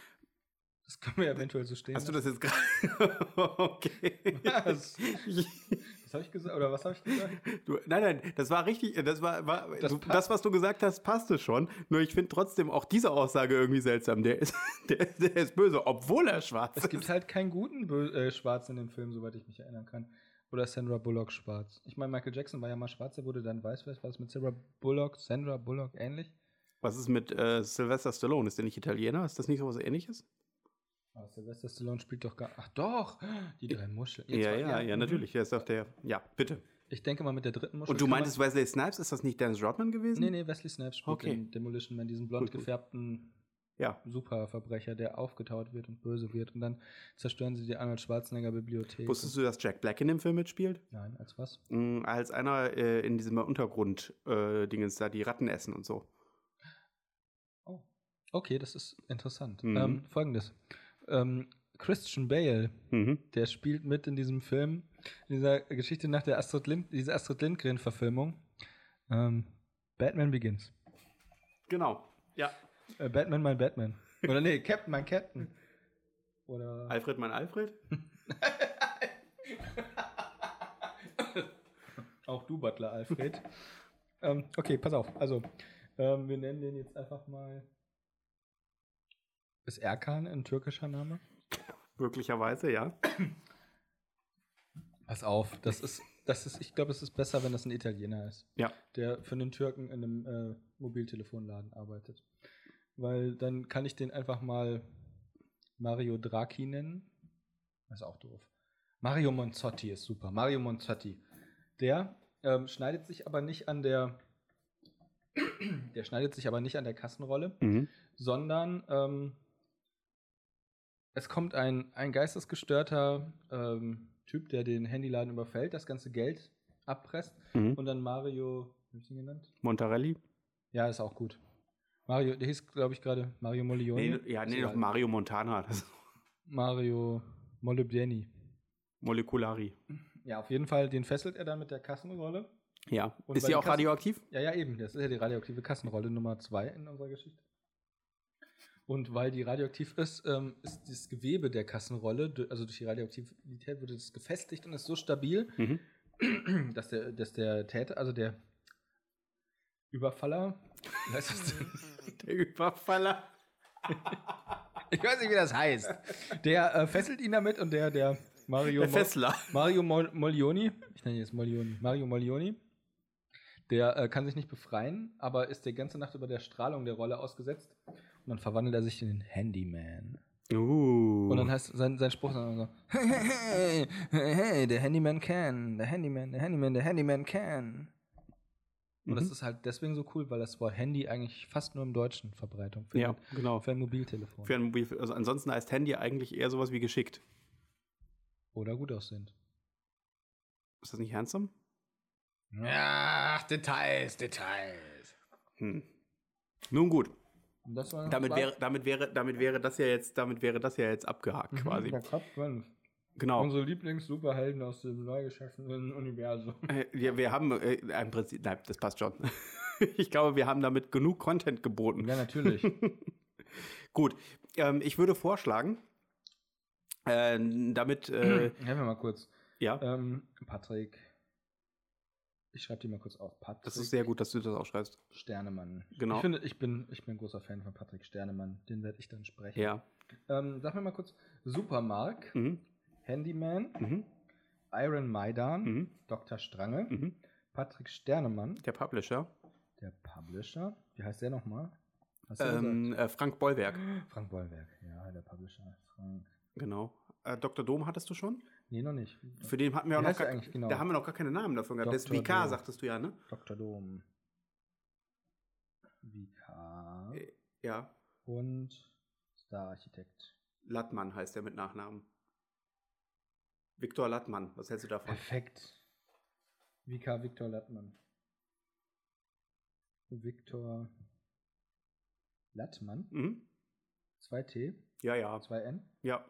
Speaker 2: Das können wir ja eventuell so stehen.
Speaker 1: Hast du das jetzt gerade? okay.
Speaker 2: Was? Was habe ich gesagt? Oder was habe ich gesagt?
Speaker 1: Du, nein, nein, das war richtig, äh, das war, war
Speaker 2: Das
Speaker 1: du,
Speaker 2: passt.
Speaker 1: das, was du gesagt hast, passte schon. Nur ich finde trotzdem auch diese Aussage irgendwie seltsam. Der ist, der, der ist böse, obwohl er schwarz
Speaker 2: Es
Speaker 1: ist.
Speaker 2: gibt halt keinen guten Bö äh, Schwarzen in dem Film, soweit ich mich erinnern kann. Oder Sandra Bullock schwarz. Ich meine, Michael Jackson war ja mal schwarz, er wurde dann weiß. Vielleicht war es mit Sandra Bullock, Sandra Bullock ähnlich.
Speaker 1: Was ist mit äh, Sylvester Stallone? Ist der nicht Italiener? Ist das nicht so was ähnliches?
Speaker 2: Aber Sylvester Stallone spielt doch gar. Ach doch! Die drei Muscheln. Jetzt
Speaker 1: Ja,
Speaker 2: war-
Speaker 1: ja, ja,
Speaker 2: mhm.
Speaker 1: natürlich. Der ist doch der. Ja, bitte.
Speaker 2: Ich denke mal mit der dritten Muschel.
Speaker 1: Und du
Speaker 2: kann man-
Speaker 1: meintest Wesley Snipes, ist das nicht Dennis Rodman gewesen?
Speaker 2: Nee, nee, Wesley Snipes spielt
Speaker 1: Okay.
Speaker 2: in Demolition Man, diesen blond
Speaker 1: Gut, gut.
Speaker 2: gefärbten
Speaker 1: Ja.
Speaker 2: Superverbrecher, der aufgetaut wird und böse wird. Und dann zerstören sie die Arnold Schwarzenegger Bibliothek.
Speaker 1: Wusstest du, dass Jack Black in dem Film mitspielt?
Speaker 2: Nein, als was?
Speaker 1: Mm, als einer äh, in diesem Untergrund-Dingens da die Ratten essen und so.
Speaker 2: Oh. Okay, das ist interessant.
Speaker 1: Mhm.
Speaker 2: Ähm, Folgendes. Ähm, Christian Bale,
Speaker 1: Mhm.
Speaker 2: der spielt mit in diesem Film, in dieser Geschichte nach der Astrid, Lind dieser Astrid Lindgren-Verfilmung. Ähm, Batman Begins.
Speaker 1: Genau. Ja.
Speaker 2: Äh, Batman, mein Batman. Oder nee, Captain, mein Captain. Oder.
Speaker 1: Alfred, mein Alfred?
Speaker 2: Auch du, Butler Alfred. ähm, okay, pass auf. Also, ähm, wir nennen den jetzt einfach mal. Ist Erkan ein türkischer Name?
Speaker 1: Möglicherweise, ja.
Speaker 2: Pass auf, das ist, das ist, ich glaube, es ist besser, wenn das ein Italiener ist.
Speaker 1: Ja.
Speaker 2: Der für einen Türken in einem äh, Mobiltelefonladen arbeitet. Weil dann kann ich den einfach mal Mario Draghi nennen. Das ist auch doof. Mario Monzotti ist super. Mario Monzotti. Der ähm, schneidet sich aber nicht an der. Der schneidet sich aber nicht an der Kassenrolle, sondern ähm, es kommt ein, ein geistesgestörter ähm, Typ, der den Handyladen überfällt, das ganze Geld abpresst und dann Mario, wie hab ich ihn genannt?
Speaker 1: Montarelli?
Speaker 2: Ja, ist auch gut. Mario, der hieß, glaube ich, gerade Mario Molioni.
Speaker 1: Nee, ja, nee,
Speaker 2: Ist
Speaker 1: doch
Speaker 2: egal.
Speaker 1: Mario Montana. Das ist
Speaker 2: Mario Molybdeni.
Speaker 1: Molekulari.
Speaker 2: Ja, auf jeden Fall, den fesselt er dann mit der Kassenrolle.
Speaker 1: Ja.
Speaker 2: Und
Speaker 1: ist
Speaker 2: bei
Speaker 1: die
Speaker 2: den
Speaker 1: auch
Speaker 2: Kassen-
Speaker 1: radioaktiv?
Speaker 2: Ja, ja, eben. Das ist ja die radioaktive Kassenrolle Nummer zwei in unserer Geschichte. Und weil die radioaktiv ist, ähm, ist das Gewebe der Kassenrolle, du- also durch die Radioaktivität wurde das gefestigt und ist so stabil,
Speaker 1: Mhm.
Speaker 2: dass der, dass der Täter, also der Überfaller, wie heißt das denn?
Speaker 1: Der Überfaller.
Speaker 2: ich weiß nicht, wie das heißt, der äh, fesselt ihn damit und der, der Mario,
Speaker 1: Der
Speaker 2: Mo-
Speaker 1: Fessler.
Speaker 2: Mario Mol Molioni, ich nenne ihn jetzt Molioni, Mario Molioni, der äh, kann sich nicht befreien, aber ist die ganze Nacht über der Strahlung der Rolle ausgesetzt und dann verwandelt er sich in den Handyman.
Speaker 1: Uh.
Speaker 2: Und dann heißt sein, sein Spruch dann immer so, hey, hey, hey, hey, der Handyman can, der Handyman, der Handyman, der Handyman can. Und das
Speaker 1: Mhm.
Speaker 2: ist halt deswegen so cool, weil das Wort Handy eigentlich fast nur im Deutschen Verbreitung
Speaker 1: ja,
Speaker 2: findet.
Speaker 1: genau.
Speaker 2: Für ein Mobiltelefon.
Speaker 1: Für ein Mobil also ansonsten heißt Handy eigentlich eher sowas wie geschickt.
Speaker 2: Oder gut aussehend.
Speaker 1: Ist das nicht handsome?
Speaker 3: Ach, Details, Details.
Speaker 1: Hm. Nun gut,
Speaker 2: Und das war
Speaker 1: damit wäre, damit wäre, damit wäre das ja jetzt, damit wäre das ja jetzt
Speaker 2: Mhm.
Speaker 1: abgehakt quasi.
Speaker 2: Der Top 5.
Speaker 1: Genau.
Speaker 2: Unsere Lieblings-Superhelden aus dem neu geschaffenen Universum.
Speaker 1: Äh, Ja, wir haben äh, im Prinzip, nein, das passt schon. Ich glaube, wir haben damit genug Content geboten.
Speaker 2: Ja, natürlich.
Speaker 1: Gut, ähm, ich würde vorschlagen, äh, damit, äh,
Speaker 2: Helfen wir mal kurz.
Speaker 1: ja,
Speaker 2: Ähm, Patrick. Ich schreibe dir mal kurz auf. Patrick.
Speaker 1: das ist sehr gut, dass du das aufschreibst.
Speaker 2: Sternemann.
Speaker 1: Genau.
Speaker 2: Ich finde, ich bin, ich bin ein großer Fan von Patrick Sternemann. Den werde ich dann sprechen.
Speaker 1: Ja.
Speaker 2: Ähm, sag mir mal kurz: Supermark,
Speaker 1: Mhm.
Speaker 2: Handyman,
Speaker 1: Mhm.
Speaker 2: Iron Maidan,
Speaker 1: Mhm.
Speaker 2: Dr. Strange,
Speaker 1: Mhm.
Speaker 2: Patrick Sternemann,
Speaker 1: Der Publisher,
Speaker 2: der Publisher. Wie heißt der nochmal? Hast du
Speaker 1: ähm, äh, Frank Bollwerk,
Speaker 2: gesagt? Frank Bollwerk. Ja, der Publisher. Frank.
Speaker 1: genau. Äh, Dr. Dom hattest du schon?
Speaker 2: Nee, noch nicht.
Speaker 1: Für den hatten wir auch
Speaker 2: Wie
Speaker 1: noch
Speaker 2: heißt der
Speaker 1: gar,
Speaker 2: eigentlich genau?
Speaker 1: Da haben wir noch gar keine Namen davon gehabt. Das ist
Speaker 2: Dr.
Speaker 1: VK,
Speaker 2: Dom.
Speaker 1: sagtest du ja, ne?
Speaker 2: Dr. Dom. VK.
Speaker 1: Äh, Ja.
Speaker 2: Und Star-Architekt.
Speaker 1: Lattmann heißt er mit Nachnamen. Viktor Lattmann, was hältst du davon?
Speaker 2: Äh. Perfekt. VK Viktor Lattmann. Viktor Lattmann.
Speaker 1: Mhm.
Speaker 2: 2T,
Speaker 1: Ja, ja,
Speaker 2: 2N.
Speaker 1: ja.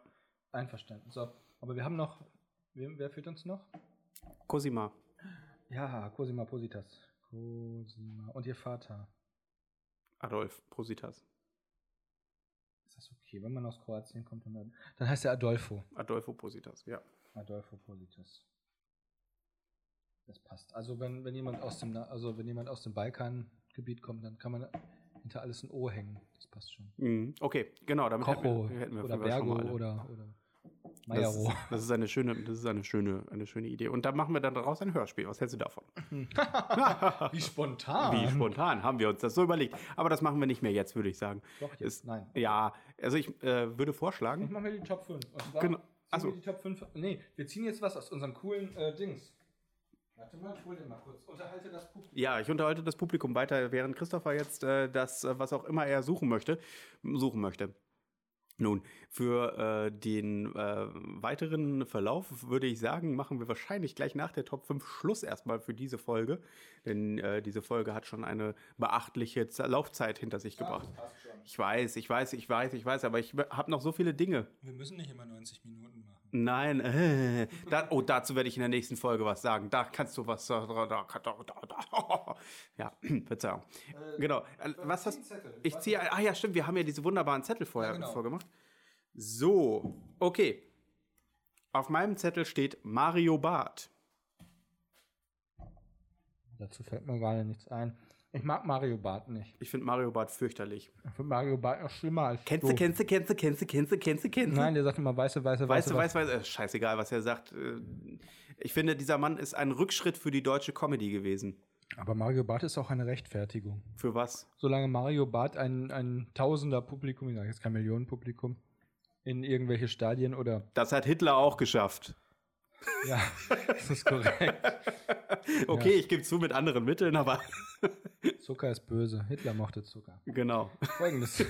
Speaker 2: Einverstanden. So, aber wir haben noch. Wer, wer fehlt uns noch?
Speaker 1: Cosima.
Speaker 2: Ja, Cosima Positas. Cosima. Und ihr Vater.
Speaker 1: Adolf Prositas.
Speaker 2: Ist das okay, wenn man aus Kroatien kommt? Und dann, dann heißt er Adolfo.
Speaker 1: Adolfo Prositas, ja.
Speaker 2: Adolfo Politis. Das passt. Also wenn, wenn jemand aus dem Na- also wenn jemand aus dem Balkangebiet kommt, dann kann man hinter alles ein O hängen. Das passt schon.
Speaker 1: Mhm. Okay, genau, damit
Speaker 2: Kocho
Speaker 1: hätten wir, hätten wir
Speaker 2: oder
Speaker 1: auf jeden Fall schon
Speaker 2: Bergo
Speaker 1: mal alle.
Speaker 2: oder, oder
Speaker 1: Das ist,
Speaker 2: Majero.
Speaker 1: das ist eine schöne, das ist eine schöne, eine schöne Idee. Und da machen wir dann daraus ein Hörspiel. Was hältst du davon?
Speaker 2: Hm. Wie spontan.
Speaker 1: Wie spontan haben wir uns das so überlegt. Aber das machen wir nicht mehr jetzt, würde ich sagen.
Speaker 2: Doch,
Speaker 1: Ist-
Speaker 2: jetzt. Nein.
Speaker 1: Ja, also ich äh, würde
Speaker 2: Ich
Speaker 1: vorschlagen.
Speaker 2: mach mir die Top 5. Und zwar
Speaker 1: Genau.
Speaker 2: ziehen
Speaker 1: Achso.
Speaker 2: wir die Top 5. Nee, wir ziehen jetzt was aus unserem coolen äh, Dings. Warte mal, ich hol den mal kurz. Unterhalte das Publikum.
Speaker 1: Ja, ich unterhalte das Publikum weiter, während Christopher jetzt äh, das, äh, was auch immer er suchen möchte, suchen möchte. Nun, für äh, den äh, weiteren Verlauf würde ich sagen, machen wir wahrscheinlich gleich nach der Top 5 Schluss erstmal für diese Folge. Denn äh, diese Folge hat schon eine beachtliche Z- Laufzeit hinter sich gebracht.
Speaker 2: passt schon.
Speaker 1: Ich weiß, ich weiß, ich weiß, ich weiß, aber ich habe noch so viele Dinge.
Speaker 4: Wir müssen nicht immer 90 Minuten machen.
Speaker 1: Nein, äh, da, oh, dazu werde ich in der nächsten Folge was sagen. Da kannst du was. äh, Da, da, da, da, da. Ja, Verzeihung. genau. Äh, was hast Ich ziehe. Ah ja, stimmt. Wir haben ja diese wunderbaren Zettel vorher
Speaker 4: Ja, genau.
Speaker 1: vorgemacht. So, okay. Auf meinem Zettel steht Mario Barth.
Speaker 2: Dazu fällt mir gerade nichts ein. Ich mag Mario Barth nicht.
Speaker 1: Ich finde Mario Barth fürchterlich.
Speaker 2: Ich finde Mario Barth noch schlimmer als
Speaker 1: Kennst du,
Speaker 2: du.
Speaker 1: kennst du, kennst du, kennst du, kennst du, kennst du, kennst du?
Speaker 2: Nein, der sagt immer weiße, weiße,
Speaker 1: Weißt
Speaker 2: weiße.
Speaker 1: du, weiß, weiß, äh, scheißegal, was er sagt. Äh, Ich finde, dieser Mann ist ein Rückschritt für die deutsche Comedy gewesen.
Speaker 2: Aber Mario Barth ist auch eine Rechtfertigung.
Speaker 1: Für was?
Speaker 2: Solange Mario Barth ein, ein tausender Publikum, ich sage jetzt kein Millionenpublikum, in irgendwelche Stadien oder.
Speaker 1: Das hat Hitler auch geschafft.
Speaker 2: Ja, das ist korrekt.
Speaker 1: Okay, ich gebe zu mit anderen Mitteln, aber
Speaker 2: Zucker ist böse. Hitler mochte Zucker.
Speaker 1: genau.
Speaker 2: Folgendes.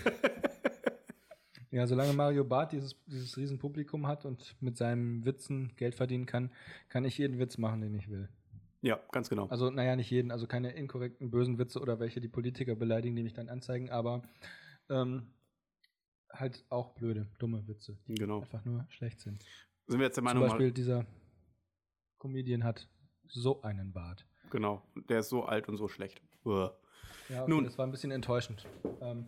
Speaker 2: Ja, solange Mario Barth dieses, dieses Riesenpublikum hat und mit seinen Witzen Geld verdienen kann, kann ich jeden Witz machen, den ich will.
Speaker 1: Ja, ganz genau.
Speaker 2: Also, naja, nicht jeden, also keine inkorrekten, bösen Witze oder welche, die Politiker beleidigen, die mich dann anzeigen, aber ähm, halt auch blöde, dumme Witze, die
Speaker 1: Genau.
Speaker 2: einfach nur schlecht sind.
Speaker 1: Sind wir jetzt der
Speaker 2: also Zum
Speaker 1: Meinung,
Speaker 2: Beispiel dieser Comedian hat so einen Bart.
Speaker 1: mal- genau, der ist so alt und so schlecht. Uah.
Speaker 2: Ja, okay,
Speaker 1: Nun.
Speaker 2: Nun. das war ein bisschen enttäuschend. Ähm,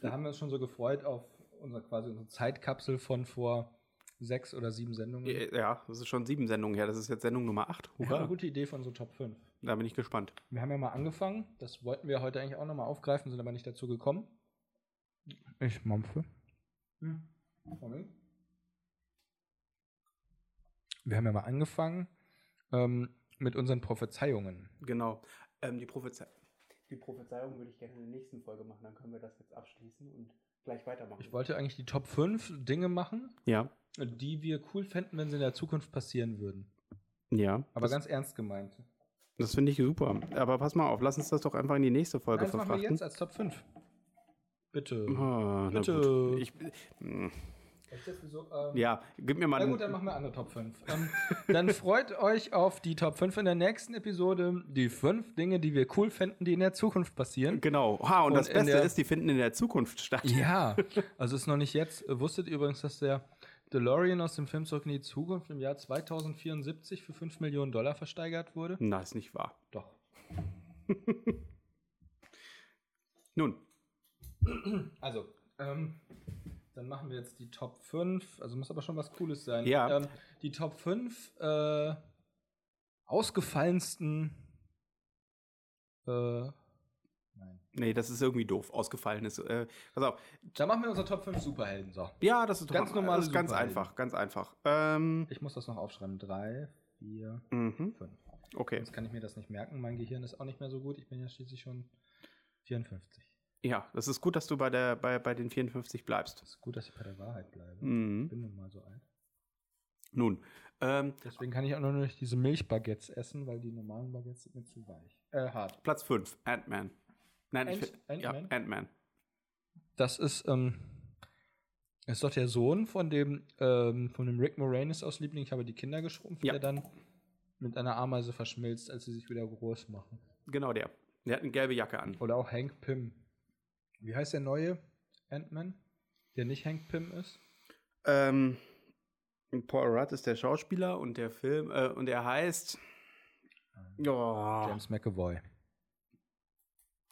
Speaker 2: da haben wir uns schon so gefreut auf unser, quasi unsere Zeitkapsel von vor sechs oder sieben Sendungen.
Speaker 1: Ja, das ist schon sieben Sendungen her. Das ist jetzt Sendung Nummer acht.
Speaker 2: Wir haben eine
Speaker 1: Hurra.
Speaker 2: gute Idee von so Top 5.
Speaker 1: da bin ich gespannt.
Speaker 2: Wir haben ja mal angefangen, das wollten wir heute eigentlich auch nochmal aufgreifen, sind aber nicht dazu gekommen. Hm. Ich mampfe. Moment. Wir haben ja mal angefangen ähm, mit unseren Prophezeiungen.
Speaker 1: Genau. Ähm, die, Prophezei die Prophezeiung würde ich gerne in der nächsten Folge machen. Dann können wir das jetzt abschließen und gleich weitermachen.
Speaker 2: Ich wollte eigentlich die Top 5 Dinge machen,
Speaker 1: ja,
Speaker 2: die wir cool fänden, wenn sie in der Zukunft passieren würden.
Speaker 1: ja.
Speaker 2: Aber
Speaker 1: das
Speaker 2: ganz ernst gemeint.
Speaker 1: das finde ich super. Aber pass mal auf, lass uns das doch einfach in die nächste Folge
Speaker 2: Nein, das machen wir
Speaker 1: verfrachten.
Speaker 2: jetzt als Top 5. Bitte.
Speaker 1: Ah, na
Speaker 2: Bitte.
Speaker 1: gut. Ich, mm,
Speaker 2: Echt jetzt wieso, ähm,
Speaker 1: ja, gib mir mal
Speaker 2: Na
Speaker 1: einen-
Speaker 2: gut, dann machen wir andere Top 5. Ähm, dann freut euch auf die Top 5 in der nächsten Episode. Die fünf Dinge, die wir cool fänden, die in der Zukunft passieren.
Speaker 1: Genau. Ha, und,
Speaker 2: Und
Speaker 1: das
Speaker 2: in
Speaker 1: Beste
Speaker 2: der-
Speaker 1: ist, die finden in der Zukunft statt.
Speaker 2: Ja, also ist noch nicht jetzt. Wusstet ihr übrigens, dass der DeLorean aus dem Film Zurück in die Zukunft im Jahr 2074 für 5 Millionen Dollar versteigert wurde?
Speaker 1: Na, ist nicht wahr.
Speaker 2: Doch.
Speaker 1: Nun,
Speaker 2: Also, ähm, dann machen wir jetzt die Top 5. Also muss aber schon was Cooles sein.
Speaker 1: Ja.
Speaker 2: Ähm, die Top 5 äh, ausgefallensten. Äh,
Speaker 1: nee, das ist irgendwie doof. Ausgefallen ist. Äh, pass auf.
Speaker 2: da machen wir unsere Top 5 Superhelden. So.
Speaker 1: Ja, das ist doch- äh,
Speaker 2: Ganz normale
Speaker 1: das ist ganz
Speaker 2: Superhelden.
Speaker 1: einfach, ganz einfach. Ähm,
Speaker 2: Ich muss das noch aufschreiben. 3, 4,
Speaker 1: mhm,
Speaker 2: 5.
Speaker 1: okay.
Speaker 2: Sonst kann ich mir das nicht merken. Mein Gehirn ist auch nicht mehr so gut. Ich bin ja schließlich schon 54.
Speaker 1: Ja, das ist gut, dass du bei, der, bei, bei den 54 bleibst.
Speaker 2: Es ist gut, dass ich bei der Wahrheit bleibe. Ich
Speaker 1: Mhm.
Speaker 2: bin nun mal so alt.
Speaker 1: Nun, ähm,
Speaker 2: Deswegen kann ich auch noch nicht diese Milchbaguettes essen, weil die normalen Baguettes sind mir zu weich. Äh, hart.
Speaker 1: Platz 5, Ant-Man. Nein, ich
Speaker 2: Ant-
Speaker 1: fi-
Speaker 2: Ant-Man?
Speaker 1: Ja, Ant-Man.
Speaker 2: Das ist, ähm, ist doch der Sohn von dem, ähm, von dem Rick Moranis aus Liebling. Ich habe die Kinder geschrumpft,
Speaker 1: Ja.
Speaker 2: der dann mit einer Ameise verschmilzt, als sie sich wieder groß machen.
Speaker 1: Genau der. Der hat eine gelbe Jacke an.
Speaker 2: Oder auch Hank Pym. Wie heißt der neue Ant-Man, der nicht Hank Pym ist?
Speaker 1: Ähm, Paul Rudd ist der Schauspieler und der Film, äh, und er heißt. Oh,
Speaker 2: James McAvoy.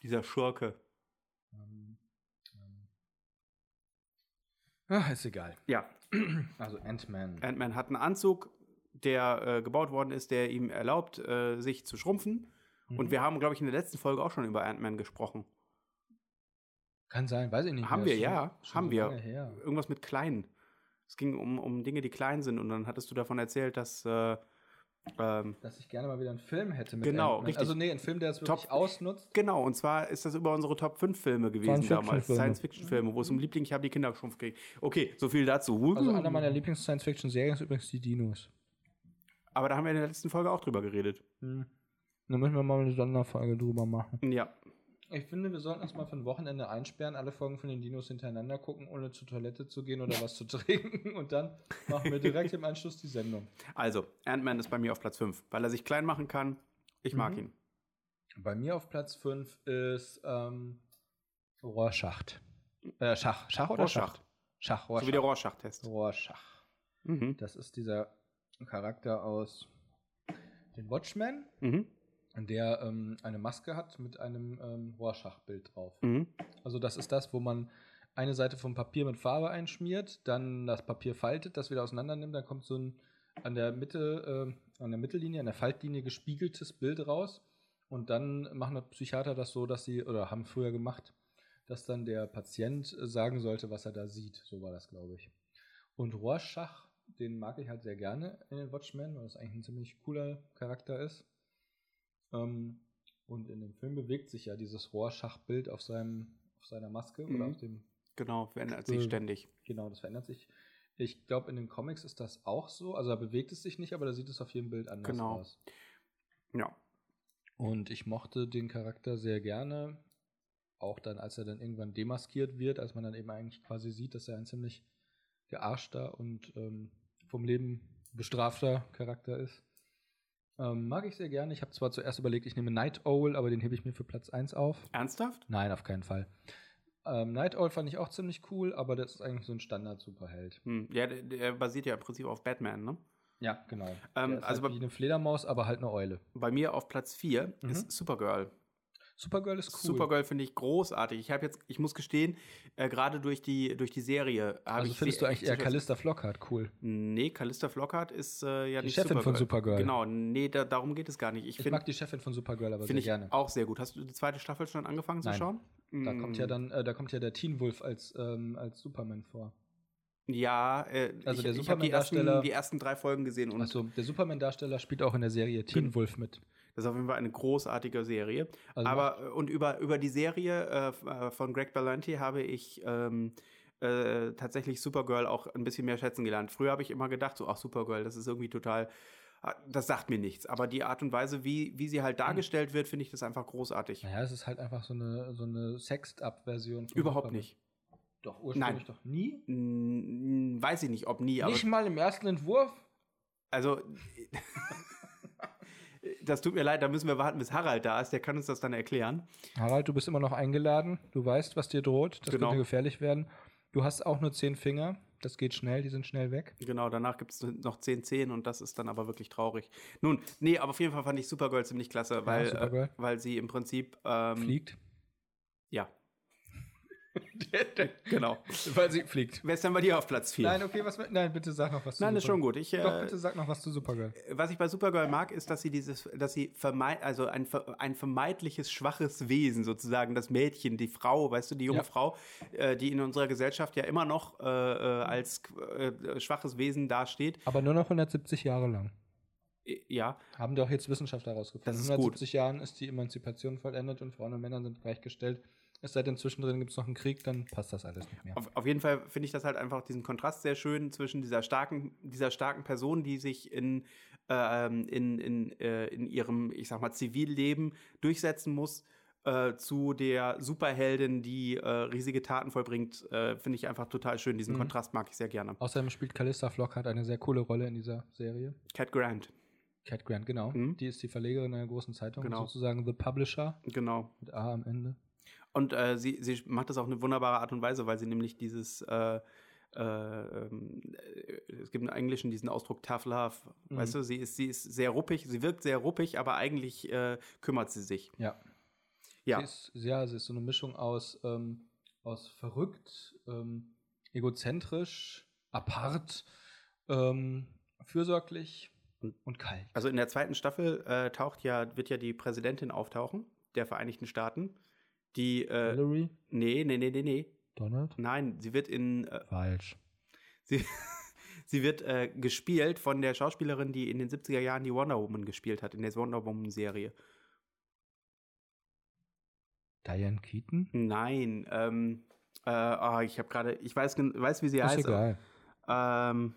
Speaker 1: Dieser Schurke.
Speaker 2: Ähm, ähm. Ach, ist egal.
Speaker 1: Ja,
Speaker 2: Also Ant-Man.
Speaker 1: Ant-Man hat einen Anzug, der äh, gebaut worden ist, der ihm erlaubt, äh, sich zu schrumpfen.
Speaker 2: Mhm.
Speaker 1: Und wir haben, glaube ich, in der letzten Folge auch schon über Ant-Man gesprochen.
Speaker 2: Kann sein, weiß ich nicht.
Speaker 1: Haben
Speaker 2: mehr.
Speaker 1: wir,
Speaker 2: Schon-
Speaker 1: ja,
Speaker 2: schon
Speaker 1: haben
Speaker 2: so
Speaker 1: wir.
Speaker 2: lange her.
Speaker 1: Irgendwas mit klein. Es ging um, um Dinge, die klein sind. Und dann hattest du davon erzählt, dass äh, ähm,
Speaker 2: Dass ich gerne mal wieder einen Film hätte mit
Speaker 1: Genau,
Speaker 2: Ant-Man.
Speaker 1: richtig.
Speaker 2: Also nee, einen Film, der es wirklich
Speaker 1: Top.
Speaker 2: ausnutzt.
Speaker 1: Genau, und zwar ist das über unsere Top 5 Filme gewesen
Speaker 2: Science-Fiction-Filme.
Speaker 1: damals. Science-Fiction-Filme, wo es um Liebling, ich habe die Kinder geschrumpft gekriegt. Okay, so viel dazu.
Speaker 2: Also einer meiner Lieblings-Science-Fiction-Serien ist übrigens die Dinos.
Speaker 1: Aber da haben wir in der letzten Folge auch drüber geredet.
Speaker 2: Hm. Da müssen wir mal eine Sonderfolge drüber machen.
Speaker 1: Ja,
Speaker 2: Ich finde, wir sollten uns mal für ein Wochenende einsperren, alle Folgen von den Dinos hintereinander gucken, ohne zur Toilette zu gehen oder was zu trinken. Und dann machen wir direkt im Anschluss die Sendung.
Speaker 1: also Ant-Man ist bei mir auf Platz 5, weil er sich klein machen kann. Ich mag
Speaker 2: Mhm.
Speaker 1: ihn.
Speaker 2: Bei mir auf Platz 5 ist ähm, Rohrschacht. Äh, Schach. Schach oder
Speaker 1: Rorschach.
Speaker 2: Schacht? Schach,
Speaker 1: So wie der
Speaker 2: Rohrschach.
Speaker 1: Rorschach-Test.
Speaker 2: Rohrschach.
Speaker 1: Mhm.
Speaker 2: Das ist dieser Charakter aus den Watchmen,
Speaker 1: Mhm.
Speaker 2: der ähm, eine Maske hat mit einem ähm, Rohrschachbild drauf.
Speaker 1: Mhm.
Speaker 2: Also das ist das, wo man eine Seite vom Papier mit Farbe einschmiert, dann das Papier faltet, das wieder auseinander nimmt, dann kommt so ein an der Mitte, äh, an der Mittellinie, an der Faltlinie gespiegeltes Bild raus. Und dann machen die Psychiater das so, dass sie, oder haben früher gemacht, dass dann der Patient äh, sagen sollte, was er da sieht. So war das, glaube ich. Und Rorschach, den mag ich halt sehr gerne in den Watchmen, weil das eigentlich ein ziemlich cooler Charakter ist. Ähm, und in dem Film bewegt sich ja dieses Rorschach-Bild auf, seinem- auf seiner Maske oder
Speaker 1: Mhm.
Speaker 2: auf dem
Speaker 1: Genau, verändert sich
Speaker 2: Mhm.
Speaker 1: ständig.
Speaker 2: Genau, das verändert sich. Ich glaube, in den Comics ist das auch so. Also da bewegt es sich nicht, aber da sieht es auf jedem Bild anders
Speaker 1: Genau.
Speaker 2: aus.
Speaker 1: Ja.
Speaker 2: Und ich mochte den Charakter sehr gerne. Auch dann, als er dann irgendwann demaskiert wird, als man dann eben eigentlich quasi sieht, dass er ein ziemlich gearschter und ähm, vom Leben bestrafter Charakter ist. Ähm, mag ich sehr gerne. Ich habe zwar zuerst überlegt, ich nehme Night Owl, aber den hebe ich mir für Platz 1 auf.
Speaker 1: Ernsthaft?
Speaker 2: Nein, auf keinen Fall. Ähm, Night Owl fand ich auch ziemlich cool, aber das ist eigentlich so ein Standard-Superheld.
Speaker 1: Hm. Ja, der, der basiert ja im Prinzip auf Batman, ne?
Speaker 2: Ja, genau.
Speaker 1: Ähm,
Speaker 2: Der ist
Speaker 1: also
Speaker 2: halt
Speaker 1: bei-
Speaker 2: wie eine Fledermaus, aber halt eine Eule.
Speaker 1: Bei mir auf Platz 4
Speaker 2: Mhm.
Speaker 1: ist Supergirl.
Speaker 2: Supergirl ist cool.
Speaker 1: Supergirl finde ich großartig. Ich habe jetzt, ich muss gestehen, äh, gerade durch die, durch die Serie habe
Speaker 2: Also
Speaker 1: ich.
Speaker 2: findest
Speaker 1: sie-
Speaker 2: du eigentlich eher
Speaker 1: sie-
Speaker 2: Calista Flockhart cool.
Speaker 1: Nee, Callista Flockhart ist äh, ja
Speaker 2: Die
Speaker 1: nicht
Speaker 2: Chefin von Supergirl.
Speaker 1: Genau, nee, da, darum geht es gar nicht. Ich,
Speaker 2: Ich
Speaker 1: finde
Speaker 2: mag die Chefin von Supergirl aber sehr
Speaker 1: find ich
Speaker 2: gerne.
Speaker 1: auch sehr gut. Hast du die zweite Staffel schon angefangen zu
Speaker 2: Nein.
Speaker 1: schauen?
Speaker 2: Da
Speaker 1: Mm.
Speaker 2: kommt ja dann, äh, da kommt ja der Teen Wolf als, ähm, als Superman vor.
Speaker 1: Ja, äh, ich,
Speaker 2: Also der
Speaker 1: ich habe die
Speaker 2: Superman-Darsteller-
Speaker 1: ersten, die ersten drei Folgen gesehen und Hm.
Speaker 2: Achso, Also der Superman-Darsteller spielt auch in der Serie Teen Wolf mit.
Speaker 1: das ist auf jeden Fall eine großartige Serie.
Speaker 2: Also
Speaker 1: Aber äh, und über, über die Serie äh, f- äh, von Greg Berlanti habe ich ähm, äh, tatsächlich Supergirl auch ein bisschen mehr schätzen gelernt. Früher habe ich immer gedacht, so, ach Supergirl, das ist irgendwie total, ah, das sagt mir nichts. Aber die Art und Weise, wie, wie sie halt dargestellt wird, finde ich das einfach großartig.
Speaker 2: Naja, es ist halt einfach so eine, so eine Sext-Up-Version. von
Speaker 1: Überhaupt
Speaker 2: Superman.
Speaker 1: nicht.
Speaker 2: Doch, ursprünglich
Speaker 1: Nein.
Speaker 2: doch nie.
Speaker 1: Mm, Weiß ich nicht, ob nie, aber
Speaker 2: Nicht mal im ersten Entwurf.
Speaker 1: also das tut mir leid, da müssen wir warten, bis Harald da ist, der kann uns das dann erklären.
Speaker 2: Harald, du bist immer noch eingeladen. Du weißt, was dir droht. Das
Speaker 1: Genau.
Speaker 2: könnte gefährlich werden. Du hast auch nur zehn Finger. Das geht schnell, die sind schnell weg.
Speaker 1: Genau, danach gibt es noch 10 10 und das ist dann aber wirklich traurig. Nun, nee, aber auf jeden Fall fand ich Supergirl ziemlich klasse, weil,
Speaker 2: Supergirl.
Speaker 1: äh, weil sie im Prinzip ähm,
Speaker 2: Fliegt.
Speaker 1: Ja. genau.
Speaker 2: Weil sie fliegt.
Speaker 1: Wer ist denn bei dir auf Platz 4?
Speaker 2: Nein, okay, was mit, Nein, bitte sag noch was zu
Speaker 1: Nein, ist
Speaker 2: Supergirl.
Speaker 1: schon gut. Ich,
Speaker 2: Doch,
Speaker 1: äh,
Speaker 2: bitte sag noch was zu Supergirl.
Speaker 1: was ich bei Supergirl mag, ist, dass sie dieses, dass sie vermeid, also ein, ver- ein vermeintliches schwaches Wesen sozusagen, das Mädchen, die Frau, weißt du, die junge
Speaker 2: Ja.
Speaker 1: Frau, äh, die in unserer Gesellschaft ja immer noch äh, äh, als äh, schwaches Wesen dasteht.
Speaker 2: Aber nur noch 170 Jahre lang.
Speaker 1: Äh, Ja,
Speaker 2: Haben doch jetzt Wissenschaftler herausgefunden.
Speaker 1: Das ist
Speaker 2: In
Speaker 1: gut.
Speaker 2: 170 Jahren ist die Emanzipation vollendet und Frauen und Männer sind gleichgestellt. Es sei denn, zwischendrin gibt es noch einen Krieg, dann passt das alles nicht mehr.
Speaker 1: Auf, auf jeden Fall finde ich das halt einfach diesen Kontrast sehr schön zwischen dieser starken, dieser starken Person, die sich in, ähm, in, in, äh, in ihrem, ich sag mal, Zivilleben durchsetzen muss, äh, zu der Superheldin, die äh, riesige Taten vollbringt, äh, finde ich einfach total schön. Diesen
Speaker 2: Mhm.
Speaker 1: Kontrast mag ich sehr gerne.
Speaker 2: Außerdem spielt Callista Flockhart eine sehr coole Rolle in dieser Serie.
Speaker 1: Cat Grant,
Speaker 2: Cat Grant, genau.
Speaker 1: Mhm.
Speaker 2: Die ist die Verlegerin einer großen Zeitung,
Speaker 1: Genau.
Speaker 2: sozusagen The Publisher
Speaker 1: genau.
Speaker 2: mit A am Ende.
Speaker 1: Und äh, sie, sie macht das auf eine wunderbare Art und Weise, weil sie nämlich dieses, äh, äh, ähm, äh, es gibt im Englischen diesen Ausdruck Tough Love,
Speaker 2: Mhm.
Speaker 1: weißt du, sie ist, sie ist sehr ruppig, sie wirkt sehr ruppig, aber eigentlich äh, kümmert sie sich.
Speaker 2: Ja.
Speaker 1: Ja.
Speaker 2: Sie ist, ja, sie ist so eine Mischung aus, ähm, aus verrückt, ähm, egozentrisch, apart, ähm, fürsorglich und kalt.
Speaker 1: Also in der zweiten Staffel äh, taucht ja, wird ja die Präsidentin auftauchen der Vereinigten Staaten. Die, äh,
Speaker 2: Hillary,
Speaker 1: nee, nee, nee, nee, nee.
Speaker 2: Donald?
Speaker 1: Nein, sie wird in, äh,
Speaker 2: Falsch.
Speaker 1: sie, sie wird äh, gespielt von der Schauspielerin, die in den 70er Jahren die Wonder Woman gespielt hat, in der Wonder Woman-Serie.
Speaker 2: Diane Keaton?
Speaker 1: Nein, ähm, äh, ah, ich habe gerade, ich weiß, gen- weiß, wie sie
Speaker 2: Ist
Speaker 1: heißt.
Speaker 2: egal.
Speaker 1: Ähm,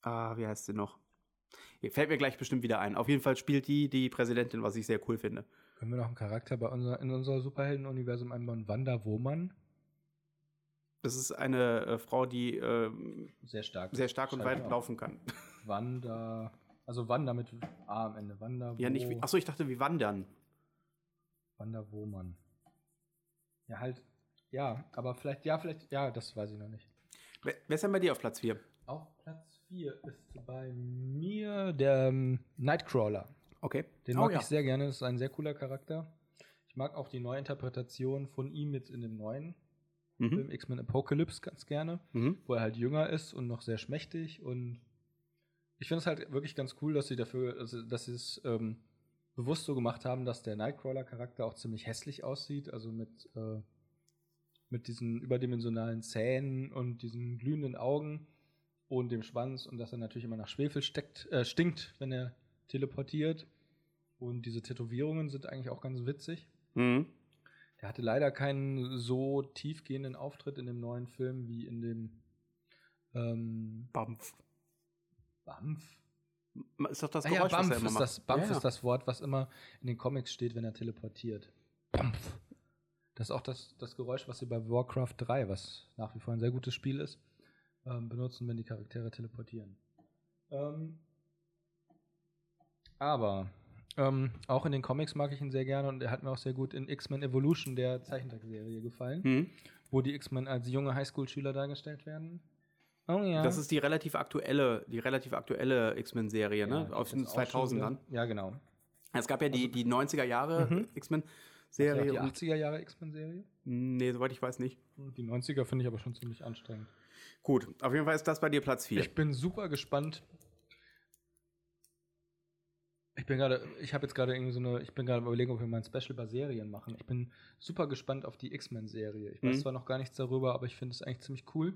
Speaker 1: ah, wie heißt sie noch? Hier, Fällt mir gleich bestimmt wieder ein. Auf jeden Fall spielt die die Präsidentin, was ich sehr cool finde.
Speaker 2: Können wir noch einen Charakter bei unser, in unser Superhelden-Universum einbauen? Wanda Woman?
Speaker 1: Das ist eine äh, Frau, die ähm,
Speaker 2: Sehr stark.
Speaker 1: sehr stark und
Speaker 2: Schreibt
Speaker 1: weit
Speaker 2: auf.
Speaker 1: laufen kann.
Speaker 2: Wanda. Also Wanda mit A am Ende. Wanda.
Speaker 1: Ja, nicht
Speaker 2: Wo-
Speaker 1: wie, achso, ich dachte, wie wandern.
Speaker 2: Wanda Woman. Ja, halt. Ja, aber vielleicht. Ja, vielleicht. Ja, das weiß ich noch nicht.
Speaker 1: Wer, wer ist denn bei dir auf Platz 4?
Speaker 2: Auf Platz 4 ist bei mir der ähm, Nightcrawler.
Speaker 1: Okay.
Speaker 2: Den
Speaker 1: Oh,
Speaker 2: mag
Speaker 1: ja.
Speaker 2: ich sehr gerne. Das ist ein sehr cooler Charakter. Ich mag auch die Neuinterpretation von ihm jetzt in dem neuen
Speaker 1: Mhm.
Speaker 2: Film X-Men Apocalypse ganz gerne.
Speaker 1: Mhm.
Speaker 2: wo er halt jünger ist und noch sehr schmächtig und ich finde es halt wirklich ganz cool, dass sie dafür, also, dass sie es ähm, bewusst so gemacht haben, dass der Nightcrawler-Charakter auch ziemlich hässlich aussieht, also mit, äh, mit diesen überdimensionalen Zähnen und diesen glühenden Augen und dem Schwanz und dass er natürlich immer nach Schwefel steckt, äh, stinkt, wenn er teleportiert. Und diese Tätowierungen sind eigentlich auch ganz witzig.
Speaker 1: Mhm.
Speaker 2: Der hatte leider keinen so tiefgehenden Auftritt in dem neuen Film wie in dem ähm,
Speaker 1: Bampf.
Speaker 2: Banff.
Speaker 1: Ist doch das
Speaker 2: Ah ja,
Speaker 1: Geräusch, was er
Speaker 2: Banff,
Speaker 1: immer
Speaker 2: ist
Speaker 1: macht.
Speaker 2: das, Banff
Speaker 1: ja, ja.
Speaker 2: ist das Wort, was immer in den Comics steht, wenn er teleportiert. Banff. Das ist auch das, das Geräusch, was sie bei Warcraft 3, was nach wie vor ein sehr gutes Spiel ist, ähm, benutzen, wenn die Charaktere teleportieren. Ähm, aber ähm, auch in den Comics mag ich ihn sehr gerne und er hat mir auch sehr gut in X-Men Evolution, der Zeichentrickserie, gefallen.
Speaker 1: Mhm.
Speaker 2: wo die X-Men als junge Highschool-Schüler dargestellt werden. Oh ja.
Speaker 1: Das ist die relativ aktuelle, die relativ aktuelle X-Men-Serie,
Speaker 2: Ja,
Speaker 1: ne? Aus
Speaker 2: das
Speaker 1: den
Speaker 2: ist auch schon
Speaker 1: 2000ern.
Speaker 2: wieder- Ja, genau.
Speaker 1: Es gab ja die, die 90er Jahre
Speaker 2: Also Mhm. Ja,
Speaker 1: X-Men-Serie.
Speaker 2: die
Speaker 1: und-
Speaker 2: 80er Jahre X-Men-Serie.
Speaker 1: nee, soweit ich weiß nicht.
Speaker 2: Die 90er finde ich aber schon ziemlich anstrengend.
Speaker 1: Gut, auf jeden Fall ist das bei dir Platz 4.
Speaker 2: Ich bin super gespannt. Ich bin gerade, ich habe jetzt gerade irgendwie so eine, ich bin gerade am überlegen, ob wir mal ein Special bei Serien machen. Ich bin super gespannt auf die X-Men-Serie. Ich weiß
Speaker 1: Mhm.
Speaker 2: zwar noch gar nichts darüber, aber ich finde es eigentlich ziemlich cool,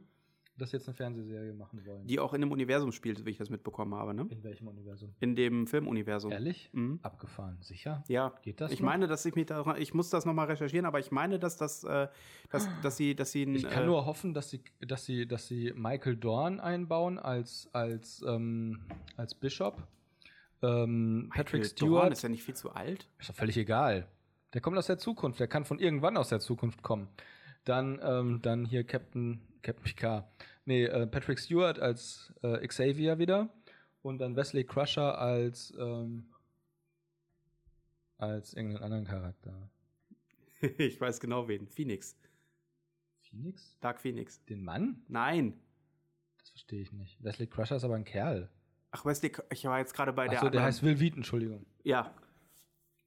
Speaker 2: dass sie jetzt eine Fernsehserie machen wollen.
Speaker 1: Die auch in dem Universum spielt, wie ich das mitbekommen habe, ne?
Speaker 2: in welchem Universum?
Speaker 1: In dem Filmuniversum.
Speaker 2: Ehrlich?
Speaker 1: Mhm.
Speaker 2: Abgefahren. Sicher?
Speaker 1: Ja.
Speaker 2: Geht das
Speaker 1: ich
Speaker 2: noch?
Speaker 1: meine, dass ich mich da, ich muss das nochmal recherchieren, aber ich meine, dass das, äh, dass, dass sie, dass sie, ein,
Speaker 2: Ich kann
Speaker 1: äh,
Speaker 2: nur hoffen, dass sie, dass sie, dass sie Michael Dorn einbauen als, als, ähm, als Bishop. Ähm, Patrick
Speaker 1: Michael
Speaker 2: Stewart.
Speaker 1: Doran ist
Speaker 2: ist,
Speaker 1: ja nicht viel zu alt.
Speaker 2: doch völlig egal. Der kommt aus der Zukunft. Der kann von irgendwann aus der Zukunft kommen. Dann, ähm, dann hier Captain, Captain Picard. Nee, äh, Patrick Stewart als äh, Xavier wieder. Und dann Wesley Crusher als, ähm, als irgendeinen anderen Charakter.
Speaker 1: ich weiß genau wen. Phoenix.
Speaker 2: Phoenix?
Speaker 1: Dark Phoenix.
Speaker 2: Den Mann?
Speaker 1: Nein.
Speaker 2: Das verstehe ich nicht. Wesley Crusher ist aber ein Kerl.
Speaker 1: Ach, Wesley, ich war jetzt gerade bei der.
Speaker 2: Achso, der
Speaker 1: anderen-
Speaker 2: heißt Will Wheaton, Entschuldigung.
Speaker 1: Ja,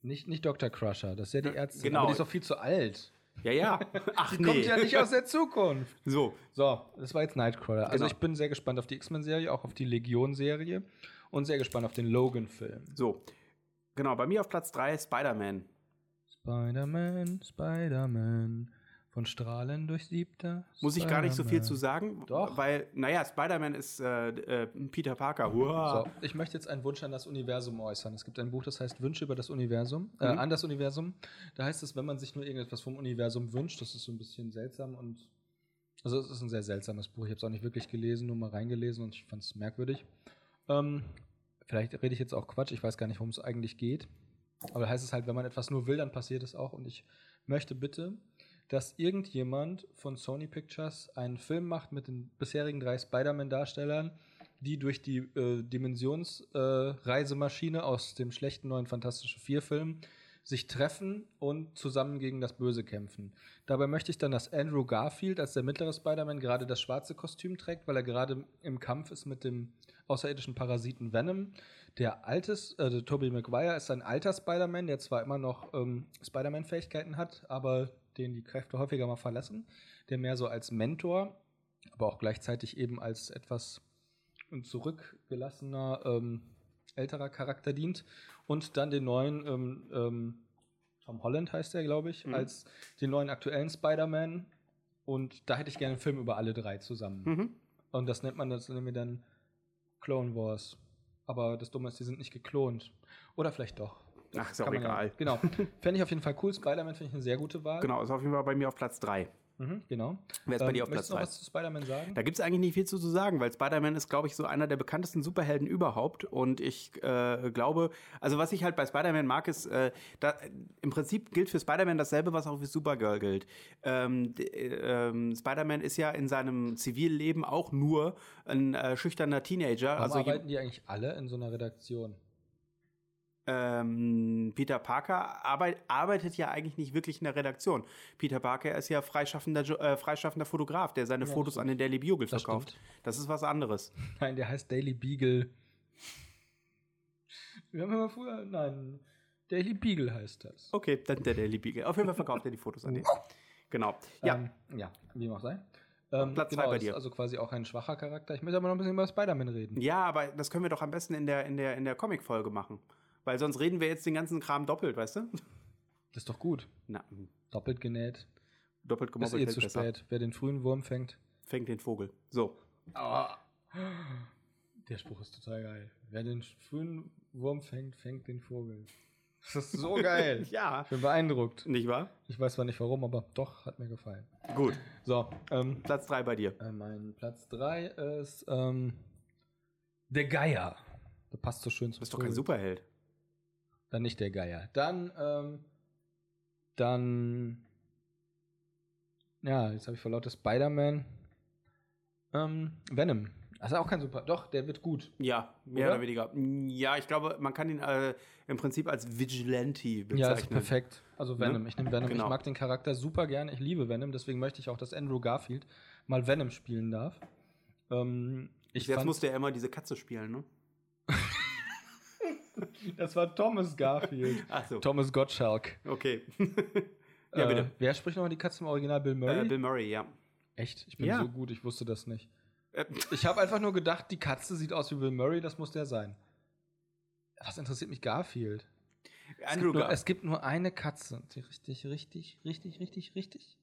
Speaker 2: Nicht, nicht Dr. Crusher, das ist ja die Ärztin.
Speaker 1: genau.
Speaker 2: Aber die ist doch viel zu alt.
Speaker 1: ja, ja. Ach
Speaker 2: Die
Speaker 1: nee.
Speaker 2: kommt ja nicht aus der Zukunft.
Speaker 1: So,
Speaker 2: So, das war jetzt Nightcrawler. Also
Speaker 1: Genau.
Speaker 2: ich bin sehr gespannt auf die X-Men-Serie, auch auf die Legion-Serie und sehr gespannt auf den Logan-Film.
Speaker 1: so. Genau, bei mir auf Platz 3 Spider-Man.
Speaker 2: Spider-Man, Spider-Man, von Strahlen durchsiebter.
Speaker 1: Muss ich gar nicht so viel zu
Speaker 2: Spider-Man.
Speaker 1: sagen,
Speaker 2: Doch.
Speaker 1: weil, naja, Spider-Man ist äh, äh, Peter Parker. Hurra.
Speaker 2: So, ich möchte jetzt einen Wunsch an das Universum äußern. Es gibt ein Buch, das heißt Wünsche über das Universum, äh,
Speaker 1: Mhm.
Speaker 2: an das Universum. Da heißt es, wenn man sich nur irgendetwas vom Universum wünscht, das ist so ein bisschen seltsam und also es ist ein sehr seltsames Buch. Ich habe es auch nicht wirklich gelesen, nur mal reingelesen und ich fand es merkwürdig. Ähm, vielleicht rede ich jetzt auch Quatsch, ich weiß gar nicht, worum es eigentlich geht. Aber da heißt es halt, wenn man etwas nur will, dann passiert es auch. Und ich möchte bitte, dass irgendjemand von Sony Pictures einen Film macht mit den bisherigen drei Spider-Man-Darstellern, die durch die äh, Dimensionsreisemaschine äh, Reisemaschine aus dem schlechten neuen Fantastische Vier-Film sich treffen und zusammen gegen das Böse kämpfen. Dabei möchte ich dann, dass Andrew Garfield als der mittlere Spider-Man gerade das schwarze Kostüm trägt, weil er gerade im Kampf ist mit dem außerirdischen Parasiten Venom. Der alte, äh, der Tobey Maguire ist ein alter Spider-Man, der zwar immer noch ähm, Spider-Man-Fähigkeiten hat, aber den die Kräfte häufiger mal verlassen, der mehr so als Mentor, aber auch gleichzeitig eben als etwas zurückgelassener ähm, älterer Charakter dient. Und dann den neuen, ähm, ähm, Tom Holland heißt der, glaube ich,
Speaker 1: Mhm.
Speaker 2: als den neuen aktuellen Spider-Man. Und da hätte ich gerne einen Film über alle drei zusammen.
Speaker 1: Mhm.
Speaker 2: Und das nennt man, das nennen wir dann Clone Wars. Aber das Dumme ist, die sind nicht geklont. Oder vielleicht doch.
Speaker 1: Ach, ist auch
Speaker 2: Kann man ja-
Speaker 1: egal.
Speaker 2: Genau. Fände ich auf jeden Fall cool. Spider-Man finde ich eine sehr gute Wahl.
Speaker 1: Genau, ist auf jeden Fall bei mir auf Platz 3.
Speaker 2: Mhm, genau.
Speaker 1: Wer ist bei dir auf
Speaker 2: möchtest du noch
Speaker 1: Platz
Speaker 2: was zu Spider-Man sagen?
Speaker 1: Da gibt es eigentlich nicht viel zu, zu sagen, weil Spider-Man ist, glaube ich, so einer der bekanntesten Superhelden überhaupt. Und ich äh, glaube, also was ich halt bei Spider-Man mag, ist, äh, da, im Prinzip gilt für Spider-Man dasselbe, was auch für Supergirl gilt. Ähm, d- äh, ähm, Spider-Man ist ja in seinem Zivilleben auch nur ein äh, schüchterner Teenager.
Speaker 2: Warum
Speaker 1: Also je-
Speaker 2: arbeiten die eigentlich alle in so einer Redaktion?
Speaker 1: ähm, Peter Parker arbeit, arbeitet ja eigentlich nicht wirklich in der Redaktion. Peter Parker ist ja freischaffender, Jo- äh, freischaffender Fotograf, der seine
Speaker 2: Ja,
Speaker 1: Fotos
Speaker 2: stimmt.
Speaker 1: an den Daily Bugle
Speaker 2: Das
Speaker 1: verkauft. Das ist was anderes.
Speaker 2: Nein, der heißt Daily Beagle. Wir haben immer früher. Nein, Daily Beagle heißt das.
Speaker 1: Okay, dann der Daily Beagle. Auf jeden Fall verkauft er die Fotos an den. Genau. Ja,
Speaker 2: Ähm, ja, wie auch sei. Ähm,
Speaker 1: Platz zwei bei
Speaker 2: ist
Speaker 1: dir.
Speaker 2: Also quasi auch ein schwacher Charakter. Ich möchte aber noch ein bisschen über Spider-Man reden.
Speaker 1: ja, aber das können wir doch am besten in der, in der, in der Comic-Folge machen. Weil sonst reden wir jetzt den ganzen Kram doppelt, weißt du?
Speaker 2: Das ist doch gut.
Speaker 1: Na,
Speaker 2: Doppelt genäht.
Speaker 1: doppelt
Speaker 2: Ist
Speaker 1: gemoppelt
Speaker 2: eh
Speaker 1: hält
Speaker 2: zu
Speaker 1: besser.
Speaker 2: spät. Wer den frühen Wurm fängt.
Speaker 1: Fängt den Vogel. So. Ah.
Speaker 2: Der Spruch ist total geil. Wer den frühen Wurm fängt, fängt den Vogel. Das ist so geil.
Speaker 1: Ja.
Speaker 2: Ich bin beeindruckt.
Speaker 1: Nicht wahr?
Speaker 2: Ich weiß zwar nicht warum, aber doch, hat mir gefallen.
Speaker 1: Gut.
Speaker 2: So, ähm,
Speaker 1: Platz 3 bei dir.
Speaker 2: Äh, mein Platz 3 ist ähm, der Geier. Das passt so schön
Speaker 1: Du
Speaker 2: zum
Speaker 1: bist doch kein
Speaker 2: Vogel.
Speaker 1: Superheld.
Speaker 2: Dann nicht der Geier. Dann, ähm, dann, ja, jetzt habe ich vor lauter Spider-Man. Ähm, Venom. Also auch kein Super. Doch, der wird gut.
Speaker 1: Ja, mehr
Speaker 2: Oder?
Speaker 1: oder weniger. Ja, ich glaube, man kann ihn äh, im Prinzip als Vigilante bezeichnen.
Speaker 2: Ja, ist perfekt. Also Venom.
Speaker 1: Ne?
Speaker 2: Ich nehme Venom.
Speaker 1: Genau.
Speaker 2: Ich mag den Charakter super gerne. Ich liebe Venom. Deswegen möchte ich auch, dass Andrew Garfield mal Venom spielen darf. Ähm, ich
Speaker 1: Jetzt
Speaker 2: fand-
Speaker 1: musste er immer diese Katze spielen, ne?
Speaker 2: das war Thomas Garfield.
Speaker 1: Ach so.
Speaker 2: Thomas Gottschalk.
Speaker 1: Okay. Ja, bitte.
Speaker 2: Äh, wer spricht nochmal die Katze im Original? Bill Murray?
Speaker 1: äh, Bill Murray, ja.
Speaker 2: Echt? Ich bin
Speaker 1: Ja.
Speaker 2: so gut, ich wusste das nicht.
Speaker 1: Äh,
Speaker 2: Ich habe einfach nur gedacht, die Katze sieht aus wie Bill Murray, das muss der sein. Was interessiert mich Garfield?
Speaker 1: Andrew
Speaker 2: es, gibt nur,
Speaker 1: Gar
Speaker 2: es gibt nur eine Katze, die richtig, richtig, richtig, richtig, richtig,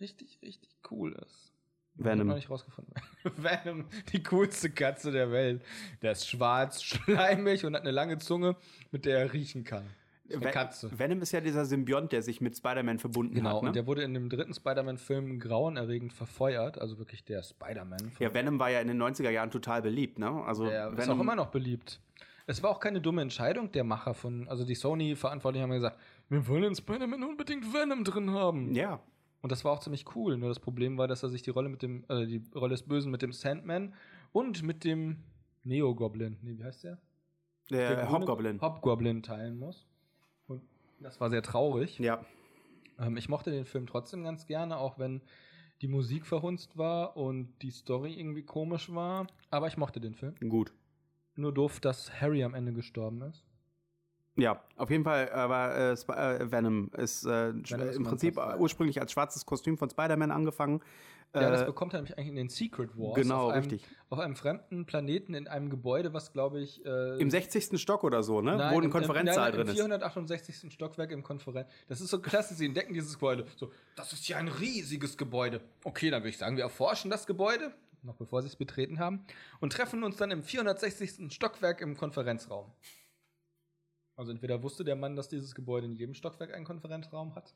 Speaker 2: richtig, richtig cool ist. Ich hab noch nicht rausgefunden. Venom, die coolste Katze der Welt. Der ist schwarz, schleimig und hat eine lange Zunge, mit der er riechen kann. Ist Eine
Speaker 1: Ven-
Speaker 2: Katze.
Speaker 1: Venom ist ja dieser Symbiont, der sich mit Spider-Man verbunden
Speaker 2: Genau,
Speaker 1: hat. Ne?
Speaker 2: und der wurde in dem dritten Spider-Man-Film grauenerregend verfeuert, also wirklich der Spider-Man. von-
Speaker 1: ja, Venom war ja in den 90er Jahren total beliebt, ne? Also
Speaker 2: der
Speaker 1: Venom
Speaker 2: ist auch immer noch beliebt. Es war auch keine dumme Entscheidung der Macher von, also die Sony-Verantwortlichen haben ja gesagt, wir wollen in Spider-Man unbedingt Venom drin haben.
Speaker 1: Ja,
Speaker 2: Und das war auch ziemlich cool, nur das Problem war, dass er sich die Rolle mit dem, äh, die Rolle des Bösen mit dem Sandman und mit dem Neo-Goblin, nee, wie heißt der?
Speaker 1: der,
Speaker 2: grüne
Speaker 1: Äh, Hobgoblin.
Speaker 2: Hobgoblin teilen muss. Und das war sehr traurig.
Speaker 1: ja,
Speaker 2: Ähm, ich mochte den Film trotzdem ganz gerne, auch wenn die Musik verhunzt war und die Story irgendwie komisch war. Aber ich mochte den Film.
Speaker 1: gut.
Speaker 2: Nur doof, dass Harry am Ende gestorben ist.
Speaker 1: Ja, auf jeden Fall, aber äh, Sp- äh, Venom ist, äh, sch-
Speaker 2: Venom ist
Speaker 1: im
Speaker 2: mein
Speaker 1: Prinzip
Speaker 2: Platz drei.
Speaker 1: äh, ursprünglich als schwarzes Kostüm von Spider-Man angefangen.
Speaker 2: ja,
Speaker 1: Äh,
Speaker 2: das bekommt er nämlich eigentlich in den Secret Wars.
Speaker 1: genau,
Speaker 2: auf einem,
Speaker 1: richtig.
Speaker 2: Auf einem fremden Planeten in einem Gebäude, was glaube ich. Äh,
Speaker 1: Im 60. Stock oder so, ne?
Speaker 2: nein,
Speaker 1: Wo
Speaker 2: im-
Speaker 1: ein
Speaker 2: im-
Speaker 1: Konferenzsaal
Speaker 2: nein, nein,
Speaker 1: drin ist.
Speaker 2: Im 468. Stockwerk im Konferenz. Das ist so klasse, sie entdecken dieses Gebäude. So, das ist ja ein riesiges Gebäude. Okay, dann würde ich sagen, wir erforschen das Gebäude, noch bevor sie es betreten haben, und treffen uns dann im 460. Stockwerk im Konferenzraum. Also entweder wusste der Mann, dass dieses Gebäude in jedem Stockwerk einen Konferenzraum hat,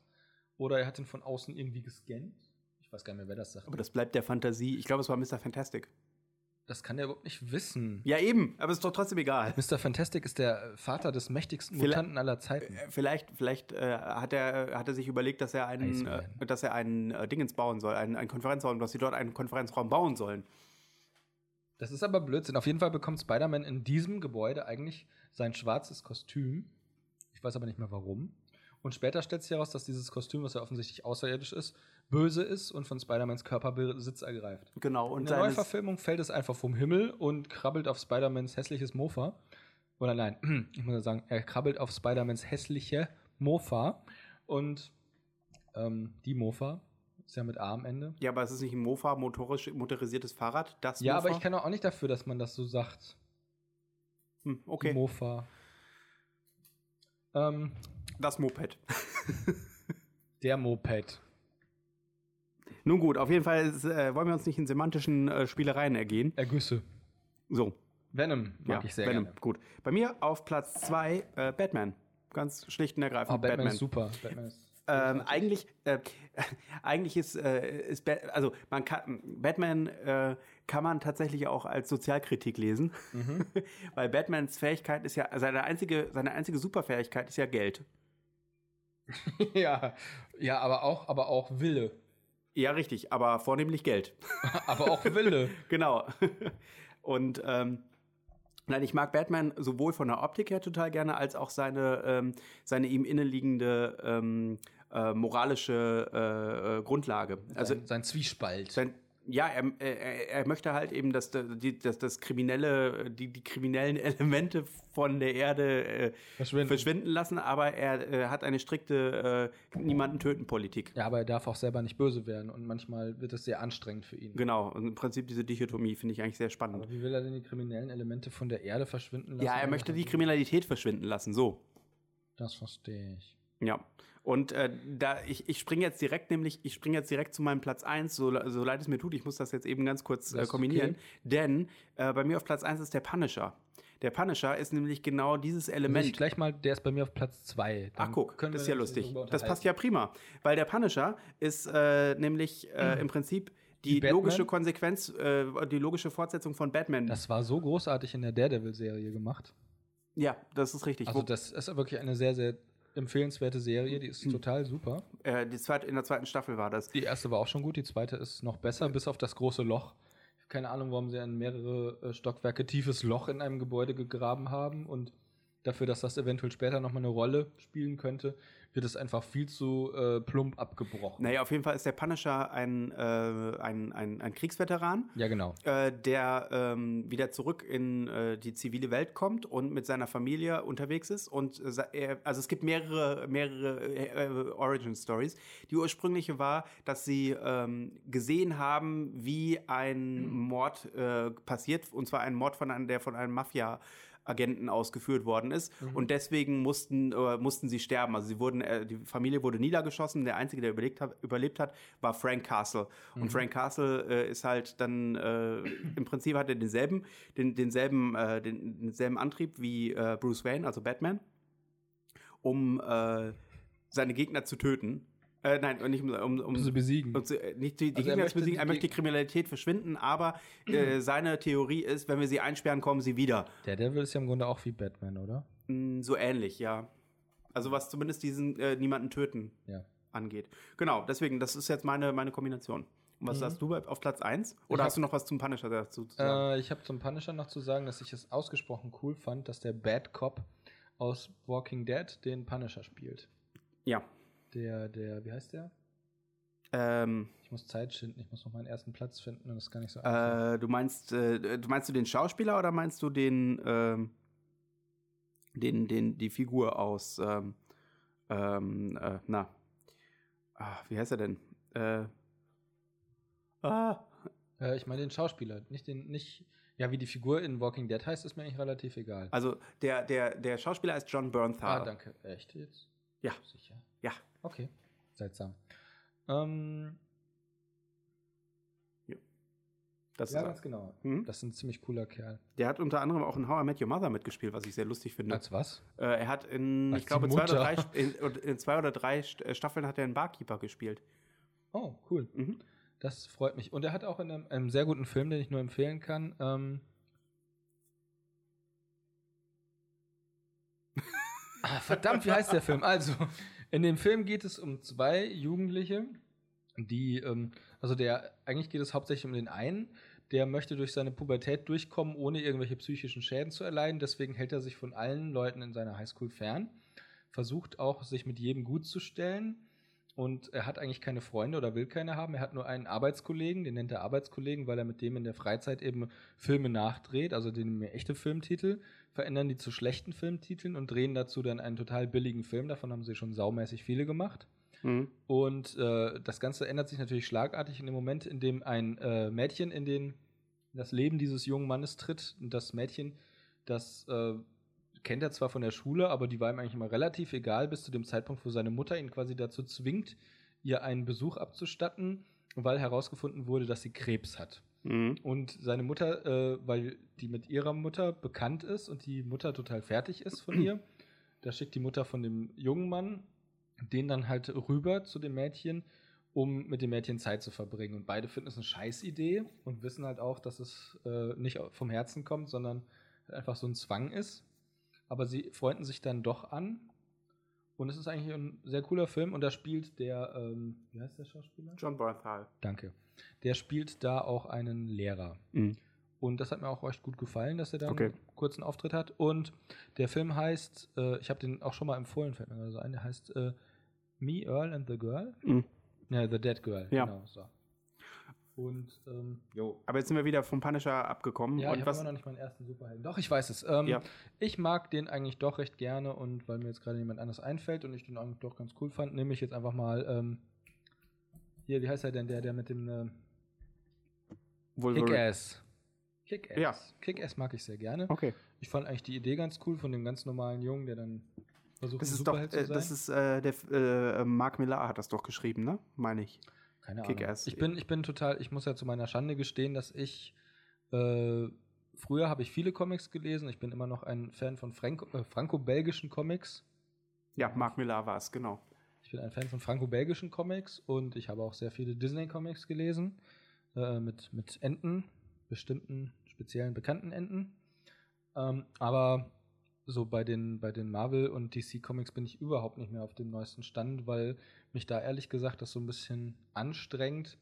Speaker 2: oder er hat ihn von außen irgendwie gescannt. Ich weiß gar nicht mehr, wer das sagt.
Speaker 1: Aber das bleibt der Fantasie. Ich glaube, es war Mr. Fantastic.
Speaker 2: Das kann der überhaupt nicht wissen.
Speaker 1: Ja, eben, aber ist doch trotzdem egal.
Speaker 2: Mr. Fantastic ist der Vater des mächtigsten
Speaker 1: Vielleicht-
Speaker 2: Mutanten aller Zeiten.
Speaker 1: Äh, Vielleicht, vielleicht äh, hat, er, hat er sich überlegt, dass er einen, äh,
Speaker 2: Iceman.
Speaker 1: dass er einen äh, Dingens bauen soll, einen, einen Konferenzraum, dass sie dort einen Konferenzraum bauen sollen.
Speaker 2: Das ist aber Blödsinn. Auf jeden Fall bekommt Spider-Man in diesem Gebäude eigentlich sein schwarzes Kostüm. Ich weiß aber nicht mehr warum. Und später stellt sich heraus, dass dieses Kostüm, was ja offensichtlich außerirdisch ist, böse ist und von Spider-Mans Körperbesitz ergreift.
Speaker 1: Genau, und
Speaker 2: In der
Speaker 1: seines,
Speaker 2: Neuverfilmung fällt es einfach vom Himmel und krabbelt auf Spider-Mans hässliches Mofa. Oder nein, ich muss ja sagen, er krabbelt auf Spider-Mans hässliche Mofa. Und ähm, die Mofa ist ja mit A am Ende.
Speaker 1: ja, aber es ist nicht ein Mofa, motorisch, motorisiertes Fahrrad, das
Speaker 2: Ja,
Speaker 1: Mofa?
Speaker 2: aber ich kann auch nicht dafür, dass man das so sagt.
Speaker 1: Hm,
Speaker 2: Die
Speaker 1: okay,
Speaker 2: Mofa. Ähm,
Speaker 1: das Moped.
Speaker 2: der Moped.
Speaker 1: Nun gut, auf jeden Fall ist, äh, wollen wir uns nicht in semantischen äh, Spielereien ergehen.
Speaker 2: Ergüsse.
Speaker 1: So,
Speaker 2: Venom mag ich sehr
Speaker 1: Venom,
Speaker 2: gerne.
Speaker 1: Gut. Bei mir auf Platz 2 äh, Batman. Ganz schlicht und
Speaker 2: Oh,
Speaker 1: ergreifend
Speaker 2: Batman, ist super. Batman ist
Speaker 1: Ähm, eigentlich, äh, eigentlich ist, äh, ist Bat also man kann Batman äh, kann man tatsächlich auch als Sozialkritik lesen, Mhm. weil Batmans Fähigkeit ist ja seine einzige seine einzige Superfähigkeit ist ja Geld. Äh.
Speaker 2: ja, ja, aber auch, aber auch Wille.
Speaker 1: Ja, richtig, aber vornehmlich Geld.
Speaker 2: Aber auch Wille.
Speaker 1: genau. Und ähm, nein, ich mag Batman sowohl von der Optik her total gerne, als auch seine, ähm, seine ihm innenliegende ähm, äh, moralische äh, äh, Grundlage. Also
Speaker 2: sein, sein Zwiespalt.
Speaker 1: sein, ja, er, äh, er, er möchte halt eben, dass da- die, dass das kriminelle, die, die kriminellen Elemente von der Erde äh,
Speaker 2: Verschwinden.
Speaker 1: verschwinden lassen, aber er äh, hat eine strikte äh, niemanden töten Politik.
Speaker 2: ja, aber er darf auch selber nicht böse werden und manchmal wird es sehr anstrengend für ihn.
Speaker 1: Genau, und im Prinzip diese Dichotomie finde ich eigentlich sehr spannend.
Speaker 2: Aber wie will er denn die kriminellen Elemente von der Erde verschwinden lassen?
Speaker 1: Ja, er möchte die Kriminalität verschwinden lassen, so.
Speaker 2: Das verstehe ich.
Speaker 1: Ja. Und äh, da ich, ich springe jetzt direkt nämlich, ich springe jetzt direkt zu meinem Platz 1, so, le- so leid es mir tut, ich muss das jetzt eben ganz kurz äh,
Speaker 2: Das ist
Speaker 1: kombinieren.
Speaker 2: okay.
Speaker 1: Denn äh, bei mir auf Platz 1 ist der Punisher. Der Punisher ist nämlich genau dieses
Speaker 2: Moment. Ich
Speaker 1: Element.
Speaker 2: gleich mal, der ist bei mir auf Platz 2.
Speaker 1: Ach guck, das ist ja lustig. Das passt ja prima. Weil der Punisher ist äh, nämlich äh, im Prinzip die,
Speaker 2: Mhm. Batman?
Speaker 1: logische Konsequenz, äh, die logische Fortsetzung von Batman.
Speaker 2: Das war so großartig in der Daredevil-Serie gemacht.
Speaker 1: ja, das ist richtig.
Speaker 2: Also,
Speaker 1: Wo-
Speaker 2: das ist wirklich eine sehr, sehr empfehlenswerte Serie. Die
Speaker 1: Hm.
Speaker 2: ist total super.
Speaker 1: äh, die zweite, in der zweiten Staffel war das.
Speaker 2: Die erste war auch schon gut, die zweite ist noch besser, bis auf das große Loch. Keine Ahnung, warum sie ein mehrere äh, Stockwerke tiefes Loch in einem Gebäude gegraben haben und dafür, dass das eventuell später nochmal eine Rolle spielen könnte, wird es einfach viel zu äh, plump abgebrochen.
Speaker 1: Naja, auf jeden Fall ist der Punisher ein, äh, ein, ein, ein Kriegsveteran.
Speaker 2: Ja, genau.
Speaker 1: äh, der ähm, wieder zurück in äh, die zivile Welt kommt und mit seiner Familie unterwegs ist. Und äh, se- er, also es gibt mehrere, mehrere äh, äh, Origin Stories. Die ursprüngliche war, dass sie ähm, gesehen haben, wie ein Mord äh, passiert, und zwar ein Mord von einem, der von einem Mafia. Agenten ausgeführt worden ist und deswegen mussten, äh, mussten sie sterben. Also sie wurden, äh, die Familie wurde niedergeschossen. Der einzige, der überlebt hat, überlebt hat war Frank Castle.
Speaker 2: Mhm.
Speaker 1: Und Frank Castle äh, ist halt dann äh, im Prinzip hat er denselben, den, denselben, äh, den, denselben Antrieb wie äh, Bruce Wayne, also Batman, um äh, seine Gegner zu töten. Äh, nein, nicht um, um, um
Speaker 2: Um sie besiegen.
Speaker 1: und so, äh, nicht die, die
Speaker 2: Also er
Speaker 1: Gegner zu
Speaker 2: möchte
Speaker 1: besiegen, er
Speaker 2: die-
Speaker 1: möchte die Kriminalität verschwinden, aber äh, seine Theorie ist, wenn wir sie einsperren, kommen sie wieder.
Speaker 2: Der Devil ist ja im Grunde auch wie Batman, oder?
Speaker 1: Mm, So ähnlich, ja. Also was zumindest diesen äh, niemanden töten
Speaker 2: Ja.
Speaker 1: angeht. Genau, deswegen, das ist jetzt meine, meine Kombination. Und was hast du bei- auf Platz 1? Oder
Speaker 2: Mhm. hab-
Speaker 1: hast du noch was zum Punisher dazu zu sagen?
Speaker 2: Äh, ich habe zum Punisher noch zu sagen, dass ich es ausgesprochen cool fand, dass der Bad Cop aus Walking Dead den Punisher spielt.
Speaker 1: ja.
Speaker 2: Der, der, wie heißt der?
Speaker 1: Ähm,
Speaker 2: Ich muss Zeit schinden, ich muss noch meinen ersten Platz finden und das ist gar nicht so einfach.
Speaker 1: äh, du meinst, äh, du meinst du den Schauspieler oder meinst du den, ähm, den, den, die Figur aus, ähm, ähm, äh, na, ah, wie heißt er denn? Äh, ah,
Speaker 2: Äh, ich meine den Schauspieler, nicht den, nicht, ja, wie die Figur in Walking Dead heißt, ist mir eigentlich relativ egal.
Speaker 1: also der, der, der Schauspieler ist John Bernthal.
Speaker 2: ah, danke. Echt jetzt?
Speaker 1: Ja.
Speaker 2: Sicher?
Speaker 1: Ja.
Speaker 2: Okay. Seltsam. Ähm,
Speaker 1: Das
Speaker 2: ja,
Speaker 1: ist
Speaker 2: ganz genau.
Speaker 1: Mhm.
Speaker 2: Das ist ein ziemlich cooler Kerl.
Speaker 1: Der hat unter anderem auch in How I Met Your Mother mitgespielt, was ich sehr lustig finde.
Speaker 2: Als was?
Speaker 1: äh, er hat in,
Speaker 2: Als
Speaker 1: ich glaube,
Speaker 2: die
Speaker 1: zwei oder, drei,
Speaker 2: Mutter.
Speaker 1: in, in zwei oder drei St- äh, Staffeln hat er einen Barkeeper gespielt.
Speaker 2: Oh, cool.
Speaker 1: Mhm.
Speaker 2: Das freut mich. Und er hat auch in einem, einem sehr guten Film, den ich nur empfehlen kann, ähm, Ah, verdammt, wie heißt der Film? Also, in dem Film geht es um zwei Jugendliche, die, ähm, also der, eigentlich geht es hauptsächlich um den einen, der möchte durch seine Pubertät durchkommen, ohne irgendwelche psychischen Schäden zu erleiden. Deswegen hält er sich von allen Leuten in seiner Highschool fern, versucht auch, sich mit jedem gut zu stellen. Und er hat eigentlich keine Freunde oder will keine haben. Er hat nur einen Arbeitskollegen, den nennt er Arbeitskollegen, weil er mit dem in der Freizeit eben Filme nachdreht, also den echte Filmtitel, verändern die zu schlechten Filmtiteln und drehen dazu dann einen total billigen Film. Davon haben sie schon saumäßig viele gemacht.
Speaker 1: Mhm.
Speaker 2: Und äh, das Ganze ändert sich natürlich schlagartig in dem Moment, in dem ein äh, Mädchen in den in das Leben dieses jungen Mannes tritt. Und das Mädchen, das äh, kennt er zwar von der Schule, aber die war ihm eigentlich immer relativ egal, bis zu dem Zeitpunkt, wo seine Mutter ihn quasi dazu zwingt, ihr einen Besuch abzustatten, weil herausgefunden wurde, dass sie Krebs hat.
Speaker 1: Mhm.
Speaker 2: Und seine Mutter, äh, weil die mit ihrer Mutter bekannt ist und die Mutter total fertig ist von ihr, da schickt die Mutter von dem jungen Mann den dann halt rüber zu dem Mädchen, um mit dem Mädchen Zeit zu verbringen. Und beide finden es eine Scheißidee und wissen halt auch, dass es äh, nicht vom Herzen kommt, sondern halt einfach so ein Zwang ist. Aber sie freunden sich dann doch an. Und es ist eigentlich ein sehr cooler Film und da spielt der, ähm, wie heißt der Schauspieler?
Speaker 1: John Barthal.
Speaker 2: Danke. Der spielt da auch einen Lehrer.
Speaker 1: Mhm.
Speaker 2: Und das hat mir auch echt gut gefallen, dass er da
Speaker 1: Okay.
Speaker 2: einen kurzen Auftritt hat. Und der Film heißt, äh, ich habe den auch schon mal empfohlen, fällt mir gerade so ein, der heißt äh, Me, Earl and the Girl.
Speaker 1: Mhm.
Speaker 2: Ja, The Dead Girl.
Speaker 1: Ja.
Speaker 2: Genau, so. Und, ähm,
Speaker 1: Aber jetzt sind wir wieder vom Punisher abgekommen.
Speaker 2: ja, ich
Speaker 1: und
Speaker 2: habe
Speaker 1: was,
Speaker 2: immer noch nicht meinen ersten Superhelden. Doch, ich weiß es. Ähm,
Speaker 1: Ja.
Speaker 2: Ich mag den eigentlich doch recht gerne und weil mir jetzt gerade niemand anderes einfällt und ich den eigentlich doch ganz cool fand, nehme ich jetzt einfach mal, ähm, hier, wie heißt er denn, der, der mit dem, ähm,
Speaker 1: Wolverine.
Speaker 2: Kick-Ass. Kick-Ass.
Speaker 1: Ja.
Speaker 2: Kick-Ass mag ich sehr gerne.
Speaker 1: Okay.
Speaker 2: Ich fand eigentlich die Idee ganz cool von dem ganz normalen Jungen, der dann versucht,
Speaker 1: Das
Speaker 2: ein
Speaker 1: ist doch,
Speaker 2: Superheld
Speaker 1: äh,
Speaker 2: zu sein.
Speaker 1: das ist, äh, der, F- äh, Mark Millar hat das doch geschrieben, ne? Meine ich.
Speaker 2: Keine
Speaker 1: Kick-Ass.
Speaker 2: Ahnung. Ich bin, ich bin total, ich muss ja zu meiner Schande gestehen, dass ich äh, früher habe ich viele Comics gelesen. Ich bin immer noch ein Fan von Franco- äh, franco-belgischen Comics.
Speaker 1: Ja, Mark Millar war es, genau.
Speaker 2: Ich bin ein Fan von franco-belgischen Comics und ich habe auch sehr viele Disney-Comics gelesen. Äh, mit, mit Enten, bestimmten speziellen bekannten Enten. Ähm, aber so bei den, bei den Marvel- und DC-Comics bin ich überhaupt nicht mehr auf dem neuesten Stand, weil mich da ehrlich gesagt das so ein bisschen anstrengt,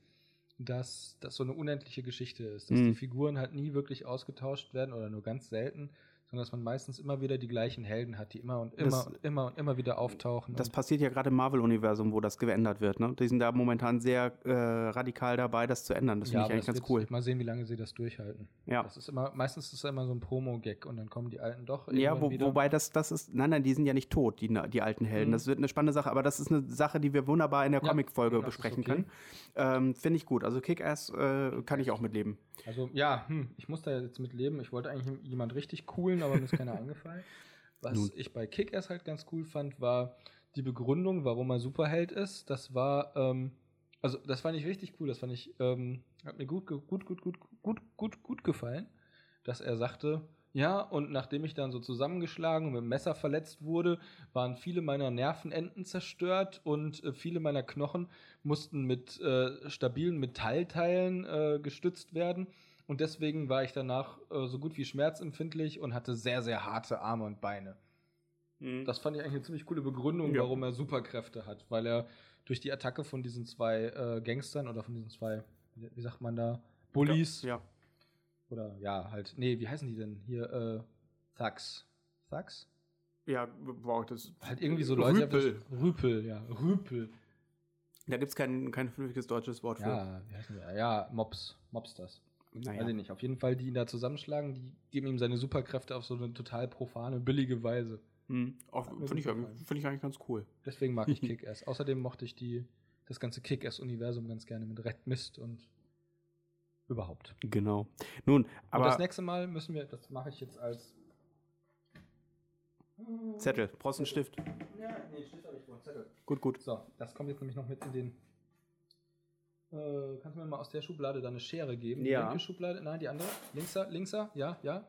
Speaker 2: dass das so eine unendliche Geschichte ist. Dass
Speaker 1: Mhm.
Speaker 2: die Figuren halt nie wirklich ausgetauscht werden oder nur ganz selten, sondern dass man meistens immer wieder die gleichen Helden hat, die immer und immer
Speaker 1: Das-
Speaker 2: und immer und immer wieder auftauchen.
Speaker 1: Das
Speaker 2: und
Speaker 1: passiert ja gerade im Marvel-Universum, wo das geändert wird. Ne? Die sind da momentan sehr äh, radikal dabei, das zu ändern. Das finde ich
Speaker 2: aber
Speaker 1: eigentlich
Speaker 2: das
Speaker 1: ganz
Speaker 2: wird-
Speaker 1: cool.
Speaker 2: Mal sehen, wie lange sie das durchhalten.
Speaker 1: Ja.
Speaker 2: Das ist immer, meistens ist es immer so ein Promo-Gag und dann kommen die Alten doch.
Speaker 1: Ja,
Speaker 2: irgendwann
Speaker 1: wo,
Speaker 2: wieder.
Speaker 1: wobei das, das ist, nein, nein, die sind ja nicht tot, die, die alten Helden.
Speaker 2: Mhm.
Speaker 1: Das wird eine spannende Sache, aber das ist eine Sache, die wir wunderbar in der
Speaker 2: Ja,
Speaker 1: Comic-Folge
Speaker 2: genau, das ist
Speaker 1: besprechen
Speaker 2: okay.
Speaker 1: können. Ähm, Finde ich gut. Also Kick-Ass äh, kann ich auch mitleben.
Speaker 2: Also, ja, hm, ich muss da jetzt mit leben. Ich wollte eigentlich jemand richtig coolen, aber mir ist keiner eingefallen. Was
Speaker 1: Nun.
Speaker 2: ich bei Kick-Ass halt ganz cool fand, war die Begründung, warum er Superheld ist. Das war, ähm, also, das fand ich richtig cool. Das fand ich, ähm, hat mir gut, ge- gut, gut, gut, gut, gut, gut gefallen, dass er sagte, ja, und nachdem ich dann so zusammengeschlagen und mit dem Messer verletzt wurde, waren viele meiner Nervenenden zerstört und äh, viele meiner Knochen mussten mit äh, stabilen Metallteilen äh, gestützt werden. Und deswegen war ich danach äh, so gut wie schmerzempfindlich und hatte sehr, sehr harte Arme und Beine. Das fand ich eigentlich eine ziemlich coole Begründung,
Speaker 1: Ja.
Speaker 2: warum er Superkräfte hat, weil er durch die Attacke von diesen zwei äh, Gangstern oder von diesen zwei, wie wie sagt man da, Bullies
Speaker 1: Ja.
Speaker 2: oder ja, halt, nee, wie heißen die denn hier? Äh, Thugs. Thugs?
Speaker 1: Ja, wow, das. äh,
Speaker 2: Halt irgendwie so Leute.
Speaker 1: Rüpel.
Speaker 2: Rüpel, ja. Rüpel.
Speaker 1: Da gibt es kein, kein vernünftiges deutsches Wort für.
Speaker 2: Ja, wie heißen die? Ja, Mobs. Mobsters.
Speaker 1: Naja.
Speaker 2: Weiß ich nicht. Auf jeden Fall, die ihn da zusammenschlagen, die geben ihm seine Superkräfte auf so eine total profane, billige Weise.
Speaker 1: Mhm. Auch-
Speaker 2: Hat mir
Speaker 1: Finde ich,
Speaker 2: gut gefallen.
Speaker 1: find ich eigentlich ganz cool.
Speaker 2: Deswegen mag ich Kick-Ass. Außerdem mochte ich die, das ganze Kick-Ass-Universum ganz gerne mit Red Mist und überhaupt.
Speaker 1: Genau. Nun,
Speaker 2: Aber und das
Speaker 1: aber
Speaker 2: nächste Mal müssen wir, das mache ich jetzt als.
Speaker 1: Zettel, brauchst einen Stift.
Speaker 2: Ja, nee, steht da nicht vor. Zettel.
Speaker 1: Gut, gut.
Speaker 2: So, das kommt jetzt nämlich noch mit in den. Äh, kannst du mir mal aus der Schublade deine Schere geben? Die
Speaker 1: Ja.
Speaker 2: linke Schublade, nein, die andere. Linkser, linkser, ja, ja.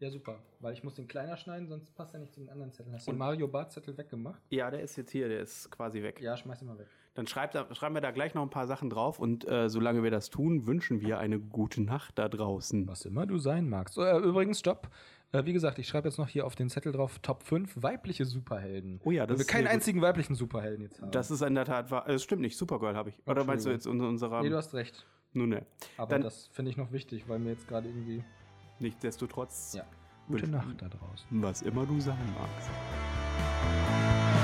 Speaker 2: Ja, super. Weil ich muss den kleiner schneiden, sonst passt er nicht zu den anderen Zetteln. Hast du den Mario Bart Zettel weggemacht?
Speaker 1: Ja, der ist jetzt hier, der ist quasi weg.
Speaker 2: Ja, schmeiß ihn mal weg.
Speaker 1: Dann schreibt, da- schreiben wir da gleich noch ein paar Sachen drauf und äh, solange wir das tun, wünschen wir eine gute Nacht da draußen.
Speaker 2: Was immer du sein magst. Oh, äh, übrigens, stopp. Äh, wie gesagt, ich schreibe jetzt noch hier auf den Zettel drauf Top 5 weibliche Superhelden.
Speaker 1: Oh ja,
Speaker 2: Weil
Speaker 1: das
Speaker 2: wir
Speaker 1: ist
Speaker 2: keinen
Speaker 1: sehr gut.
Speaker 2: einzigen weiblichen Superhelden jetzt haben.
Speaker 1: Das ist in der Tat wahr. Das stimmt nicht. Supergirl habe ich. Oder meinst du jetzt unter unserer.
Speaker 2: nee, du hast recht.
Speaker 1: Nun, ne.
Speaker 2: Aber
Speaker 1: ähm, Dann-
Speaker 2: das finde ich noch wichtig, weil mir jetzt gerade irgendwie.
Speaker 1: Nichtsdestotrotz.
Speaker 2: Ja.
Speaker 1: wünschen-
Speaker 2: da draußen.
Speaker 1: Was immer du sein magst. Tschüss.